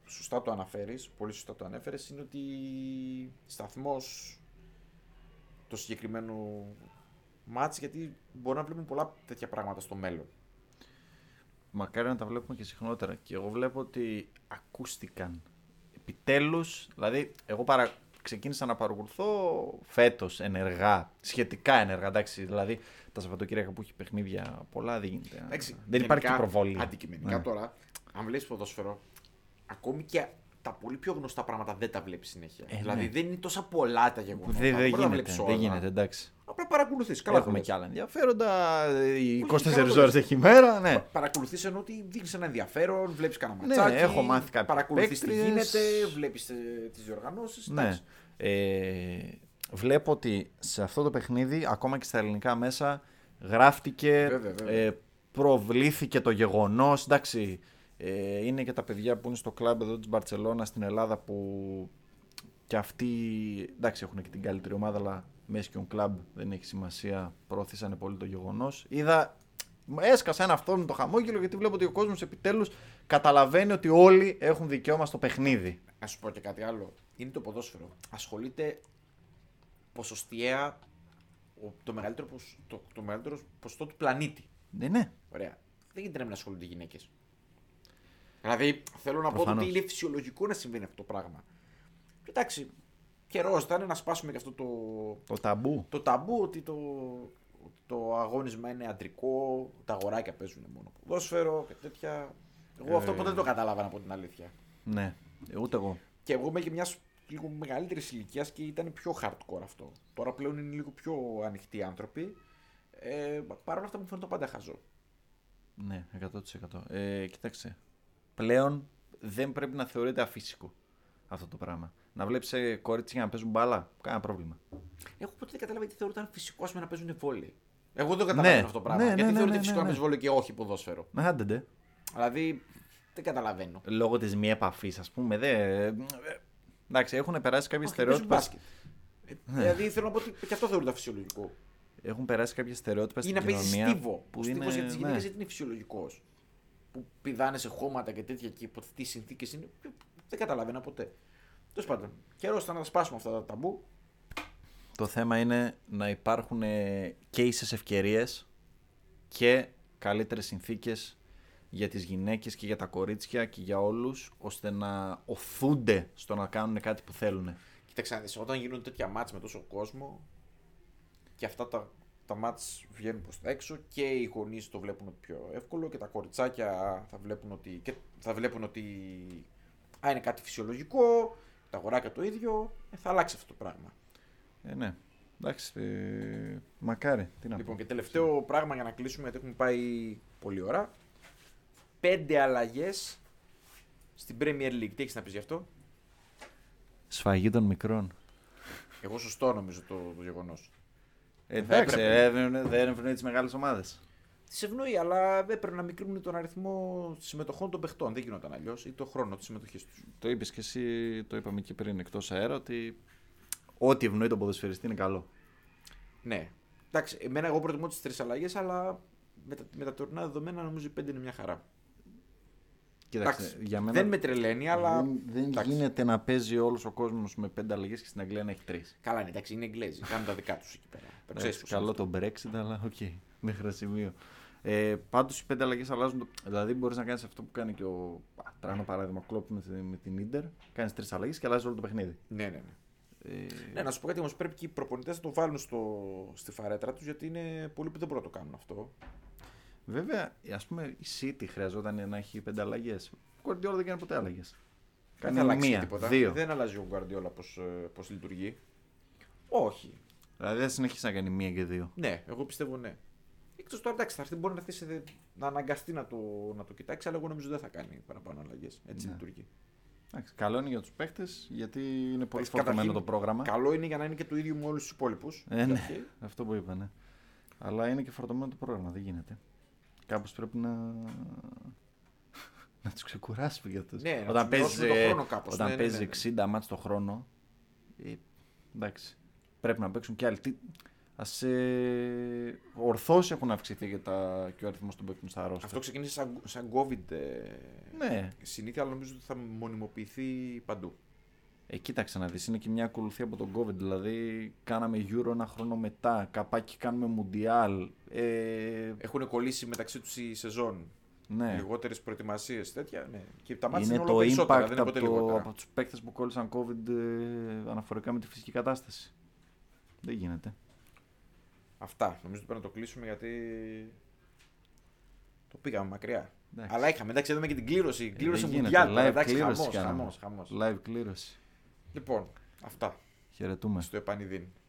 B: σωστά το αναφέρεις, πολύ σωστά το ανέφερες, είναι ότι σταθμός το συγκεκριμένο μάτς, γιατί μπορεί να βλέπουμε πολλά τέτοια πράγματα στο μέλλον.
A: Μακάρι να τα βλέπουμε και συχνότερα. Και εγώ βλέπω ότι ακούστηκαν. Επιτέλους, δηλαδή, εγώ παρα... ξεκίνησα να παρακολουθώ φέτος ενεργά, σχετικά ενεργά. Εντάξει, δηλαδή, τα Σαββατοκύριακα που έχει παιχνίδια πολλά δεν γίνεται. να-
B: Εντάξει,
A: δεν υπάρχει και
B: γενικά,
A: προβολή.
B: Αντικειμενικά
A: Ναι.
B: τώρα, αν βλέπεις ποδόσφαιρο, ακόμη και τα πολύ πιο γνωστά πράγματα δεν τα βλέπεις συνέχεια.
A: Ε, ναι.
B: δηλαδή δεν είναι τόσα πολλά τα γεγονότα.
A: Δεν
B: μπορεί
A: δεν
B: να
A: γίνεται,
B: βλέπεις
A: δεν
B: όλα.
A: γίνεται, εντάξει.
B: Απλά παρακολουθείς. Καλά
A: Έχουμε
B: το λες.
A: κι άλλα ενδιαφέροντα. ε, οι
B: Όχι,
A: 24
B: καλά το
A: ώρες έχει η μέρα, ναι.
B: Παρακολουθείς ενώ ότι δείχνεις ένα ενδιαφέρον, βλέπεις κανένα
A: Ναι,
B: ματσάκι.
A: έχω μάθει κάποιοι
B: Παρακολουθείς τι
A: παίκτες.
B: γίνεται, ε, βλέπει τις διοργανώσεις.
A: Ναι. Ε, βλέπω ότι σε αυτό το παιχνίδι, ακόμα και στα ελληνικά μέσα, γράφτηκε,
B: Βέβαια, βέβαια.
A: ε, προβλήθηκε το γεγονός, εντάξει. Ε, είναι και τα παιδιά που είναι στο κλαμπ εδώ της Μπαρτσελώνας στην Ελλάδα που και αυτοί, εντάξει έχουν και την καλύτερη ομάδα, αλλά μέσα και κλαμπ δεν έχει σημασία, προώθησαν πολύ το γεγονός. Είδα, έσκασα ένα αυτόν το χαμόγελο γιατί βλέπω ότι ο κόσμος επιτέλους καταλαβαίνει ότι όλοι έχουν δικαίωμα στο παιχνίδι.
B: Να σου πω και κάτι άλλο. Είναι το ποδόσφαιρο. Ασχολείται ποσοστιαία ο- το μεγαλύτερο, ποσ- το, το μεγαλύτερο ποσοστό του πλανήτη.
A: Ναι, ναι.
B: Ωραία. Δεν γίνεται να μην ασχολούνται οι γυναίκες. Δηλαδή, θέλω να πω
A: Προφανώς.
B: ότι είναι φυσιολογικό να συμβαίνει αυτό το πράγμα. Και Εντάξει, καιρό ήταν να σπάσουμε και αυτό το,
A: Το ταμπού.
B: το ταμπού ότι το, ότι το αγώνισμα είναι αντρικό, τα αγοράκια παίζουν μόνο ποδόσφαιρο και τέτοια. Εγώ αυτό ποτέ δεν
A: Ε.
B: το κατάλαβα από την αλήθεια.
A: Ναι, ε, ούτε εγώ.
B: Και εγώ είμαι και μιας λίγο μεγαλύτερης ηλικίας και ήταν πιο hardcore αυτό. Τώρα πλέον είναι λίγο πιο ανοιχτοί οι άνθρωποι. Ε, Παρ' όλα αυτά μου φαίνεται πάντα χαζό.
A: Ναι, 100%. Ε, κοίταξε. Πλέον δεν πρέπει να θεωρείται αφύσικο αυτό το πράγμα. Να ε, βλέπει κορίτσια να παίζουν μπάλα, κάνα πρόβλημα.
B: Εγώ ποτέ δεν κατάλαβα γιατί θεωρούταν φυσικό ας πούμε, να παίζουν βόλη. Εγώ δεν καταλαβαίνω αυτό το πράγμα.
A: ναι,
B: γιατί
A: ναι, ναι,
B: θεωρείται
A: ναι,
B: φυσικό
A: ναι,
B: να
A: ναι.
B: παίζεις βόλιο και όχι ποδόσφαιρο.
A: Να άντε ντε.
B: Δηλαδή δεν καταλαβαίνω.
A: Λόγω της μη επαφής, ας πούμε. Δε... ε, Εντάξει, έχουν περάσει κάποιες
B: Όχι, παίζουν
A: στερεότυπες.
B: μπάσκετ. Ε, Δηλαδή θέλω να πω ότι και αυτό θεωρούνται φυσιολογικό.
A: Έχουν περάσει κάποιες στερεότυπες
B: Ή
A: στην
B: να παίζεις
A: κοινωνία.
B: στίβο. Ο
A: Που
B: στίβο για τις γυναίκες
A: ναι.
B: γιατί είναι φυσιολογικός. Που πηδάνε σε χώματα και τέτοια και υπό τι συνθήκες είναι. Δεν καταλαβαίνα ποτέ. Τέλος πάντων, καιρός ήταν να σπάσουμε αυτά τα ταμπού.
A: Το θέμα είναι να υπάρχουν ε, και ίσες ευκαιρίες και καλύτερες συνθήκες για τις γυναίκες και για τα κορίτσια και για όλους ώστε να οθούνται στο να κάνουν κάτι που θέλουν.
B: Κοίταξε να δεις, όταν γίνονται τέτοια μάτς με τόσο κόσμο και αυτά τα, τα μάτς βγαίνουν προς τα έξω και οι γονείς το βλέπουν πιο εύκολο και τα κοριτσάκια θα βλέπουν ότι, και θα βλέπουν ότι α, είναι κάτι φυσιολογικό, τα αγοράκια το ίδιο, ε, θα αλλάξει αυτό το πράγμα.
A: Ε, ναι. Εντάξει. ε, μακάρι. Τι να
B: Λοιπόν,
A: πω.
B: και τελευταίο πράγμα για να κλείσουμε, γιατί έχουμε πάει πολλή ώρα. Πέντε αλλαγές στην Premier League. Τι έχεις να πεις γι' αυτό,
A: Σφαγή των μικρών.
B: Εγώ σωστό νομίζω το, το γεγονός.
A: Ε,
B: θα
A: εντάξει,
B: έπρεπε.
A: ε, δεν ευνοεί τις μεγάλες ομάδες.
B: Τι ευνοεί, αλλά έπρεπε να μικρύνουν τον αριθμό συμμετοχών των παιχτών. Δεν γινόταν αλλιώς ή το χρόνο της συμμετοχής τους.
A: Το είπες και εσύ, το είπαμε και πριν εκτός αέρα, ότι ό,τι ευνοεί τον ποδοσφαιριστή είναι καλό.
B: Ναι. Εντάξει, εμένα εγώ προτιμώ τις τρεις αλλαγές, αλλά με τα, με τα τωρινά δεδομένα νομίζω οι πέντε είναι μια χαρά.
A: Κοίταξε,
B: Εντάξει,
A: για μένα...
B: Δεν με τρελαίνει, αλλά.
A: Δεν, δεν
B: εντάξει.
A: γίνεται να παίζει όλος ο κόσμος με πέντε αλλαγές και στην Αγγλία να έχει τρεις.
B: Καλά, είναι, εντάξει, είναι Εγγλέζοι. Κάνουν τα δικά τους εκεί πέρα. Το ξέρεις πώς
A: Καλό
B: είναι.
A: το Brexit, αλλά οκ. μέχρι ένα σημείο. Ε, Πάντως οι πέντε αλλαγές αλλάζουν. το- Δηλαδή μπορείς να κάνεις αυτό που κάνει και ο Τράνο παράδειγμα, ο Κλόπ με, τη- με την ντερ. Κάνεις τρεις αλλαγές και αλλάζει όλο το παιχνίδι.
B: Ναι, ναι, ναι.
A: Ε,
B: Ναι, να σου πω κάτι όμως. Πρέπει και οι προπονητές να το βάλουν στο, στη φαρέτρα τους γιατί είναι πολλοί που δεν μπορούν να το κάνουν αυτό.
A: βέβαια, ας πούμε η City χρειαζόταν να έχει πέντε αλλαγές. Ο Guardiola δεν κάνει ποτέ αλλαγές.
B: δεν θα
A: Κάνει
B: αλλάξει
A: μία,
B: τίποτα.
A: δύο.
B: Δεν αλλάζει ο Γκουαρδιόλα πώς λειτουργεί. Όχι.
A: Δηλαδή δεν συνεχίσει να κάνει μία και δύο.
B: Ναι, εγώ πιστεύω ναι. Εκτός τώρα εντάξει, θα έρθει, μπορεί να, έρθει σε, δε- να αναγκαστεί να το, να το κοιτάξει, αλλά εγώ νομίζω δεν θα κάνει παραπάνω αλλαγές. Έτσι
A: Ναι.
B: λειτουργεί.
A: Εντάξει, καλό είναι για τους παίχτε γιατί είναι πολύ
B: Εντάξει, καταρχήν,
A: φορτωμένο το πρόγραμμα.
B: Καλό είναι για να είναι και το ίδιο με όλους τους υπόλοιπους.
A: Ε, ναι. Αυτό που είπα, ναι. Αλλά είναι και φορτωμένο το πρόγραμμα, δεν γίνεται. Κάπως πρέπει να. να τους ξεκουράσουμε για τους.
B: Ναι, να τους μειώσουμε το
A: ε,
B: χρόνο κάπως.
A: Όταν
B: Ναι, ναι,
A: παίζει
B: ναι, ναι.
A: 60 μάτς το χρόνο. ε, εντάξει. Πρέπει να παίξουν και άλλοι. Τι... Ας, ε, ορθώς έχουν αυξηθεί και, τα... και ο αριθμός των παίκτων στα roster.
B: Αυτό ξεκίνησε σαν, σαν COVID ε,
A: Ναι.
B: συνήθεια, αλλά νομίζω ότι θα μονιμοποιηθεί παντού.
A: Ε, κοίταξε να δεις, είναι και μια ακολουθία από τον COVID. Δηλαδή, κάναμε Euro ένα χρόνο μετά, καπάκι κάνουμε Mundial. Ε,
B: Έχουν κολλήσει μεταξύ τους οι σεζόν.
A: ναι.
B: Λιγότερες προετοιμασίες, τέτοια. Ναι. Και τα μάτια
A: είναι
B: είναι, όλο
A: το
B: περισσότερα,
A: impact
B: δεν είναι
A: από,
B: ποτέ
A: το,
B: λιγότερα.
A: από τους παίκτες που κόλλησαν COVID ε, αναφορικά με τη φυσική κατάσταση. Δεν γίνεται.
B: Αυτά. Νομίζω ότι πρέπει να το κλείσουμε γιατί. Το πήγαμε μακριά.
A: Εντάξει.
B: Αλλά είχαμε, εντάξει, είδαμε και την κλήρωση.
A: Ε,
B: κλήρωση
A: δεν
B: μου
A: γίνεται. Live
B: Εντάξει,
A: κλήρωση
B: χαμός,
A: κάναμε.
B: χαμός, χαμός.
A: Live κλήρωση.
B: Λοιπόν, αυτά.
A: Χαιρετούμε.
B: Στο επανειδήν.